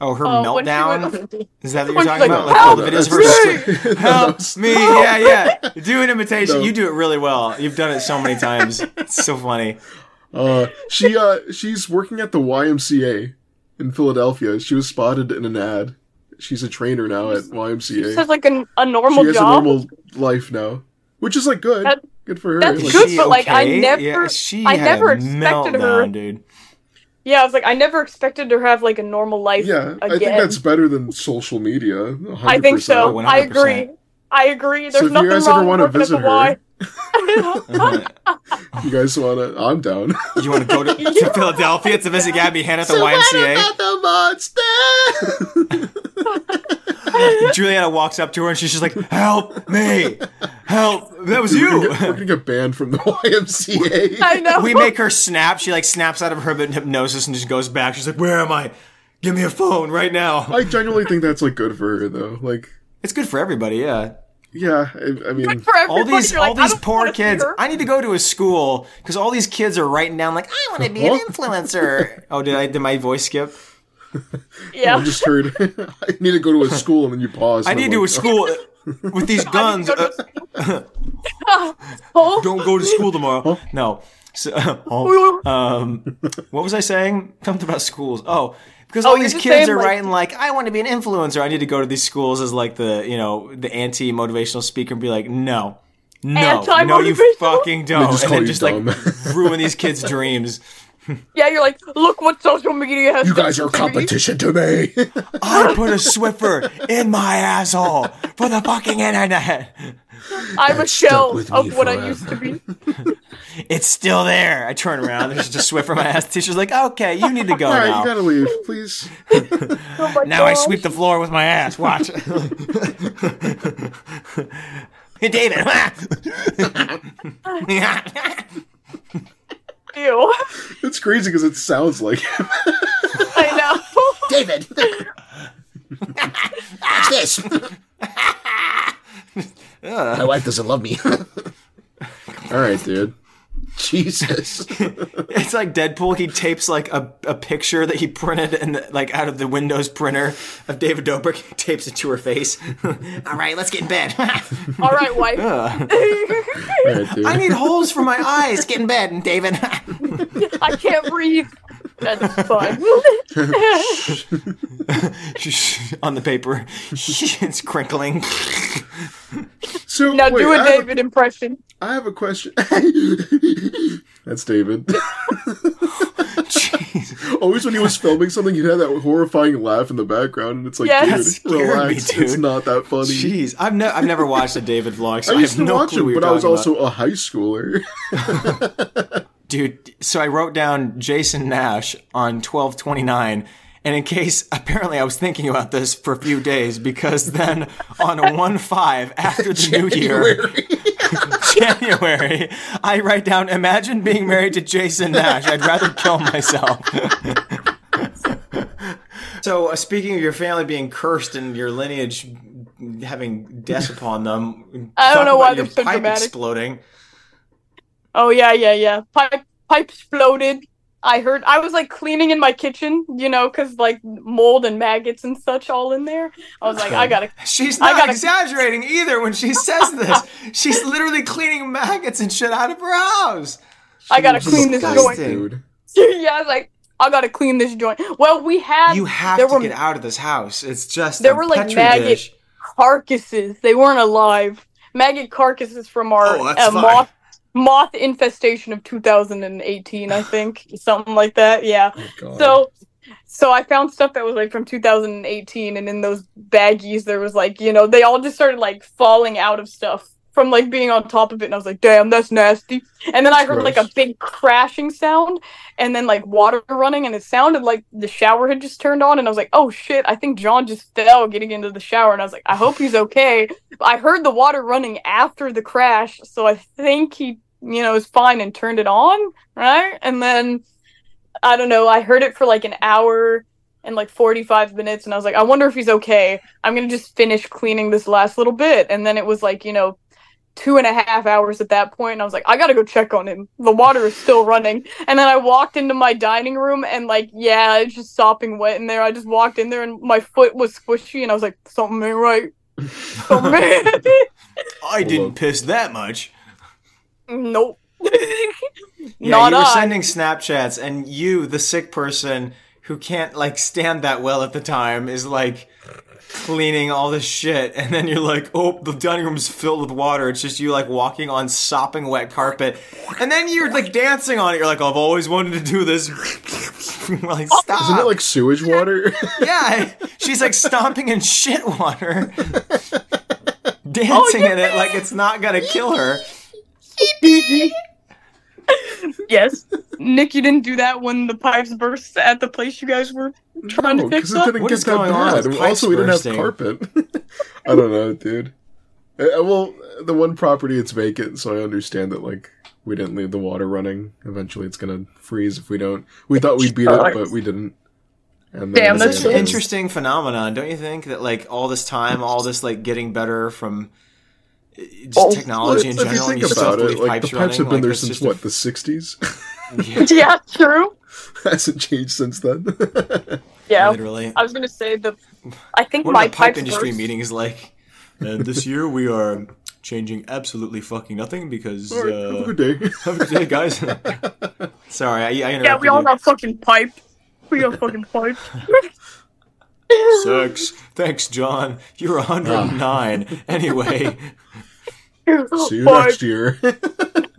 [SPEAKER 4] oh, her
[SPEAKER 5] Uh, when she
[SPEAKER 4] meltdown.
[SPEAKER 5] went-
[SPEAKER 2] <laughs>
[SPEAKER 4] Is that what you're
[SPEAKER 5] <laughs> when she's
[SPEAKER 4] talking
[SPEAKER 5] like,
[SPEAKER 4] about?
[SPEAKER 5] "Help
[SPEAKER 4] all the videos
[SPEAKER 5] <laughs>
[SPEAKER 2] that's
[SPEAKER 4] of her
[SPEAKER 2] just- <laughs> no,
[SPEAKER 4] Help
[SPEAKER 2] that's-
[SPEAKER 4] me. Yeah, yeah. Do an imitation.
[SPEAKER 2] No.
[SPEAKER 4] You do it really well. You've done it so
[SPEAKER 5] <laughs>
[SPEAKER 4] many times. It's so funny.
[SPEAKER 2] Uh, she uh, she's working at the YMCA in Philadelphia. She was spotted in an ad. She's a trainer now at YMCA.
[SPEAKER 5] This is like an, a
[SPEAKER 2] she
[SPEAKER 5] normal
[SPEAKER 2] has
[SPEAKER 5] job.
[SPEAKER 2] a normal life now, which is like good.
[SPEAKER 5] That-
[SPEAKER 2] good for her.
[SPEAKER 5] that's
[SPEAKER 2] Like,
[SPEAKER 5] good.
[SPEAKER 4] She
[SPEAKER 5] but, like, I never-
[SPEAKER 4] Yeah, she
[SPEAKER 5] I
[SPEAKER 4] had
[SPEAKER 5] never
[SPEAKER 4] a
[SPEAKER 5] expected
[SPEAKER 4] meltdown,
[SPEAKER 5] her-
[SPEAKER 4] dude.
[SPEAKER 5] yeah, I was like, I never expected to have like a normal life.
[SPEAKER 2] Yeah, I
[SPEAKER 5] again.
[SPEAKER 2] think that's better than social media. 100%.
[SPEAKER 5] I think so. I
[SPEAKER 4] 100%.
[SPEAKER 5] agree. I agree. There's
[SPEAKER 2] So if you
[SPEAKER 5] nothing
[SPEAKER 2] guys
[SPEAKER 5] wrong
[SPEAKER 2] ever want to
[SPEAKER 5] with working at
[SPEAKER 2] visit
[SPEAKER 5] the Y. <laughs>
[SPEAKER 2] her, you guys want to? I'm down. <laughs>
[SPEAKER 4] You want to go
[SPEAKER 5] <laughs>
[SPEAKER 4] to, to Philadelphia to visit Gabby Hanna at the YMCA?
[SPEAKER 2] the monster. <laughs>
[SPEAKER 4] Juliana walks up to her and she's just like, "Help me, help! That was you." We're
[SPEAKER 5] <laughs>
[SPEAKER 4] gonna
[SPEAKER 2] get banned from the <laughs> YMCA.
[SPEAKER 5] I know. <laughs>
[SPEAKER 4] We make her snap. She like snaps out of her hypnosis and just goes back. She's like, "Where am I? Give me a phone right now."
[SPEAKER 2] I genuinely think that's like good for her though. Like
[SPEAKER 4] it's good for everybody. Yeah.
[SPEAKER 2] Yeah, I, I mean,
[SPEAKER 4] all these all these poor kids. I need to go to a school because all these kids are writing down like, "I want to be an
[SPEAKER 2] What?
[SPEAKER 4] influencer." <laughs> oh, did I did my voice skip?
[SPEAKER 5] Yeah.
[SPEAKER 2] I just heard. <laughs> I need to go to a school, and then you pause.
[SPEAKER 4] I
[SPEAKER 2] and
[SPEAKER 4] need
[SPEAKER 2] I'm
[SPEAKER 4] to do a
[SPEAKER 2] like,
[SPEAKER 4] school <laughs>
[SPEAKER 8] <laughs>
[SPEAKER 4] with these guns. uh,
[SPEAKER 5] Oh,
[SPEAKER 4] Don't go to school tomorrow. No. So, <laughs> oh, um, what was I saying? Something about schools. Oh, because
[SPEAKER 8] Oh,
[SPEAKER 4] all
[SPEAKER 8] you're
[SPEAKER 4] these
[SPEAKER 8] just
[SPEAKER 4] kids
[SPEAKER 8] saying,
[SPEAKER 4] are
[SPEAKER 8] like-
[SPEAKER 4] writing like, "I want to be an influencer. I need to go to these schools as like the you know the anti motivational speaker and be like, no, no, no, you
[SPEAKER 5] Anti-motivational?
[SPEAKER 4] fucking
[SPEAKER 2] They
[SPEAKER 4] don't,
[SPEAKER 2] just
[SPEAKER 4] and
[SPEAKER 2] call
[SPEAKER 4] then
[SPEAKER 2] you
[SPEAKER 4] just <laughs> like ruin these kids' dreams.
[SPEAKER 5] <laughs> Yeah, you're like, look what social media has.
[SPEAKER 2] You
[SPEAKER 5] done
[SPEAKER 2] guys are
[SPEAKER 5] to me."
[SPEAKER 2] competition
[SPEAKER 4] <laughs>
[SPEAKER 2] to me.
[SPEAKER 4] Oh, I put a Swiffer in my asshole for the fucking internet.
[SPEAKER 5] I'm a shell
[SPEAKER 4] with me
[SPEAKER 5] of what I used to be.
[SPEAKER 4] It's still there. I turn around. There's just a Swiffer in my ass. Teacher's like, okay, you need to go
[SPEAKER 2] All right,
[SPEAKER 4] now.
[SPEAKER 2] you gotta leave, please.
[SPEAKER 4] <laughs> now I
[SPEAKER 5] <laughs>
[SPEAKER 4] sweep the floor with my ass. Watch. hey, David. <laughs>
[SPEAKER 5] Ew.
[SPEAKER 2] It's crazy because it sounds like him.
[SPEAKER 5] I know. <laughs>
[SPEAKER 6] David. Watch
[SPEAKER 4] <laughs>
[SPEAKER 6] this.
[SPEAKER 2] My wife doesn't love
[SPEAKER 6] <laughs>
[SPEAKER 2] me.
[SPEAKER 4] Um,
[SPEAKER 2] All right, dude.
[SPEAKER 4] <laughs>
[SPEAKER 2] Jesus.
[SPEAKER 4] it's like Deadpool. He tapes like a, a picture that he printed and like out of the Windows printer of David Dobrik. He tapes it to her face. <laughs> All right, let's get in bed. <laughs>
[SPEAKER 5] All right, wife.
[SPEAKER 4] Ugh.
[SPEAKER 5] I
[SPEAKER 4] I need holes for my eyes.
[SPEAKER 6] Get in bed,
[SPEAKER 4] <laughs>
[SPEAKER 6] and David.
[SPEAKER 5] <laughs> I can't breathe. That's
[SPEAKER 4] <laughs>
[SPEAKER 5] fun.
[SPEAKER 4] on the paper. it's crinkling. <laughs>
[SPEAKER 2] So
[SPEAKER 5] <laughs> now
[SPEAKER 2] wait,
[SPEAKER 5] do
[SPEAKER 2] I
[SPEAKER 5] a
[SPEAKER 2] have a-
[SPEAKER 5] David impression.
[SPEAKER 2] I have a question. <laughs> That's David. Always when he was filming something, he had that horrifying laugh in the background, and it's like,
[SPEAKER 4] Yeah, that
[SPEAKER 2] dude,
[SPEAKER 4] scared me,
[SPEAKER 2] relax. It's
[SPEAKER 4] dude.
[SPEAKER 2] not that funny.
[SPEAKER 4] Jeez, I've never I've never watched a David vlog, so I,
[SPEAKER 2] I used
[SPEAKER 4] have
[SPEAKER 2] to
[SPEAKER 4] no
[SPEAKER 2] watch
[SPEAKER 4] clue.
[SPEAKER 2] him,
[SPEAKER 4] what
[SPEAKER 2] but
[SPEAKER 4] you're
[SPEAKER 2] I was
[SPEAKER 4] talking
[SPEAKER 2] also
[SPEAKER 4] about.
[SPEAKER 2] a high
[SPEAKER 4] <laughs>
[SPEAKER 2] schooler.
[SPEAKER 4] dude. So I wrote down Jason Nash on twelve twenty nine. And in case, <laughs> apparently, I was thinking about this for a few days because then on 1 5 after the new year, <laughs> January, I write down, Imagine being married to Jason Nash. I'd rather kill myself. <laughs> so, uh, speaking of your family being cursed and your lineage having death upon them,
[SPEAKER 5] I
[SPEAKER 4] talk
[SPEAKER 5] don't know why
[SPEAKER 4] about your
[SPEAKER 5] they're so
[SPEAKER 4] pipe
[SPEAKER 5] dramatic.
[SPEAKER 4] exploding.
[SPEAKER 5] Oh yeah, yeah, yeah. Pipe pipes floated. I heard. I was like cleaning in my kitchen, you know, because like mold and maggots and such all in there. I was like, I gotta. <laughs>
[SPEAKER 4] She's
[SPEAKER 5] I
[SPEAKER 4] not
[SPEAKER 5] gotta-
[SPEAKER 4] exaggerating either when she says
[SPEAKER 5] <laughs>
[SPEAKER 4] this. She's literally cleaning maggots and shit out of her house.
[SPEAKER 5] I gotta clean this joint.
[SPEAKER 4] Dude.
[SPEAKER 5] yeah, I was like, I gotta clean this joint. Well, we had.
[SPEAKER 4] You have
[SPEAKER 5] Um, there
[SPEAKER 4] to
[SPEAKER 5] were
[SPEAKER 4] get out of this house. It's just
[SPEAKER 5] there
[SPEAKER 4] a
[SPEAKER 5] were like
[SPEAKER 4] petri
[SPEAKER 5] maggot
[SPEAKER 4] dish.
[SPEAKER 5] carcasses. They weren't alive. Maggot carcasses from our
[SPEAKER 4] Oh, that's
[SPEAKER 5] uh,
[SPEAKER 4] fine.
[SPEAKER 5] moth moth infestation of 2018, I think, something like that. Yeah.
[SPEAKER 2] oh
[SPEAKER 5] so, so I found stuff that was like from 2018, and in those baggies, there was like you know they all just started like falling out of stuff from like being on top of it, and I was like, damn, that's nasty. And then I heard like a big crashing sound, and then like water running, and it sounded like the shower had just turned on, and I was like, oh shit, I think John just fell getting into the shower, and I was like, I hope he's okay. I heard the water running after the crash, so I think he, you know, is fine and turned it on, right? And then I don't know, I heard it for like an hour and like 45 minutes and I was like, I wonder if he's okay. I'm going to just finish cleaning this last little bit. And then it was like, you know, two and a half hours at that point, and I was like, I gotta go check on him. The water is still running. And then I walked into my dining room and like, yeah, it's just sopping wet in there. I just walked in there and my foot was squishy and I was like, something ain't right.
[SPEAKER 4] <laughs>
[SPEAKER 5] Something ain't <laughs>
[SPEAKER 4] I didn't piss that much.
[SPEAKER 5] Nope.
[SPEAKER 4] <laughs> Yeah,
[SPEAKER 5] Not
[SPEAKER 4] you were
[SPEAKER 5] I.
[SPEAKER 4] sending Snapchats, and you, the sick person who can't like stand that well at the time, is like cleaning all this shit, and then you're like, "Oh, the dining room's filled with water." It's just you like walking on sopping wet carpet, and then you're like dancing on it. You're like, "I've always wanted to do this." <laughs> We're like, stop.
[SPEAKER 2] Oh, Isn't
[SPEAKER 4] <laughs>
[SPEAKER 2] it like sewage water? <laughs> Oh, <laughs>
[SPEAKER 4] yeah, she's like stomping in shit water. dancing
[SPEAKER 2] Oh,
[SPEAKER 4] in it like it's not gonna kill her.
[SPEAKER 5] <laughs> yes, Nick, you didn't do that when the pipes burst at the place you guys were trying
[SPEAKER 2] No,
[SPEAKER 5] to fix
[SPEAKER 2] 'cause it
[SPEAKER 5] up.
[SPEAKER 2] didn't What get is that going on? bad. It's pipes Also, we didn't have bursting. carpet. <laughs> I don't know, dude. Uh, well, the one property it's vacant, so I understand that like we didn't leave the water running. Eventually, it's gonna freeze if we don't. We thought we'd beat it, but we didn't. And then-
[SPEAKER 4] It's such an
[SPEAKER 2] and-
[SPEAKER 4] interesting phenomenon, don't you think? That like all this time, all this like getting better from uh, just
[SPEAKER 2] Well,
[SPEAKER 4] technology in
[SPEAKER 2] if you
[SPEAKER 4] general, and
[SPEAKER 2] think
[SPEAKER 4] you still have
[SPEAKER 2] about
[SPEAKER 4] to
[SPEAKER 2] it,
[SPEAKER 4] leave
[SPEAKER 2] like the
[SPEAKER 4] pipes
[SPEAKER 2] pipes
[SPEAKER 4] running.
[SPEAKER 2] have been
[SPEAKER 4] like,
[SPEAKER 2] there
[SPEAKER 4] that's
[SPEAKER 2] since
[SPEAKER 4] just
[SPEAKER 2] what the <laughs>
[SPEAKER 4] <laughs>
[SPEAKER 2] '60s.
[SPEAKER 5] <laughs> yeah, true.
[SPEAKER 2] Hasn't changed since then. <laughs>
[SPEAKER 5] Yeah,
[SPEAKER 4] Literally.
[SPEAKER 5] I was gonna say the. I think
[SPEAKER 4] What
[SPEAKER 5] my
[SPEAKER 4] are the pipe
[SPEAKER 5] pipes
[SPEAKER 4] industry
[SPEAKER 5] burst.
[SPEAKER 4] meetings like? And this year we are changing absolutely fucking nothing because.
[SPEAKER 5] All right,
[SPEAKER 4] uh,
[SPEAKER 5] have
[SPEAKER 2] a good day.
[SPEAKER 4] <laughs> have a good day, guys. <laughs> Sorry, I, I interrupted
[SPEAKER 5] Yeah, we all
[SPEAKER 4] you.
[SPEAKER 5] got fucking pipe. We got fucking
[SPEAKER 4] <laughs>
[SPEAKER 5] pipe.
[SPEAKER 4] Sucks. Thanks, John. You're
[SPEAKER 2] Ah.
[SPEAKER 4] 109. Anyway.
[SPEAKER 5] Oh
[SPEAKER 2] See you next year.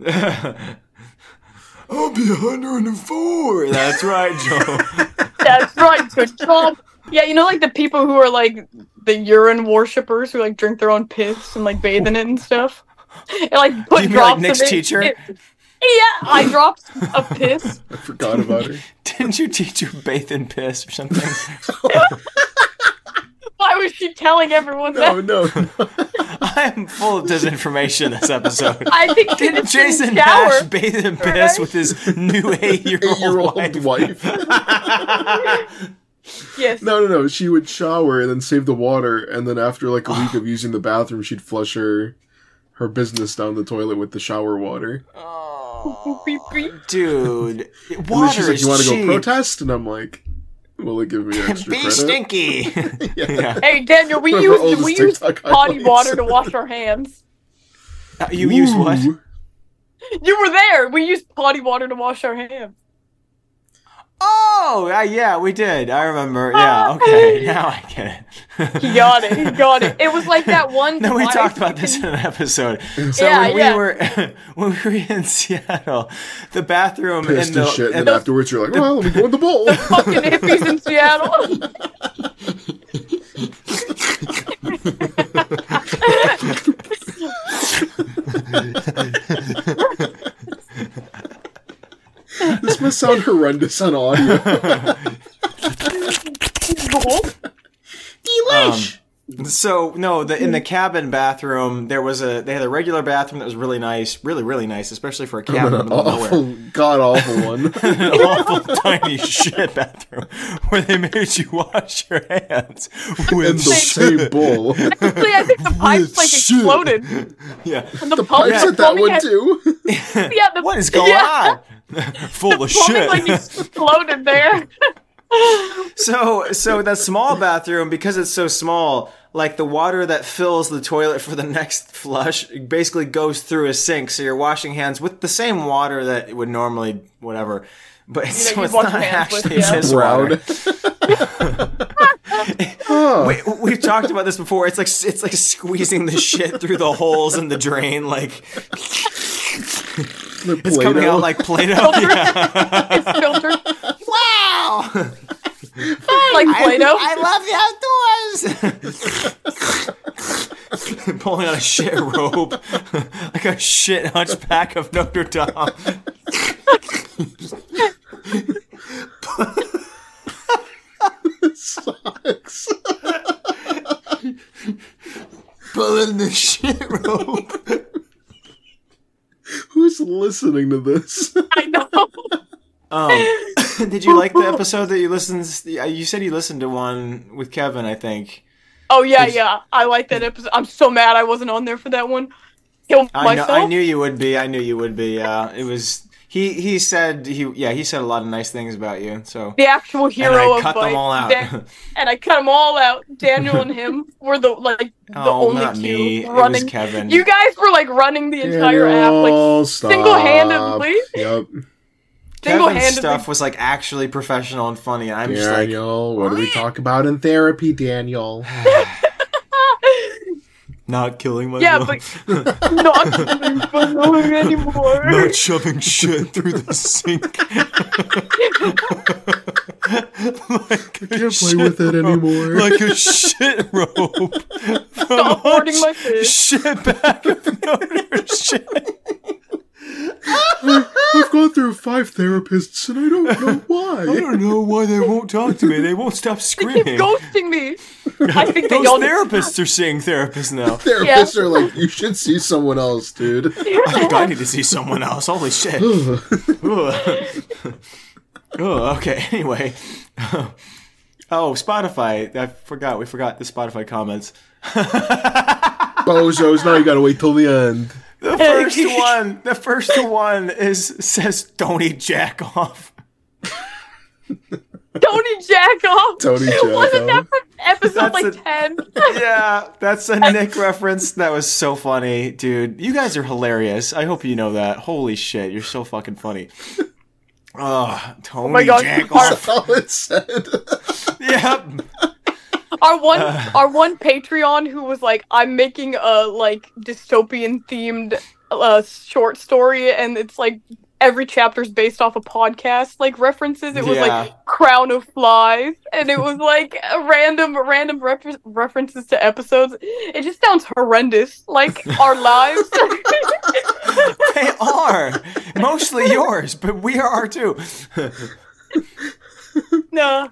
[SPEAKER 2] <laughs>
[SPEAKER 4] <laughs> I'll be 104. That's right, Joe.
[SPEAKER 5] That's right. Good job. Yeah, you know, like the people who are like the urine worshippers who like drink their own piss and like bathe in it and stuff. And like put
[SPEAKER 4] You mean, like,
[SPEAKER 5] drops of
[SPEAKER 4] Nick's
[SPEAKER 5] it-
[SPEAKER 4] teacher?
[SPEAKER 5] it- yeah, I drops of piss.
[SPEAKER 2] I forgot about her.
[SPEAKER 4] <laughs> Didn't you teach her bathe in piss or something? <laughs>
[SPEAKER 5] Why was she telling everyone
[SPEAKER 2] no,
[SPEAKER 5] that?
[SPEAKER 2] Oh, no.
[SPEAKER 4] <laughs> I'm full of disinformation this
[SPEAKER 2] <laughs>
[SPEAKER 4] episode.
[SPEAKER 5] I think she
[SPEAKER 4] Didn't
[SPEAKER 5] just didn't
[SPEAKER 4] Jason
[SPEAKER 5] shower.
[SPEAKER 4] Nash bathe in piss with his new
[SPEAKER 2] <laughs>
[SPEAKER 4] eight-year-old wife?
[SPEAKER 5] Yes.
[SPEAKER 2] No, no, no. She would shower and then save the water, and then after like a week
[SPEAKER 4] <gasps>
[SPEAKER 2] of using the bathroom, she'd flush her her business down the toilet with the shower water.
[SPEAKER 4] Dude,
[SPEAKER 2] and then
[SPEAKER 4] water
[SPEAKER 2] she's like,
[SPEAKER 4] is
[SPEAKER 2] "You want to go
[SPEAKER 4] cheap."
[SPEAKER 2] protest?" And I'm like, "Will it give me
[SPEAKER 4] <laughs>
[SPEAKER 2] extra
[SPEAKER 4] Be
[SPEAKER 2] credit?"
[SPEAKER 4] stinky.
[SPEAKER 2] <laughs>
[SPEAKER 4] yeah.
[SPEAKER 5] Hey Daniel, we
[SPEAKER 2] Remember all
[SPEAKER 5] used
[SPEAKER 2] the
[SPEAKER 5] we
[SPEAKER 2] TikTok
[SPEAKER 5] used potty
[SPEAKER 2] highlights?
[SPEAKER 5] water to wash our hands.
[SPEAKER 4] Uh, you use what?
[SPEAKER 5] You were there. We used potty water to wash our hands.
[SPEAKER 4] Oh, uh, yeah, we did. I remember. Yeah,
[SPEAKER 2] Ah.
[SPEAKER 4] okay. Now I get
[SPEAKER 5] He got it. He got it. It was like that one.
[SPEAKER 4] it. <laughs> No, we
[SPEAKER 5] time-
[SPEAKER 4] talked about this in an
[SPEAKER 2] <laughs>
[SPEAKER 4] episode. So
[SPEAKER 5] Yeah,
[SPEAKER 4] when we
[SPEAKER 5] yeah.
[SPEAKER 4] were <laughs> when we were in Seattle, the bathroom
[SPEAKER 2] Pissed
[SPEAKER 4] in the
[SPEAKER 2] and shit, and
[SPEAKER 4] in
[SPEAKER 2] then
[SPEAKER 4] the-
[SPEAKER 2] afterwards you're like, "Well, let me go in
[SPEAKER 4] <laughs>
[SPEAKER 2] the bowl."
[SPEAKER 5] <laughs> fucking hippies in Seattle.
[SPEAKER 2] this must sound horrendous on audio.
[SPEAKER 4] Delish. so no, the in
[SPEAKER 2] Mm.
[SPEAKER 4] the cabin bathroom there was a they had a regular bathroom that was really nice, really really nice, especially for a
[SPEAKER 2] And
[SPEAKER 4] cabin
[SPEAKER 2] then
[SPEAKER 4] in the
[SPEAKER 2] <laughs> an
[SPEAKER 4] middle of nowhere.
[SPEAKER 2] awful, god awful one.
[SPEAKER 4] <laughs> an awful
[SPEAKER 2] <laughs>
[SPEAKER 4] tiny shit bathroom where they made you wash your hands with
[SPEAKER 2] In the
[SPEAKER 4] shit.
[SPEAKER 2] same
[SPEAKER 5] <laughs>
[SPEAKER 2] bowl.
[SPEAKER 5] Actually, I think the pipes like
[SPEAKER 4] shit.
[SPEAKER 5] exploded.
[SPEAKER 4] <laughs> Yeah.
[SPEAKER 5] And the, pump-
[SPEAKER 2] pipes at that
[SPEAKER 5] plumbing
[SPEAKER 2] one,
[SPEAKER 5] had-
[SPEAKER 2] too.
[SPEAKER 5] Yeah, the,
[SPEAKER 4] What is going
[SPEAKER 5] yeah,
[SPEAKER 4] on? <laughs> Full of
[SPEAKER 5] Plumbing
[SPEAKER 4] shit.
[SPEAKER 5] like exploded
[SPEAKER 4] <laughs>
[SPEAKER 5] there. <laughs>
[SPEAKER 4] so so that small bathroom because it's so small like the water that fills the toilet for the next flush basically goes through a sink so you're washing hands with the same water that it would normally whatever but it's,
[SPEAKER 5] you'd
[SPEAKER 4] so it's
[SPEAKER 5] wash
[SPEAKER 4] not
[SPEAKER 5] your hands with,
[SPEAKER 4] actually
[SPEAKER 5] yeah.
[SPEAKER 4] this water.
[SPEAKER 2] <laughs>
[SPEAKER 5] <laughs>
[SPEAKER 2] Brown. Ah,
[SPEAKER 4] We, we've talked about this before. It's like it's like squeezing the shit through the holes in the drain. Like
[SPEAKER 2] The
[SPEAKER 4] it's coming
[SPEAKER 2] Play-Doh.
[SPEAKER 4] out like Play-Doh. <laughs> Yeah.
[SPEAKER 5] It's filtered
[SPEAKER 6] Wow!
[SPEAKER 5] like Play-Doh.
[SPEAKER 6] I, I love
[SPEAKER 4] <laughs>
[SPEAKER 6] the outdoors!
[SPEAKER 4] pulling on a shit rope, <laughs> like a shit hunchback of Notre Dame. <laughs>
[SPEAKER 2] sucks.
[SPEAKER 10] Pulling the shit rope.
[SPEAKER 2] Who's listening to this?
[SPEAKER 5] <laughs>
[SPEAKER 2] <laughs>
[SPEAKER 5] I know. <laughs>
[SPEAKER 4] Um, <laughs> did you like the episode that you listened? uh, You said you listened to one with Kevin, I think.
[SPEAKER 5] Oh yeah, yeah. I like that episode. I'm so mad I wasn't on there for that one. Kill
[SPEAKER 4] I, know,
[SPEAKER 5] myself.
[SPEAKER 4] I knew you would be. I knew you would be. Uh, it was he. He said he. Yeah, he said a lot of nice things about you. So
[SPEAKER 5] the actual hero
[SPEAKER 4] and I
[SPEAKER 5] of
[SPEAKER 4] cut
[SPEAKER 5] like,
[SPEAKER 4] them all out. <laughs>
[SPEAKER 5] Dan- and I cut them all out. Daniel and
[SPEAKER 2] <laughs>
[SPEAKER 5] him were the like the
[SPEAKER 4] oh,
[SPEAKER 5] only
[SPEAKER 4] not
[SPEAKER 5] two
[SPEAKER 4] me.
[SPEAKER 5] running. <laughs>
[SPEAKER 4] It was Kevin.
[SPEAKER 5] You guys were like running the entire app like
[SPEAKER 2] Daniel,
[SPEAKER 5] single-handedly?
[SPEAKER 2] stop. Yep.
[SPEAKER 5] single-handedly.
[SPEAKER 4] Kevin's stuff was like actually professional and funny. and I'm just like,
[SPEAKER 2] Daniel, what do we talk about in
[SPEAKER 4] <sighs>
[SPEAKER 2] therapy, Daniel?
[SPEAKER 4] not killing my
[SPEAKER 5] Yeah,
[SPEAKER 4] mom.
[SPEAKER 5] but <laughs> not killing my mom
[SPEAKER 4] <laughs>
[SPEAKER 5] anymore.
[SPEAKER 4] not shoving shit through the
[SPEAKER 5] <laughs>
[SPEAKER 4] sink. <laughs> like
[SPEAKER 2] Can't play with it anymore.
[SPEAKER 4] like a shit rope
[SPEAKER 5] Stop
[SPEAKER 4] <laughs>
[SPEAKER 5] hoarding my fish.
[SPEAKER 4] Shit back <laughs> of your shit.
[SPEAKER 2] I, have gone through five therapists and I don't know
[SPEAKER 4] <laughs>
[SPEAKER 2] why.
[SPEAKER 4] I don't know why they won't talk to me. They won't stop screaming.
[SPEAKER 5] Keep ghosting
[SPEAKER 4] <laughs>
[SPEAKER 5] me. I think they
[SPEAKER 4] Those
[SPEAKER 5] all
[SPEAKER 4] therapists are seeing therapists now.
[SPEAKER 2] Therapists are like, you should see someone
[SPEAKER 5] <laughs>
[SPEAKER 2] else, dude. <sighs> <laughs>
[SPEAKER 4] I think I need to see someone else. Holy shit. Ugh. Ugh, okay, <laughs> anyway. Oh, Spotify. I forgot. We forgot the Spotify comments.
[SPEAKER 2] Bozos, now you gotta wait till the end.
[SPEAKER 4] The first one, the first one is says Tony Jack off.
[SPEAKER 5] Tony Jack off.
[SPEAKER 2] Tony Jack
[SPEAKER 5] <laughs> Wasn't that
[SPEAKER 2] off.
[SPEAKER 5] from episode
[SPEAKER 4] That's a- <laughs>
[SPEAKER 5] like ten?
[SPEAKER 4] Yeah, that's a
[SPEAKER 5] <laughs>
[SPEAKER 4] Nick reference. That was so funny, dude. You guys are hilarious. I hope you know that. Holy shit, you're so fucking funny. Oh, Tony
[SPEAKER 5] my gosh,
[SPEAKER 4] Jack
[SPEAKER 5] you
[SPEAKER 4] <laughs>
[SPEAKER 5] are-
[SPEAKER 4] off.
[SPEAKER 2] That's all it said.
[SPEAKER 4] Yep.
[SPEAKER 5] Our one,
[SPEAKER 2] Uh.
[SPEAKER 5] our one Patreon who was like, "I'm making a like dystopian themed uh, short story, and it's like every chapter's based off a podcast like references." It was
[SPEAKER 4] Yeah.
[SPEAKER 5] like Crown of Flies, and it was like a random, random refer- references to episodes. It just sounds horrendous, like our lives. <laughs>
[SPEAKER 4] They are
[SPEAKER 5] <laughs>
[SPEAKER 4] mostly yours, but we are too.
[SPEAKER 5] no,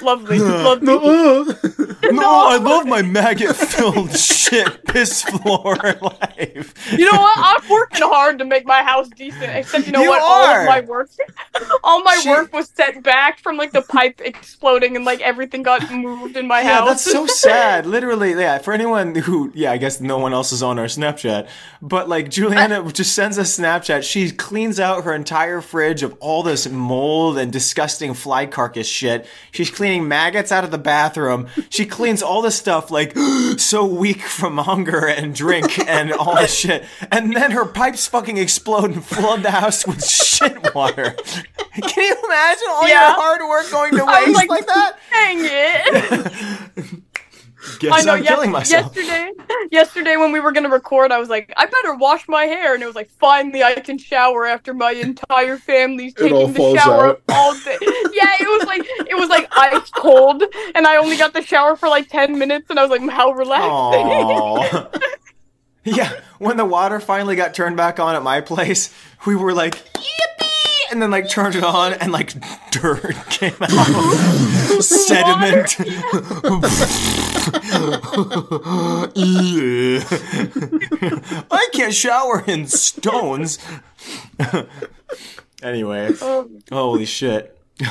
[SPEAKER 5] lovely, lovely.
[SPEAKER 2] <laughs> No, uh.
[SPEAKER 4] No, I love my maggot-filled <laughs> shit piss floor <laughs> life.
[SPEAKER 5] You know what? I'm working hard to make my house decent. Except you know
[SPEAKER 4] You
[SPEAKER 5] what? All
[SPEAKER 4] are.
[SPEAKER 5] of my work, <laughs> all my
[SPEAKER 4] She-
[SPEAKER 5] work was set back from like the pipe exploding and like everything got moved in my
[SPEAKER 4] Yeah,
[SPEAKER 5] house.
[SPEAKER 4] that's so sad. Literally, yeah. For anyone who, yeah, I guess no one else is on our Snapchat, but like
[SPEAKER 5] <laughs>
[SPEAKER 4] Juliana just sends us Snapchat. She cleans out her entire fridge of all this mold and disgusting fly carcass shit. She's cleaning maggots out of the bathroom. She cleans all this stuff like <gasps> so weak from hunger and drink and all this shit. And then her pipes fucking explode and flood the house with shit water. <laughs> Can you imagine all
[SPEAKER 5] Yeah.
[SPEAKER 4] your hard work going to
[SPEAKER 5] I was
[SPEAKER 4] waste like,
[SPEAKER 5] like-
[SPEAKER 4] that? <laughs>
[SPEAKER 5] Dang it!
[SPEAKER 4] Guess
[SPEAKER 5] I know.
[SPEAKER 4] I'm
[SPEAKER 5] yes-
[SPEAKER 4] killing myself.
[SPEAKER 5] Yesterday, yesterday when we were gonna record, I was like, I better wash my hair, and it was like, finally, I can shower after my entire family's taking
[SPEAKER 2] all
[SPEAKER 5] the
[SPEAKER 2] falls
[SPEAKER 5] shower
[SPEAKER 2] out.
[SPEAKER 5] all day. yeah, it was like it was like ice cold, and I only got the shower for like ten minutes, and I was like, how <laughs> relaxing.
[SPEAKER 4] Aw. yeah, when the water finally got turned back on at my place, we were like, yippee! And then, like, turned it on, and, like, dirt <laughs> came out.
[SPEAKER 5] <laughs>
[SPEAKER 4] Sediment. <laughs> I can't shower in stones. <laughs> anyway,
[SPEAKER 5] Um,
[SPEAKER 4] holy shit. <laughs>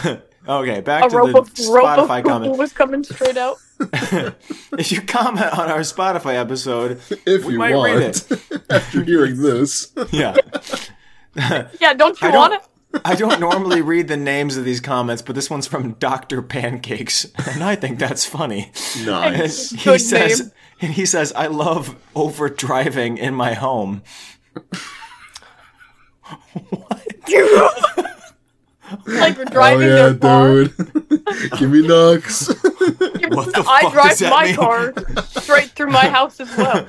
[SPEAKER 4] okay, back
[SPEAKER 5] a
[SPEAKER 4] to
[SPEAKER 5] rope
[SPEAKER 4] the
[SPEAKER 5] of rope
[SPEAKER 4] Spotify
[SPEAKER 5] of
[SPEAKER 4] comment.
[SPEAKER 5] poo was coming straight out.
[SPEAKER 4] If you comment on our Spotify episode,
[SPEAKER 2] If
[SPEAKER 4] we
[SPEAKER 2] you
[SPEAKER 4] might
[SPEAKER 2] want,
[SPEAKER 4] read it. <laughs>
[SPEAKER 2] after hearing this,
[SPEAKER 4] Yeah.
[SPEAKER 5] <laughs> Yeah, don't you
[SPEAKER 4] I
[SPEAKER 5] want
[SPEAKER 4] don't,
[SPEAKER 5] it?
[SPEAKER 4] I don't normally read the names of these comments, but this one's from Dr. Pancakes, and I think that's funny. And
[SPEAKER 2] nice.
[SPEAKER 4] he
[SPEAKER 5] Good
[SPEAKER 4] says
[SPEAKER 5] name.
[SPEAKER 4] and he says, I love overdriving in my
[SPEAKER 5] <laughs>
[SPEAKER 4] home.
[SPEAKER 5] Like you're
[SPEAKER 2] <laughs> Oh
[SPEAKER 5] driving
[SPEAKER 2] yeah,
[SPEAKER 5] your car.
[SPEAKER 2] dude. Give me knocks.
[SPEAKER 4] What the
[SPEAKER 5] I
[SPEAKER 4] fuck does
[SPEAKER 5] drive
[SPEAKER 4] that
[SPEAKER 5] my
[SPEAKER 4] mean?
[SPEAKER 5] car straight through my house as
[SPEAKER 4] <laughs>
[SPEAKER 5] well.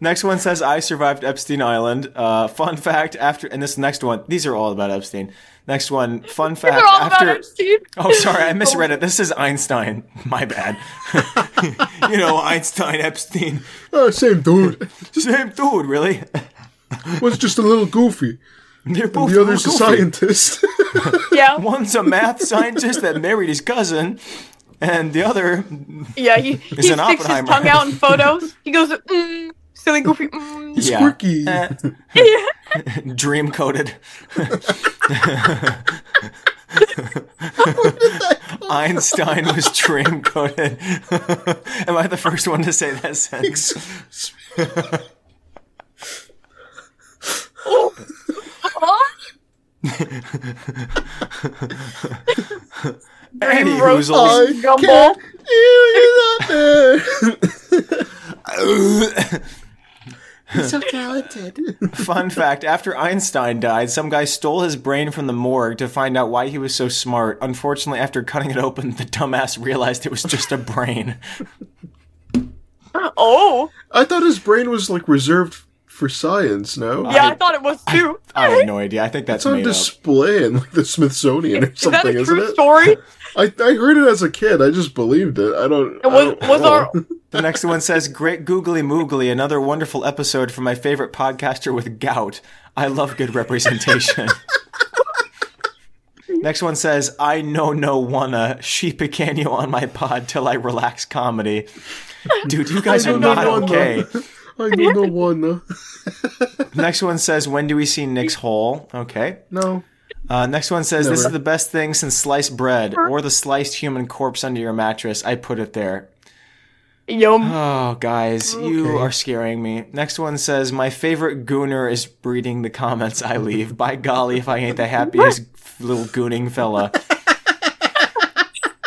[SPEAKER 4] Next one says, I survived Epstein Island. Uh, fun fact after and this next one, these are all about Epstein. Next one, fun fact
[SPEAKER 5] They're all
[SPEAKER 4] after
[SPEAKER 5] about Epstein.
[SPEAKER 4] <laughs> Oh, sorry, I misread it. This is Einstein. My bad. <laughs> you know, Einstein, Epstein,
[SPEAKER 2] <laughs> oh, same dude.
[SPEAKER 4] same dude, really.
[SPEAKER 2] Was just a little goofy.
[SPEAKER 4] They're both
[SPEAKER 2] The other's a
[SPEAKER 4] goofy.
[SPEAKER 2] scientist.
[SPEAKER 5] <laughs>
[SPEAKER 2] <laughs>
[SPEAKER 5] Yeah,
[SPEAKER 4] One's a math scientist that married his cousin, and the other,
[SPEAKER 5] yeah. He, he
[SPEAKER 4] an
[SPEAKER 5] sticks his
[SPEAKER 4] Oppenheimer.
[SPEAKER 5] tongue
[SPEAKER 4] <laughs>
[SPEAKER 5] out in photos. He goes, mm, silly goofy. Mm.
[SPEAKER 4] yeah, Uh.
[SPEAKER 2] Quirky. <laughs>
[SPEAKER 4] dream coded. Einstein was dream coded. Am I the first one to say that sentence?
[SPEAKER 5] Huh?
[SPEAKER 4] Eddie
[SPEAKER 5] roast
[SPEAKER 4] Hoozles.
[SPEAKER 5] is gumbo.
[SPEAKER 2] Ew, you're <laughs> not there.
[SPEAKER 4] <laughs> Fun fact after Einstein died, some guy stole his brain from the morgue to find out why he was so smart. Unfortunately, after cutting it open, the dumbass realized it was just a brain.
[SPEAKER 5] Oh,
[SPEAKER 2] I thought his brain was like reserved for science, no?
[SPEAKER 5] Yeah, I, thought it was too.
[SPEAKER 4] I have no idea. I think that's
[SPEAKER 2] It's on
[SPEAKER 4] made up.
[SPEAKER 2] display in like the Smithsonian
[SPEAKER 5] Is
[SPEAKER 2] or
[SPEAKER 5] that
[SPEAKER 2] something,
[SPEAKER 5] a
[SPEAKER 2] isn't
[SPEAKER 5] true
[SPEAKER 2] it?
[SPEAKER 5] story?
[SPEAKER 2] I, I heard it as a kid. I just believed it. I don't. I
[SPEAKER 5] was-
[SPEAKER 4] Oh,
[SPEAKER 2] don't
[SPEAKER 5] was
[SPEAKER 2] know.
[SPEAKER 5] our-
[SPEAKER 4] The next one says, "Great googly moogly, another wonderful episode from my favorite podcaster with gout. I love good representation." <laughs> next one says, "I know no wanna sheep a canyon on my pod till I relax comedy." Dude, you guys
[SPEAKER 2] I
[SPEAKER 4] are
[SPEAKER 2] know
[SPEAKER 4] not
[SPEAKER 2] no wanna.
[SPEAKER 4] okay.
[SPEAKER 2] I know no one. uh,
[SPEAKER 4] next one says, "When do we see Nick's hole?" Okay.
[SPEAKER 2] <laughs> No.
[SPEAKER 4] Uh, next one says, "This
[SPEAKER 2] Never.
[SPEAKER 4] is the best thing since sliced bread or the sliced human corpse under your mattress." I put it there.
[SPEAKER 5] Yum.
[SPEAKER 4] Oh, guys, you
[SPEAKER 2] Okay.
[SPEAKER 4] are scaring me. Next one says, "My favorite gooner is reading the comments I leave." By golly, if I ain't the happiest little gooning
[SPEAKER 2] <laughs>
[SPEAKER 4] fella.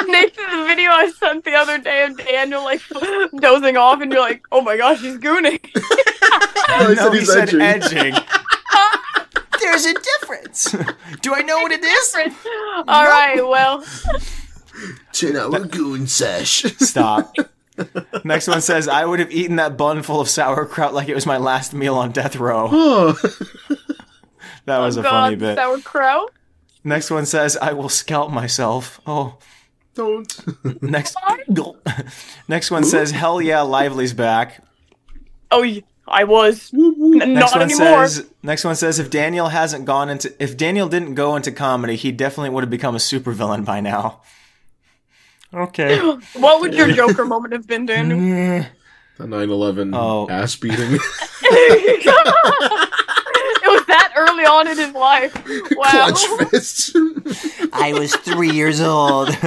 [SPEAKER 5] Nathan, the video I sent the other day of Daniel like <laughs> dozing off, and you're like, "Oh my gosh, he's gooning."
[SPEAKER 2] I
[SPEAKER 4] no,
[SPEAKER 2] said
[SPEAKER 4] he
[SPEAKER 2] he's
[SPEAKER 4] said
[SPEAKER 2] edging.
[SPEAKER 4] edging.
[SPEAKER 6] There's a difference. Do I know what it is?
[SPEAKER 5] All right, well,
[SPEAKER 10] Ten hour goon
[SPEAKER 2] <laughs>
[SPEAKER 10] sesh.
[SPEAKER 4] Stop. Next one says, "I would have eaten that bun full of sauerkraut like it was my last meal on death row."
[SPEAKER 2] Oh,
[SPEAKER 4] Oh, That was a funny
[SPEAKER 5] God,
[SPEAKER 4] bit.
[SPEAKER 5] sauerkraut.
[SPEAKER 4] Next one says, "I will scalp myself." Oh.
[SPEAKER 2] don't. <laughs>
[SPEAKER 4] Next, <laughs> next one says, "Hell yeah, Lively's back."
[SPEAKER 5] Oh, y- I was N-
[SPEAKER 4] Next
[SPEAKER 5] not
[SPEAKER 4] one
[SPEAKER 5] anymore.
[SPEAKER 4] says, "Next one says, if Daniel hasn't gone into, if Daniel didn't go into comedy, he definitely would have become a supervillain by now." Okay.
[SPEAKER 5] <gasps> what would your Joker moment have
[SPEAKER 4] <laughs>
[SPEAKER 5] been, Daniel?
[SPEAKER 2] The 9/11
[SPEAKER 4] Oh. <laughs>
[SPEAKER 2] ass beating.
[SPEAKER 5] <laughs>
[SPEAKER 2] <laughs>
[SPEAKER 5] it was that early on in his life. Wow.
[SPEAKER 2] Clutch fists.
[SPEAKER 10] I was three years old.
[SPEAKER 4] <laughs>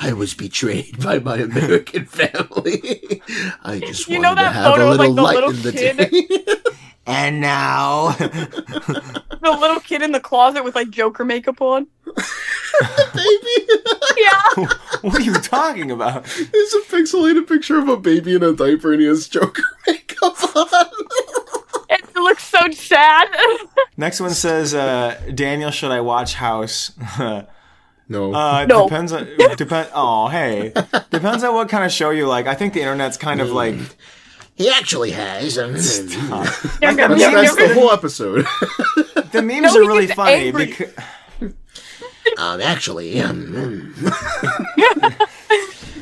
[SPEAKER 10] I was betrayed by my American family. I just
[SPEAKER 5] You know that photo of like the little kid,
[SPEAKER 2] <laughs>
[SPEAKER 5] the
[SPEAKER 10] And now,
[SPEAKER 5] little kid in <laughs> the closet with like Joker makeup on. Yeah.
[SPEAKER 4] <laughs> what are you talking about?
[SPEAKER 2] It's a pixelated picture of a baby in a diaper and he has Joker makeup on.
[SPEAKER 5] <laughs>
[SPEAKER 2] <laughs>
[SPEAKER 5] It looks so sad. <laughs>
[SPEAKER 4] Next one says, uh, "Daniel, should I watch House?" <laughs>
[SPEAKER 2] No.
[SPEAKER 4] Uh, it
[SPEAKER 5] No.
[SPEAKER 4] Depends on. Depend. Oh, hey. Depends on what kind of show you like. I think the internet's kind of like.
[SPEAKER 10] he actually has.
[SPEAKER 4] <laughs>
[SPEAKER 2] I mean, that's the whole episode. <laughs>
[SPEAKER 4] The memes
[SPEAKER 5] No, he
[SPEAKER 4] are really
[SPEAKER 5] gets
[SPEAKER 4] funny
[SPEAKER 5] angry.
[SPEAKER 4] because
[SPEAKER 10] Um,
[SPEAKER 8] <laughs>
[SPEAKER 10] actually, <laughs> um,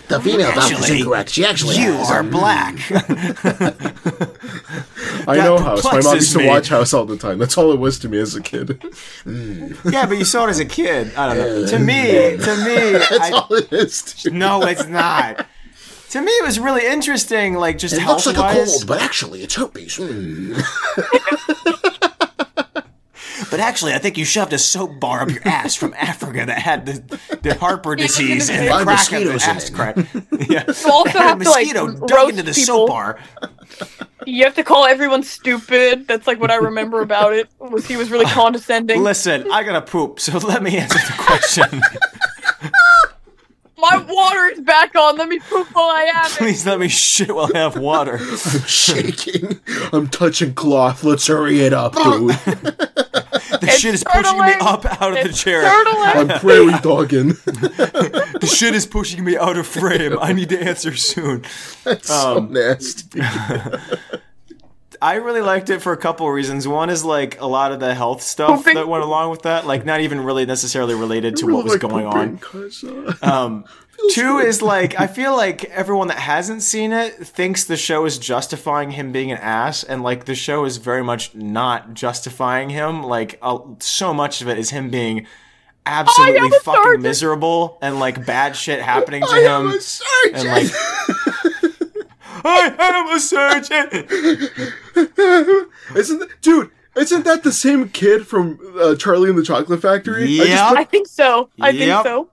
[SPEAKER 10] the female doctor is incorrect. She actually
[SPEAKER 8] You
[SPEAKER 10] has,
[SPEAKER 8] are
[SPEAKER 10] um,
[SPEAKER 8] black.
[SPEAKER 2] I know House. My mom
[SPEAKER 4] perplexes
[SPEAKER 2] used to
[SPEAKER 4] me.
[SPEAKER 2] watch House all the time. That's all it was to me as a kid.
[SPEAKER 4] <laughs>
[SPEAKER 2] <laughs>
[SPEAKER 4] yeah, but you saw it as a kid. I don't know. To me, to
[SPEAKER 8] <laughs>
[SPEAKER 4] me,
[SPEAKER 2] That's
[SPEAKER 4] I,
[SPEAKER 2] all it is. To me.
[SPEAKER 4] no, it's not. To me, it was really interesting. Like just
[SPEAKER 10] It
[SPEAKER 4] health
[SPEAKER 10] looks like a
[SPEAKER 4] wise.
[SPEAKER 10] cold, but actually it's herpes. Mm.
[SPEAKER 2] <laughs>
[SPEAKER 8] But actually, I think you shoved a soap bar up your ass from Africa that had the,
[SPEAKER 4] <laughs>
[SPEAKER 8] the Harper disease and the
[SPEAKER 10] By
[SPEAKER 8] crack of the
[SPEAKER 10] mosquitoes in
[SPEAKER 8] ass
[SPEAKER 10] it.
[SPEAKER 8] crack. Yeah.
[SPEAKER 5] You also
[SPEAKER 8] Had a
[SPEAKER 5] have to like
[SPEAKER 8] mosquito dug
[SPEAKER 5] roast
[SPEAKER 8] into the
[SPEAKER 5] people.
[SPEAKER 8] soap bar.
[SPEAKER 5] You have to call everyone stupid. That's like what I remember about it. Was he was really condescending.
[SPEAKER 4] Listen, I gotta poop, so <laughs> let me answer the <laughs> question.
[SPEAKER 5] My water is back on. Let me poop while I have it.
[SPEAKER 4] Please let me shit while I have water.
[SPEAKER 10] shaking.
[SPEAKER 2] I'm touching cloth. Let's hurry
[SPEAKER 10] <laughs>
[SPEAKER 2] it up, dude.
[SPEAKER 4] The shit is pushing me
[SPEAKER 5] turtling.
[SPEAKER 4] up out of the
[SPEAKER 5] It's
[SPEAKER 4] chair.
[SPEAKER 5] turtling.
[SPEAKER 2] I'm prairie dogging. <laughs>
[SPEAKER 4] The shit is pushing me out of frame. I need to answer soon.
[SPEAKER 2] That's
[SPEAKER 4] Um, <laughs>
[SPEAKER 2] so nasty.
[SPEAKER 4] I really liked it for a couple reasons. One is like a lot of the health stuff
[SPEAKER 5] Pooping.
[SPEAKER 4] that went along with that, like not even really necessarily related to what was going on. <laughs> Um, two is like I feel like everyone that hasn't seen it thinks the show is justifying him being an ass, and like the show is very much not justifying him. Like uh, so much of it is him being absolutely
[SPEAKER 5] I am a
[SPEAKER 4] fucking
[SPEAKER 5] sergeant.
[SPEAKER 4] miserable and like bad shit happening to
[SPEAKER 2] I am
[SPEAKER 4] him.
[SPEAKER 2] a
[SPEAKER 4] um,
[SPEAKER 2] sergeant.
[SPEAKER 4] and like I am a surgeon.
[SPEAKER 2] <laughs> isn't that, dude? Isn't that the same kid from uh, Charlie and the Chocolate Factory? I just
[SPEAKER 5] I think so. I
[SPEAKER 4] Yep.
[SPEAKER 5] think so.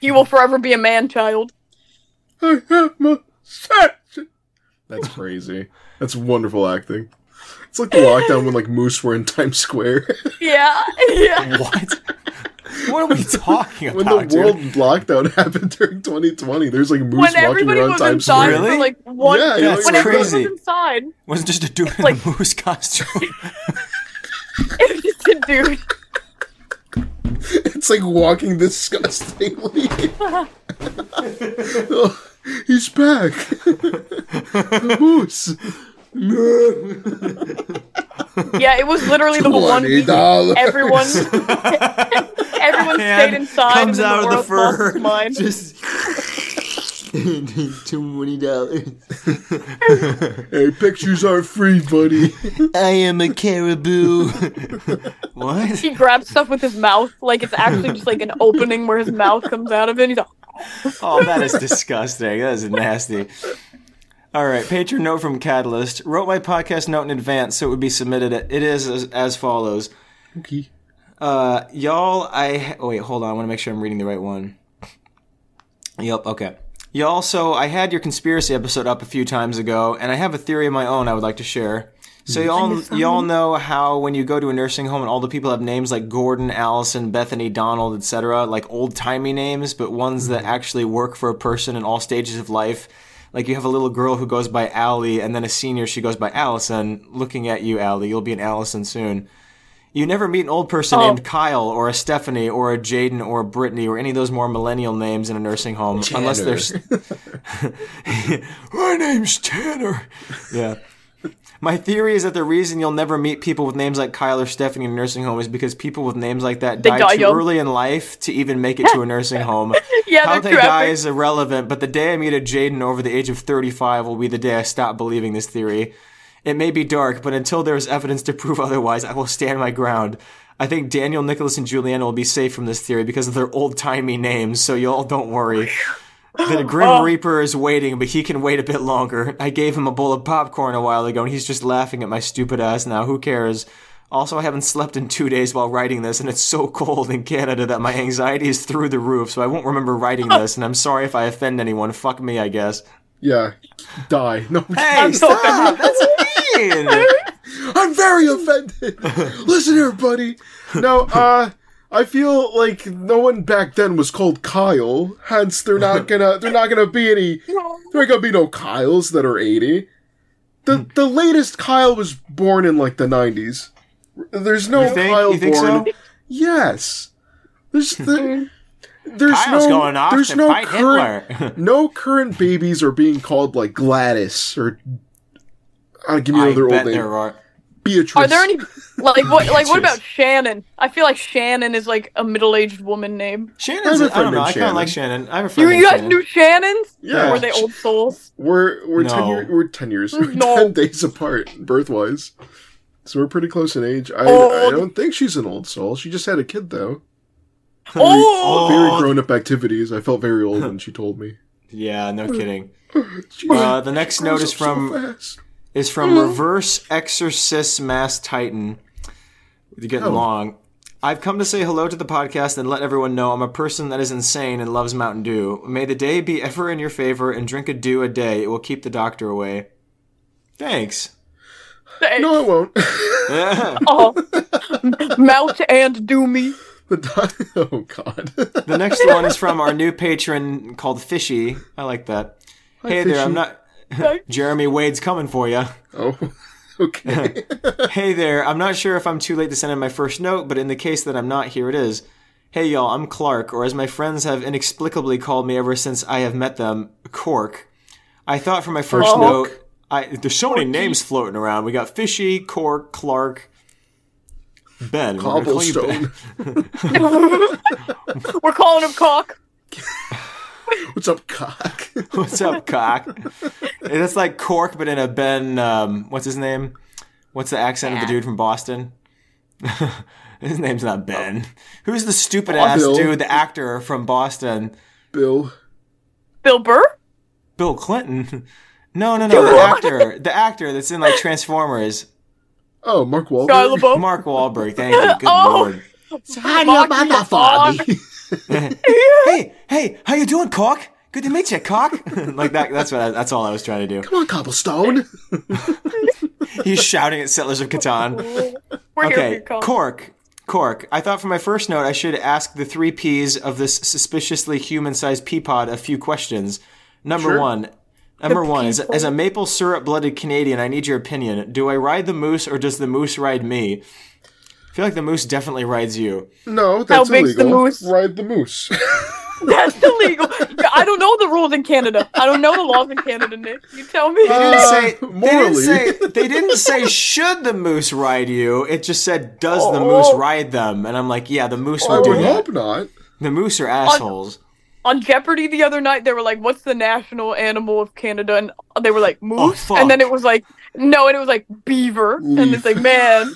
[SPEAKER 5] He will forever be a man child.
[SPEAKER 2] I am a sergeant. That's crazy. That's wonderful acting. It's like the lockdown when like moose were in Times Square. <laughs>
[SPEAKER 5] Yeah. <laughs> Yeah.
[SPEAKER 4] <laughs> What? What are we talking
[SPEAKER 2] when
[SPEAKER 4] about,
[SPEAKER 2] the
[SPEAKER 4] dude?
[SPEAKER 2] world lockdown <laughs> happened during 2020, there's like moose
[SPEAKER 5] When
[SPEAKER 2] walking
[SPEAKER 5] everybody
[SPEAKER 2] around
[SPEAKER 5] was
[SPEAKER 2] Times
[SPEAKER 5] inside
[SPEAKER 2] Square.
[SPEAKER 4] Really?
[SPEAKER 5] for like one,
[SPEAKER 2] Yeah, yeah,
[SPEAKER 4] it's
[SPEAKER 5] when everybody
[SPEAKER 4] crazy.
[SPEAKER 5] was inside,
[SPEAKER 4] Wasn't just a dude in
[SPEAKER 5] like-
[SPEAKER 4] a moose costume.
[SPEAKER 5] it was just a dude.
[SPEAKER 2] <laughs> It's like
[SPEAKER 5] <laughs>
[SPEAKER 2] walking disgustingly. Oh, he's back. the moose.
[SPEAKER 5] Yeah, it was literally the one week
[SPEAKER 10] $20.
[SPEAKER 4] <laughs>
[SPEAKER 5] <laughs> everyone everyone stayed inside.
[SPEAKER 10] comes
[SPEAKER 5] and
[SPEAKER 10] out of the
[SPEAKER 5] world lost
[SPEAKER 10] fur.
[SPEAKER 5] its mind.
[SPEAKER 10] Twenty dollars. hey, pictures are free, buddy. I am <laughs> a caribou.
[SPEAKER 8] What?
[SPEAKER 5] He grabs stuff with his mouth, like it's actually just like an opening where his mouth comes out of it. He's like,
[SPEAKER 4] Oh, that is disgusting. That is nasty. All right, patron note from Catalyst. Wrote my podcast note in advance so it would be submitted. It is as, as follows.
[SPEAKER 2] Okay.
[SPEAKER 4] Uh, y'all, I. Oh, wait, hold on. I want to make sure I'm reading the right one. Yep, okay. Y'all, so I had your conspiracy episode up a few times ago, and I have a theory of my own I would like to share. So y'all, y'all know how when you go to a nursing home and all the people have names like Gordon, Allison, Bethany, Donald, etc., like old timey names, but ones that actually work for a person in all stages of life. Like you have a little girl who goes by Allie, and then a senior she goes by Allison. Looking at you, Allie, you'll be an Allison soon. You never meet an old person
[SPEAKER 5] Oh.
[SPEAKER 4] named Kyle or a Stephanie or a Jaden or a Brittany or any of those more millennial names in a nursing home, unless
[SPEAKER 10] Tanner.
[SPEAKER 4] there's <laughs> My name's Tanner. yeah. My theory is that the reason you'll never meet people with names like Kyle or Stephanie in a nursing home is because people with names like that
[SPEAKER 5] They
[SPEAKER 4] die,
[SPEAKER 5] die
[SPEAKER 4] too
[SPEAKER 5] young.
[SPEAKER 4] early in life to even make it to a nursing home.
[SPEAKER 5] <laughs> Yeah,
[SPEAKER 4] How
[SPEAKER 5] they're
[SPEAKER 4] they die
[SPEAKER 5] graphic.
[SPEAKER 4] is irrelevant, but the day I meet a Jaden over the age of 35 will be the day I stop believing this theory. It may be dark, but until there is evidence to prove <laughs> otherwise, I will stand my ground. I think Daniel, Nicholas, and Juliana will be safe from this theory because of their old timey names, so y'all don't worry. The Grim
[SPEAKER 5] <laughs> Oh.
[SPEAKER 4] Reaper is waiting, but he can wait a bit longer. I gave him a bowl of popcorn a while ago, and he's just laughing at my stupid ass now. Who cares? Also, I haven't slept in two days while writing this, and it's so cold in Canada that my anxiety is through the roof, so I won't remember writing this, and I'm sorry if I offend anyone. Fuck me, I guess.
[SPEAKER 2] Yeah. Die. No.
[SPEAKER 4] Hey, stop! That's mean!
[SPEAKER 2] <laughs>
[SPEAKER 5] <laughs>
[SPEAKER 2] I'm very offended. Listen here, buddy.
[SPEAKER 4] <laughs>
[SPEAKER 2] Now, uh, I feel like no one back then was called Kyle. Hence,
[SPEAKER 4] <laughs>
[SPEAKER 2] they're not gonna they're not gonna be any there ain't gonna be no Kyles that are eighty. The
[SPEAKER 4] Hmm.
[SPEAKER 2] the latest Kyle was born in like the nineties. There's no
[SPEAKER 4] You think-
[SPEAKER 2] Kyle
[SPEAKER 4] you think
[SPEAKER 2] born.
[SPEAKER 4] so?
[SPEAKER 2] Yes. There's the, there's
[SPEAKER 4] Kyle's
[SPEAKER 2] no
[SPEAKER 4] going off
[SPEAKER 2] there's
[SPEAKER 4] to
[SPEAKER 2] no
[SPEAKER 4] fight <laughs>
[SPEAKER 2] current no current babies are being called like Gladys or uh, give me
[SPEAKER 4] I
[SPEAKER 2] another
[SPEAKER 4] bet
[SPEAKER 2] old name.
[SPEAKER 4] there are.
[SPEAKER 2] Beatrice.
[SPEAKER 5] Are there any like what like what about
[SPEAKER 4] Bitches.
[SPEAKER 5] Shannon? I feel like Shannon is like a middle aged woman name.
[SPEAKER 4] Shannon's,
[SPEAKER 2] I
[SPEAKER 4] I,
[SPEAKER 2] have a
[SPEAKER 4] I don't know,
[SPEAKER 2] friend
[SPEAKER 4] I
[SPEAKER 2] named
[SPEAKER 4] kind of like Shannon. I have a friend
[SPEAKER 5] you
[SPEAKER 4] named
[SPEAKER 5] guys
[SPEAKER 4] Shannon.
[SPEAKER 5] knew Shannons?
[SPEAKER 2] Yeah.
[SPEAKER 5] Were they old
[SPEAKER 2] <laughs>
[SPEAKER 5] souls?
[SPEAKER 2] We're we're ten
[SPEAKER 4] No.
[SPEAKER 2] year, we're ten years
[SPEAKER 5] No.
[SPEAKER 2] <laughs> ten days apart birth wise, so we're pretty close in age. I, I
[SPEAKER 5] Old.
[SPEAKER 2] don't think she's an old soul. She just had a kid though.
[SPEAKER 5] Oh,
[SPEAKER 2] Very grown up activities. I felt
[SPEAKER 4] <laughs>
[SPEAKER 2] very old when she told me.
[SPEAKER 4] Yeah, no kidding.
[SPEAKER 2] She-
[SPEAKER 4] Uh, the next
[SPEAKER 2] she
[SPEAKER 4] note
[SPEAKER 2] grows
[SPEAKER 4] is
[SPEAKER 2] Mm. up so
[SPEAKER 4] from
[SPEAKER 2] fast. Mm.
[SPEAKER 4] is from Reverse Exorcist Mass Titan. You're getting
[SPEAKER 2] Oh.
[SPEAKER 4] long. I've come to say hello to the podcast and let everyone know I'm a person that is insane and loves Mountain Dew. May the day be ever in your favor and drink a dew a day. It will keep the doctor away. Thanks.
[SPEAKER 5] thanks.
[SPEAKER 2] No, it won't. <laughs>
[SPEAKER 4] Yeah.
[SPEAKER 5] Oh. Mount and do
[SPEAKER 2] <laughs>
[SPEAKER 5] me.
[SPEAKER 2] the di- oh god.
[SPEAKER 4] The
[SPEAKER 2] <laughs>
[SPEAKER 4] next one is from our new patron called Fishy. I like that. hey there, I'm
[SPEAKER 2] Fishy.
[SPEAKER 4] not. <laughs> Jeremy Wade's coming for you.
[SPEAKER 2] oh, <laughs>
[SPEAKER 4] <laughs>
[SPEAKER 2] okay.
[SPEAKER 4] hey there, I'm not sure if I'm too late to send in my first note, but in the case that I'm not, here it is. Hey y'all, I'm Clark, or as my friends have inexplicably called me ever since I have met them, Cork. I thought for my first
[SPEAKER 5] Cork.
[SPEAKER 4] note, I, there's so many names floating around. We got Fishy, Cork, Clark, Ben. We're gonna call you Ben.
[SPEAKER 2] Cobblestone.
[SPEAKER 5] We're calling him cock.
[SPEAKER 2] What's up, cock? <laughs>
[SPEAKER 4] What's up, cock? That's like Cork, but in a Ben. Um, what's his name? What's the accent of the dude from Boston? <laughs> his name's not Ben.
[SPEAKER 2] Oh.
[SPEAKER 4] Who's the stupid ass
[SPEAKER 2] Bill.
[SPEAKER 4] dude, the actor from Boston?
[SPEAKER 2] Bill.
[SPEAKER 5] Bill Burr?
[SPEAKER 4] Bill Clinton. <laughs> No, no, no. The actor, the actor that's in like Transformers.
[SPEAKER 2] Oh, Mark
[SPEAKER 5] Guy
[SPEAKER 2] Wahlberg.
[SPEAKER 5] LeBeau?
[SPEAKER 4] Mark Wahlberg. Thank you. Good
[SPEAKER 2] <laughs>
[SPEAKER 5] Oh.
[SPEAKER 4] lord.
[SPEAKER 10] How do you
[SPEAKER 5] Mark
[SPEAKER 10] mother
[SPEAKER 5] Wahlberg. <laughs>
[SPEAKER 10] father?
[SPEAKER 4] Hey, hey, how you doing, Cork? Good to meet you, Cock. <laughs> like that. That's what. I, that's all I was trying to do.
[SPEAKER 2] Come on, Cobblestone.
[SPEAKER 4] He's shouting at Settlers of
[SPEAKER 2] <laughs>
[SPEAKER 4] Catan.
[SPEAKER 5] We're here for
[SPEAKER 4] Okay,
[SPEAKER 5] your cock.
[SPEAKER 4] Cork. Cork. I thought for my first note I should ask the three P's of this suspiciously human-sized pea pod a few questions. Number one. Number one is as a maple syrup-blooded Canadian, I need your opinion. Do I ride the moose or does the moose ride me? I feel like the moose definitely rides you.
[SPEAKER 2] No, that's
[SPEAKER 5] big's the
[SPEAKER 2] illegal.
[SPEAKER 5] moose?
[SPEAKER 10] <laughs>
[SPEAKER 2] Ride the moose.
[SPEAKER 5] That's illegal. I don't know the rules in Canada. I don't know the laws in Canada, Nick. You tell me.
[SPEAKER 4] They
[SPEAKER 2] Oh,
[SPEAKER 4] didn't say. They didn't say, they didn't say. Should the moose ride you? It just said, "Does the moose
[SPEAKER 5] Oh.
[SPEAKER 4] ride them?" And I'm like, "Yeah, the moose
[SPEAKER 5] I
[SPEAKER 2] Oh,
[SPEAKER 4] would do
[SPEAKER 10] Oh.
[SPEAKER 5] would
[SPEAKER 4] that."
[SPEAKER 5] hope
[SPEAKER 2] not.
[SPEAKER 4] The moose are
[SPEAKER 5] <laughs>
[SPEAKER 4] assholes.
[SPEAKER 5] on Jeopardy the other night, they were like, "What's the national animal of Canada?" And they were like, "Moose,"
[SPEAKER 4] Oh, fuck.
[SPEAKER 5] and then it was like, "No," and it was like beaver, and it's
[SPEAKER 4] <laughs>
[SPEAKER 5] like, "Man,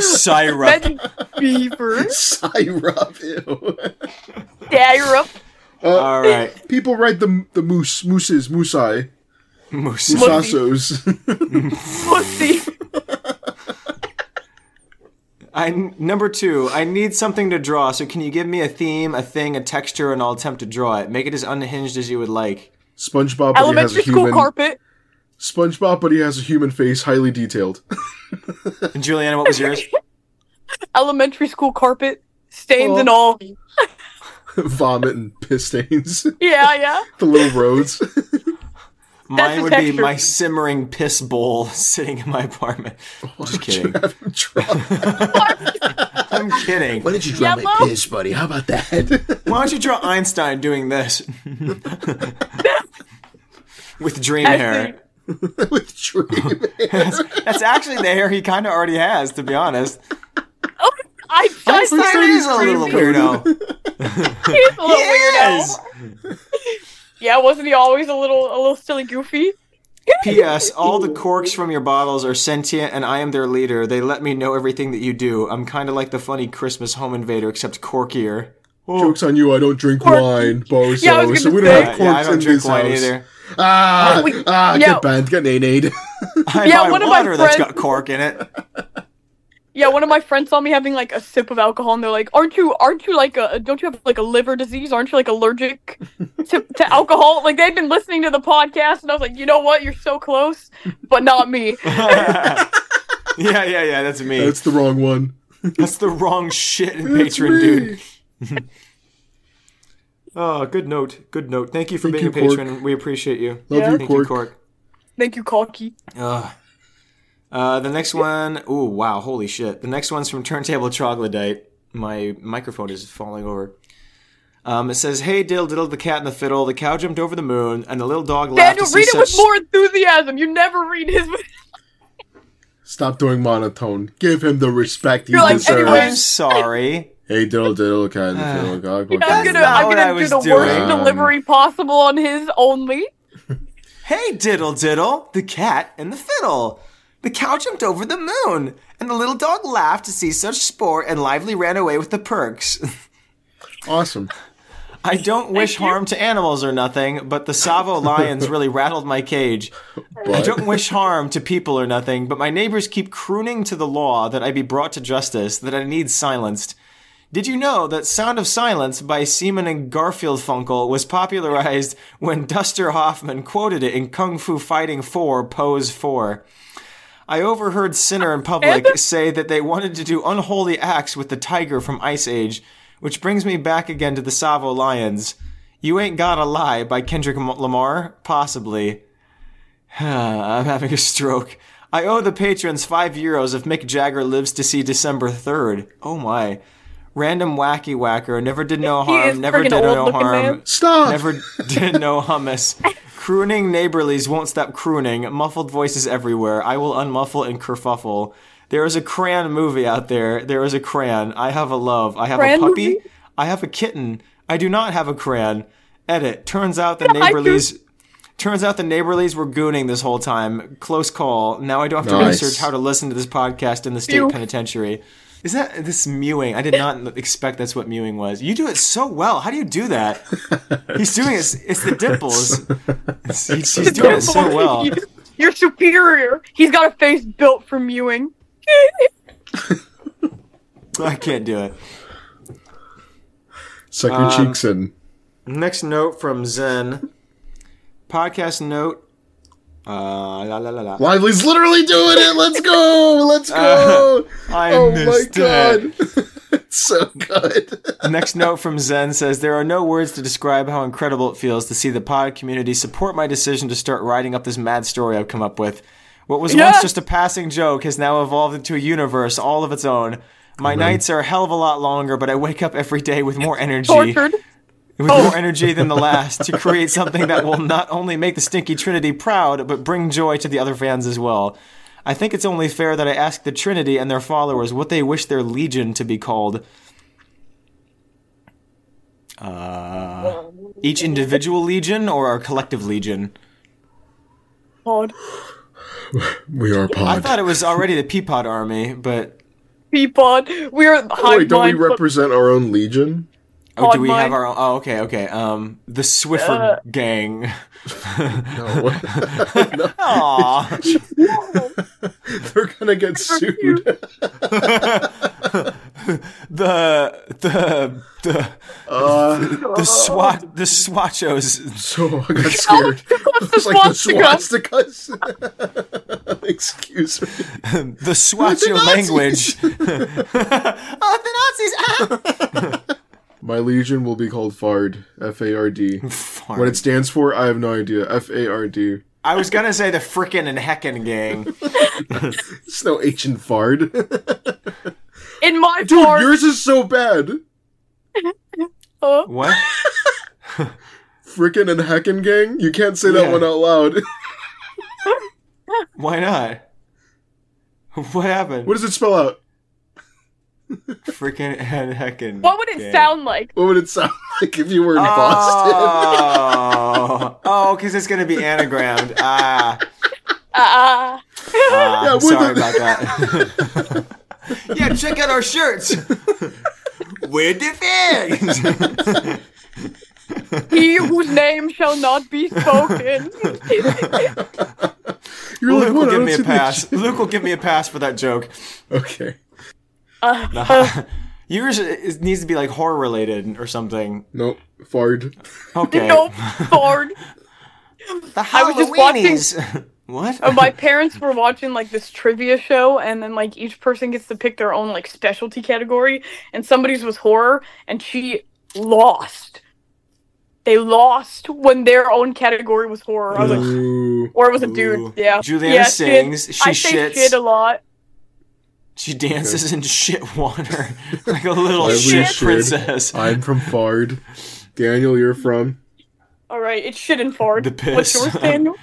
[SPEAKER 4] Syrup.
[SPEAKER 5] <laughs> imagine beaver,
[SPEAKER 2] Syrup, ew.
[SPEAKER 5] syrup."
[SPEAKER 2] Uh,
[SPEAKER 4] All right.
[SPEAKER 2] People write the the moose, mooses, moosei,
[SPEAKER 4] moose,
[SPEAKER 2] moosasos.
[SPEAKER 4] I number two. I need something to draw. So can you give me a theme, a thing, a texture, and I'll attempt to draw it. Make it as unhinged as you would like.
[SPEAKER 2] <laughs> SpongeBob, but he has a
[SPEAKER 5] Elementary school
[SPEAKER 2] human.
[SPEAKER 5] carpet.
[SPEAKER 2] SpongeBob, but he has a human face, highly detailed. <laughs>
[SPEAKER 4] And Juliana, what was <laughs> yours?
[SPEAKER 5] Elementary school carpet, stains and all.
[SPEAKER 2] Vomit and piss stains. <laughs>
[SPEAKER 5] Yeah, yeah. <laughs>
[SPEAKER 2] the little
[SPEAKER 10] <laughs>
[SPEAKER 2] roads.
[SPEAKER 4] Mine
[SPEAKER 5] the
[SPEAKER 4] would be
[SPEAKER 5] texture.
[SPEAKER 4] my simmering piss bowl <laughs> sitting in my apartment. Just kidding.
[SPEAKER 10] <laughs>
[SPEAKER 4] I'm kidding. Why
[SPEAKER 10] don't you draw my
[SPEAKER 4] Yellow?
[SPEAKER 10] piss, buddy? How about that?
[SPEAKER 4] Why don't you draw Einstein doing <laughs> this with dream
[SPEAKER 10] I
[SPEAKER 4] hair?
[SPEAKER 2] <laughs> with dream
[SPEAKER 10] <laughs>
[SPEAKER 4] that's, that's actually the hair he kind of already has, to be honest.
[SPEAKER 5] I just
[SPEAKER 4] Einstein is a little weirdo.
[SPEAKER 5] He's a little
[SPEAKER 4] Yes.
[SPEAKER 5] weirdo. yeah, wasn't he always a little, a little silly, goofy?
[SPEAKER 2] <laughs>
[SPEAKER 4] P.S. All the corks from your bottles are sentient, and I am their leader. They let me know everything that you do. I'm kind of like the funny Christmas home invader, except corkier.
[SPEAKER 2] Jokes on you, I don't drink wine, Bozo,
[SPEAKER 4] Yeah, I was
[SPEAKER 2] so
[SPEAKER 4] gonna
[SPEAKER 2] we
[SPEAKER 4] say.
[SPEAKER 2] don't have Oh, corks
[SPEAKER 4] Yeah, I don't
[SPEAKER 2] in
[SPEAKER 4] drink
[SPEAKER 2] this
[SPEAKER 4] wine
[SPEAKER 2] house. <laughs>
[SPEAKER 4] either.
[SPEAKER 2] Ah,
[SPEAKER 4] Oh,
[SPEAKER 5] We-
[SPEAKER 2] ah,
[SPEAKER 5] no.
[SPEAKER 2] get banned, get nade
[SPEAKER 4] I
[SPEAKER 5] Yeah, buy one of my water that's friends-
[SPEAKER 4] got cork in it. <laughs>
[SPEAKER 5] Yeah, one of my friends saw me having like a sip of alcohol, and they're like, "Aren't you? Aren't you like a? Don't you have like a liver disease? Aren't you like
[SPEAKER 4] <laughs>
[SPEAKER 5] allergic to, to alcohol?" Like they'd been listening to the podcast, and I was like, "You know what? You're so close, but
[SPEAKER 4] <laughs>
[SPEAKER 5] not me."
[SPEAKER 4] Yeah, yeah, yeah. That's me.
[SPEAKER 2] <laughs> That's the wrong one.
[SPEAKER 4] That's the wrong shit in
[SPEAKER 2] That's
[SPEAKER 4] patron,
[SPEAKER 2] me.
[SPEAKER 4] dude. oh, good note. Good note. Thank you for
[SPEAKER 2] Thank
[SPEAKER 4] being
[SPEAKER 2] you,
[SPEAKER 4] a
[SPEAKER 2] Cork.
[SPEAKER 4] patron. We appreciate you.
[SPEAKER 2] Love
[SPEAKER 5] Yeah. you,
[SPEAKER 4] Thank you,
[SPEAKER 2] Cork.
[SPEAKER 4] Cork.
[SPEAKER 5] Thank you, Corky.
[SPEAKER 4] Ugh. Uh, the next one, ooh, wow, holy shit. The next one's from Turntable Troglodyte. My microphone is falling over. Um, it says, Hey, Dill, Diddle, the cat and the fiddle. The cow jumped over the moon, and the little dog laughed.
[SPEAKER 5] Daniel,
[SPEAKER 4] to see
[SPEAKER 5] read it with
[SPEAKER 4] such-
[SPEAKER 5] more enthusiasm. You never read his.
[SPEAKER 2] Stop doing monotone. Give him the respect he
[SPEAKER 5] You're like,
[SPEAKER 2] deserves.
[SPEAKER 5] anyway- I'm
[SPEAKER 4] sorry.
[SPEAKER 2] Hey, diddle diddle, cat,
[SPEAKER 4] Ah.
[SPEAKER 2] diddle, cock, cock,
[SPEAKER 5] <laughs> I'm
[SPEAKER 2] diddle.
[SPEAKER 5] gonna, I'm
[SPEAKER 4] what I
[SPEAKER 5] gonna do
[SPEAKER 4] was
[SPEAKER 5] the
[SPEAKER 4] doing.
[SPEAKER 5] worst delivery possible on his only.
[SPEAKER 4] Hey, Diddle, Diddle, the cat and the fiddle. The cow jumped over the moon, and the little dog laughed to see such sport and lively ran away with the perks. <laughs>
[SPEAKER 2] Awesome.
[SPEAKER 4] I don't wish harm to animals or nothing, but the Savo lions really rattled my cage. I
[SPEAKER 2] But-
[SPEAKER 4] don't wish harm to people or nothing, but my neighbors keep crooning to the law that I be brought to justice, that I need silenced. Did you know that Sound of Silence by Seaman and Garfield Funkel was popularized when Duster Hoffman quoted it in Kung Fu Fighting 4 Pose 4? I overheard Sinner in public say that they wanted to do unholy acts with the tiger from Ice Age, which brings me back again to the Savo Lions. You Ain't Gotta Lie by Kendrick M- Lamar? Possibly. <sighs> I'm having a stroke. I owe the patrons five euros if Mick Jagger lives to see December 3rd. Oh my. Random wacky whacker, never did no
[SPEAKER 5] He is
[SPEAKER 4] harm, never
[SPEAKER 5] friggin'
[SPEAKER 4] did no
[SPEAKER 5] old-looking
[SPEAKER 4] harm.
[SPEAKER 5] man.
[SPEAKER 2] Stop!
[SPEAKER 4] Never did no hummus. Crooning neighborlies won't stop crooning. Muffled voices everywhere. I will unmuffle and kerfuffle. There is a crayon movie out there. There is a crayon. I have a love. I have
[SPEAKER 5] Crayon
[SPEAKER 4] a puppy.
[SPEAKER 5] movie?
[SPEAKER 4] I have a kitten. I do not have a crayon. Edit. Turns out the
[SPEAKER 5] <laughs> I do.
[SPEAKER 4] neighborlies. Turns out the neighborlies were gooning this whole time. Close call. Now I don't have to
[SPEAKER 2] Nice.
[SPEAKER 4] research how to listen to this podcast in the state
[SPEAKER 5] Mew.
[SPEAKER 4] penitentiary. Is that this mewing? I did not expect that's what mewing was. You do it so well. How do you do that? He's doing it. It's the dimples. He's, he's doing it so well.
[SPEAKER 5] You're superior. He's got a face built for mewing. <laughs>
[SPEAKER 4] I can't do it.
[SPEAKER 2] Suck your
[SPEAKER 4] Um,
[SPEAKER 2] cheeks in.
[SPEAKER 4] Next note from Zen. Podcast note. Uh, la la la la.
[SPEAKER 2] Lively's literally doing it. Let's go. Let's go.
[SPEAKER 4] Ah, I
[SPEAKER 2] oh
[SPEAKER 4] missed
[SPEAKER 2] my god. <laughs> it's so good.
[SPEAKER 4] Next note from Zen says there are no words to describe how incredible it feels to see the pod community support my decision to start writing up this mad story I've come up with. What was
[SPEAKER 5] Yes!
[SPEAKER 4] once just a passing joke has now evolved into a universe all of its own. My
[SPEAKER 1] Really?
[SPEAKER 4] nights are a hell of a lot longer, but I wake up every day with more energy.
[SPEAKER 5] Tortured.
[SPEAKER 4] With more energy than the last to create something that will not only make the Stinky Trinity proud, but bring joy to the other fans as well. I think it's only fair that I ask the Trinity and their followers what they wish their Legion to be called. Uh, each individual Legion or our collective Legion?
[SPEAKER 5] Pod.
[SPEAKER 2] We are
[SPEAKER 4] I
[SPEAKER 2] pod.
[SPEAKER 4] thought it was already the Peapod Army, but
[SPEAKER 5] Peapod. We're the
[SPEAKER 2] Oh,
[SPEAKER 5] high
[SPEAKER 2] wait, don't we
[SPEAKER 5] mind. but-
[SPEAKER 2] represent our own
[SPEAKER 4] <laughs>
[SPEAKER 2] legion?
[SPEAKER 4] oh, do we
[SPEAKER 5] Podmine.
[SPEAKER 4] have our own? Oh, okay, okay. Um, the Swiffer Gang. no.
[SPEAKER 2] <laughs>
[SPEAKER 4] Aww.
[SPEAKER 2] They're gonna get sued.
[SPEAKER 4] the the the
[SPEAKER 2] Uh,
[SPEAKER 4] the swat the swatchos.
[SPEAKER 2] So I got scared. It's like the swastikas. <laughs> Excuse me.
[SPEAKER 4] the swatcho language.
[SPEAKER 6] oh, the Nazis! Ah!
[SPEAKER 2] My legion will be called Fard. F A R D. What it stands for, I have no idea. F A R D.
[SPEAKER 4] I was gonna say the frickin' and heckin' gang.
[SPEAKER 2] It's no H in Fard. <laughs>
[SPEAKER 5] In my
[SPEAKER 2] Dude,
[SPEAKER 5] part.
[SPEAKER 2] yours is so bad.
[SPEAKER 5] Huh?
[SPEAKER 4] What?
[SPEAKER 2] Frickin' and heckin' gang? You can't say that
[SPEAKER 4] Yeah.
[SPEAKER 2] one out loud. <laughs>
[SPEAKER 4] Why not? What happened?
[SPEAKER 2] what does it spell out?
[SPEAKER 4] Frickin' and heckin'.
[SPEAKER 5] What would it
[SPEAKER 4] gang.
[SPEAKER 5] sound like?
[SPEAKER 2] What would it sound <laughs> like if you were in
[SPEAKER 4] Uh,
[SPEAKER 2] Boston? <laughs>
[SPEAKER 4] Oh, oh, because it's gonna be anagrammed. Ah,
[SPEAKER 5] Ah.
[SPEAKER 4] ah,
[SPEAKER 2] Yeah, with
[SPEAKER 4] sorry
[SPEAKER 2] the-
[SPEAKER 4] about that. <laughs>
[SPEAKER 11] Yeah, check out our
[SPEAKER 2] <laughs>
[SPEAKER 11] shirts.
[SPEAKER 8] With the figs.
[SPEAKER 5] he whose name shall not be
[SPEAKER 4] <laughs>
[SPEAKER 5] spoken. <laughs>
[SPEAKER 2] You're
[SPEAKER 4] Luke
[SPEAKER 2] "What?
[SPEAKER 4] will
[SPEAKER 2] I
[SPEAKER 4] give
[SPEAKER 2] don't
[SPEAKER 4] me a
[SPEAKER 2] see the
[SPEAKER 4] pass. Luke will give me a pass for that joke.
[SPEAKER 2] G-" <laughs> Okay.
[SPEAKER 5] Uh,
[SPEAKER 4] Yours is, needs to be like horror related or something.
[SPEAKER 2] Nope. Fard.
[SPEAKER 4] Okay.
[SPEAKER 5] No, Ford.
[SPEAKER 8] The
[SPEAKER 5] I was just watching.
[SPEAKER 8] Halloweenies.
[SPEAKER 4] <laughs> What?
[SPEAKER 5] uh, my parents were watching like this trivia show, and then like each person gets to pick their own like specialty category, and somebody's was horror, and she lost. They lost when their own category was horror. I was like,
[SPEAKER 2] Ooh.
[SPEAKER 5] or it was a
[SPEAKER 4] Ooh.
[SPEAKER 5] dude. Yeah,
[SPEAKER 4] Juliana
[SPEAKER 5] yeah,
[SPEAKER 4] sings,
[SPEAKER 5] shit.
[SPEAKER 4] she
[SPEAKER 5] I say
[SPEAKER 4] shits.
[SPEAKER 5] shit a lot.
[SPEAKER 4] She dances in shit water <laughs> like a little
[SPEAKER 2] Lively
[SPEAKER 4] shit
[SPEAKER 2] shit.
[SPEAKER 4] princess.
[SPEAKER 2] I'm from
[SPEAKER 4] <laughs>
[SPEAKER 2] Fard. Daniel, you're from.
[SPEAKER 5] All right, it's shit and fart.
[SPEAKER 4] The
[SPEAKER 5] What's
[SPEAKER 4] piss.
[SPEAKER 5] yours,
[SPEAKER 4] <laughs>
[SPEAKER 5] Daniel?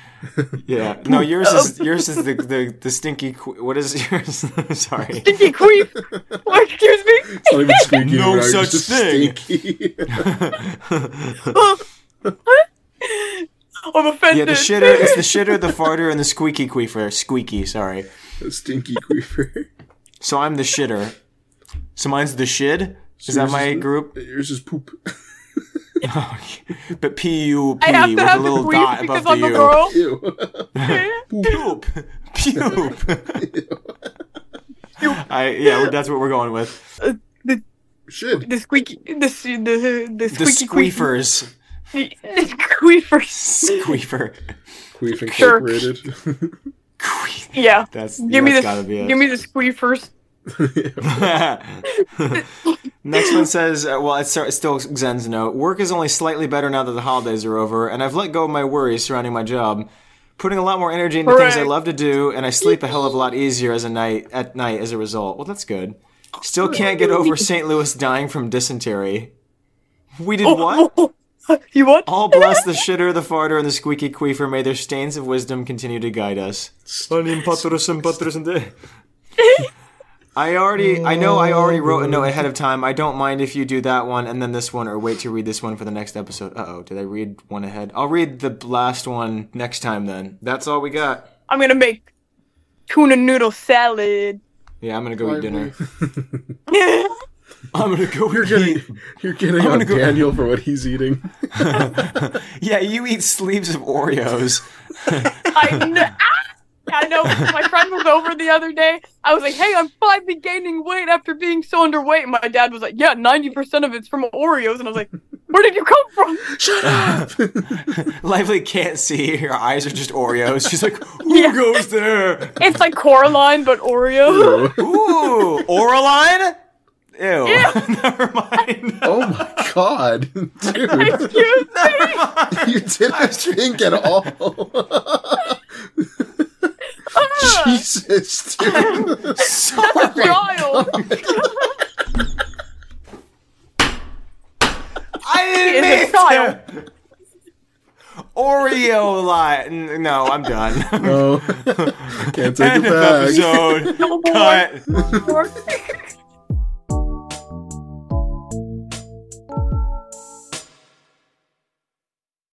[SPEAKER 4] Yeah. No, yours
[SPEAKER 2] <laughs>
[SPEAKER 4] is yours is the the, the stinky. Qu- what is <laughs> yours? Sorry.
[SPEAKER 5] Stinky queef. Oh, excuse me.
[SPEAKER 2] It's not even squeaky.
[SPEAKER 4] No
[SPEAKER 2] it's
[SPEAKER 4] such
[SPEAKER 2] just
[SPEAKER 4] thing.
[SPEAKER 2] stinky. <laughs>
[SPEAKER 5] I'm offended.
[SPEAKER 4] Yeah, the shitter. It's the shitter, the farter, and the squeaky queefer. Squeaky. Sorry.
[SPEAKER 2] stinky queefer.
[SPEAKER 4] So I'm the shitter. So mine's the shid. Is that
[SPEAKER 2] Yours
[SPEAKER 4] my group?
[SPEAKER 2] Yours is poop. <laughs>
[SPEAKER 4] Oh, <laughs> But P U P
[SPEAKER 5] <laughs> I have
[SPEAKER 4] with
[SPEAKER 5] to
[SPEAKER 4] a
[SPEAKER 5] have the
[SPEAKER 4] little
[SPEAKER 5] queef
[SPEAKER 4] dot above
[SPEAKER 5] because
[SPEAKER 4] the
[SPEAKER 5] I'm a
[SPEAKER 4] U.
[SPEAKER 5] girl.
[SPEAKER 2] Ew.
[SPEAKER 5] <laughs>
[SPEAKER 4] Poop. Poop. I yeah, that's what we're going with.
[SPEAKER 2] Shit.
[SPEAKER 5] The squeaky, the s- the the
[SPEAKER 4] The
[SPEAKER 5] squeaky queef.
[SPEAKER 4] squeefers.
[SPEAKER 5] <laughs>
[SPEAKER 4] <laughs>
[SPEAKER 5] The queefers.
[SPEAKER 4] Squeefer.
[SPEAKER 2] Queef
[SPEAKER 5] Sure.
[SPEAKER 2] Incorporated.
[SPEAKER 5] Yeah.
[SPEAKER 4] That's
[SPEAKER 5] Give me
[SPEAKER 4] that's
[SPEAKER 5] the
[SPEAKER 4] gotta be it.
[SPEAKER 5] give me the squeefers.
[SPEAKER 4] <laughs> Next one says, uh, well, it's, it's still Zen's note. Work is only slightly better now that the holidays are over, and I've let go of my worries surrounding my job. Putting a lot more energy into things I
[SPEAKER 5] Hooray.
[SPEAKER 4] love to do, and I sleep a hell of a lot easier as a night at night as a result. Well, that's good. Still can't get over St. Louis dying from dysentery. We
[SPEAKER 5] Oh,
[SPEAKER 4] did what?
[SPEAKER 5] <laughs>
[SPEAKER 4] Uh-huh.
[SPEAKER 5] You what?
[SPEAKER 4] All bless the shitter, the farter, and the squeaky queefer. May their stains of wisdom continue to guide us. <laughs> I already, I know I already wrote a note ahead of time. I don't mind if you do that one and then this one, or wait to read this one for the next episode. Uh oh, did I read one ahead? I'll read the last one next time then. That's all we got.
[SPEAKER 5] I'm gonna make tuna noodle salad. <laughs>
[SPEAKER 4] Yeah, I'm gonna go eat
[SPEAKER 2] <laughs>
[SPEAKER 4] dinner.
[SPEAKER 5] yeah,
[SPEAKER 4] I'm gonna go
[SPEAKER 2] You're
[SPEAKER 4] eat.
[SPEAKER 2] getting,
[SPEAKER 4] <laughs>
[SPEAKER 2] you're getting on
[SPEAKER 4] gonna go-
[SPEAKER 2] Daniel for what he's eating.
[SPEAKER 4] <laughs> Yeah, you eat sleeves of Oreos. <laughs>
[SPEAKER 5] I kn- Ah! I know. My friend was over the other day. I was like, "Hey, I'm finally gaining weight after being so underweight." And my dad was like, "Yeah, ninety percent of it's from Oreos." And I was like, "Where did you come from?"
[SPEAKER 2] Shut up!
[SPEAKER 4] Lively can't see. Her eyes are just Oreos. She's like, who goes there?
[SPEAKER 5] It's like Coraline, but Oreo.
[SPEAKER 4] Ooh, Oraline? Ew. Never mind.
[SPEAKER 2] <laughs> Oh my
[SPEAKER 4] <laughs>
[SPEAKER 2] god. Dude,
[SPEAKER 5] Excuse me.
[SPEAKER 2] you didn't drink
[SPEAKER 4] <laughs>
[SPEAKER 2] at all.
[SPEAKER 4] <laughs>
[SPEAKER 2] Jesus, dude.
[SPEAKER 5] Child. <laughs>
[SPEAKER 4] I
[SPEAKER 5] She
[SPEAKER 4] didn't
[SPEAKER 5] is a
[SPEAKER 4] mean
[SPEAKER 5] child.
[SPEAKER 4] to. Oreo lie. N- No, I'm done. <laughs>
[SPEAKER 2] No, <laughs> can't take
[SPEAKER 4] End
[SPEAKER 2] it
[SPEAKER 4] of
[SPEAKER 2] back.
[SPEAKER 4] episode.
[SPEAKER 5] <laughs> No more.
[SPEAKER 4] Cut.
[SPEAKER 5] No more.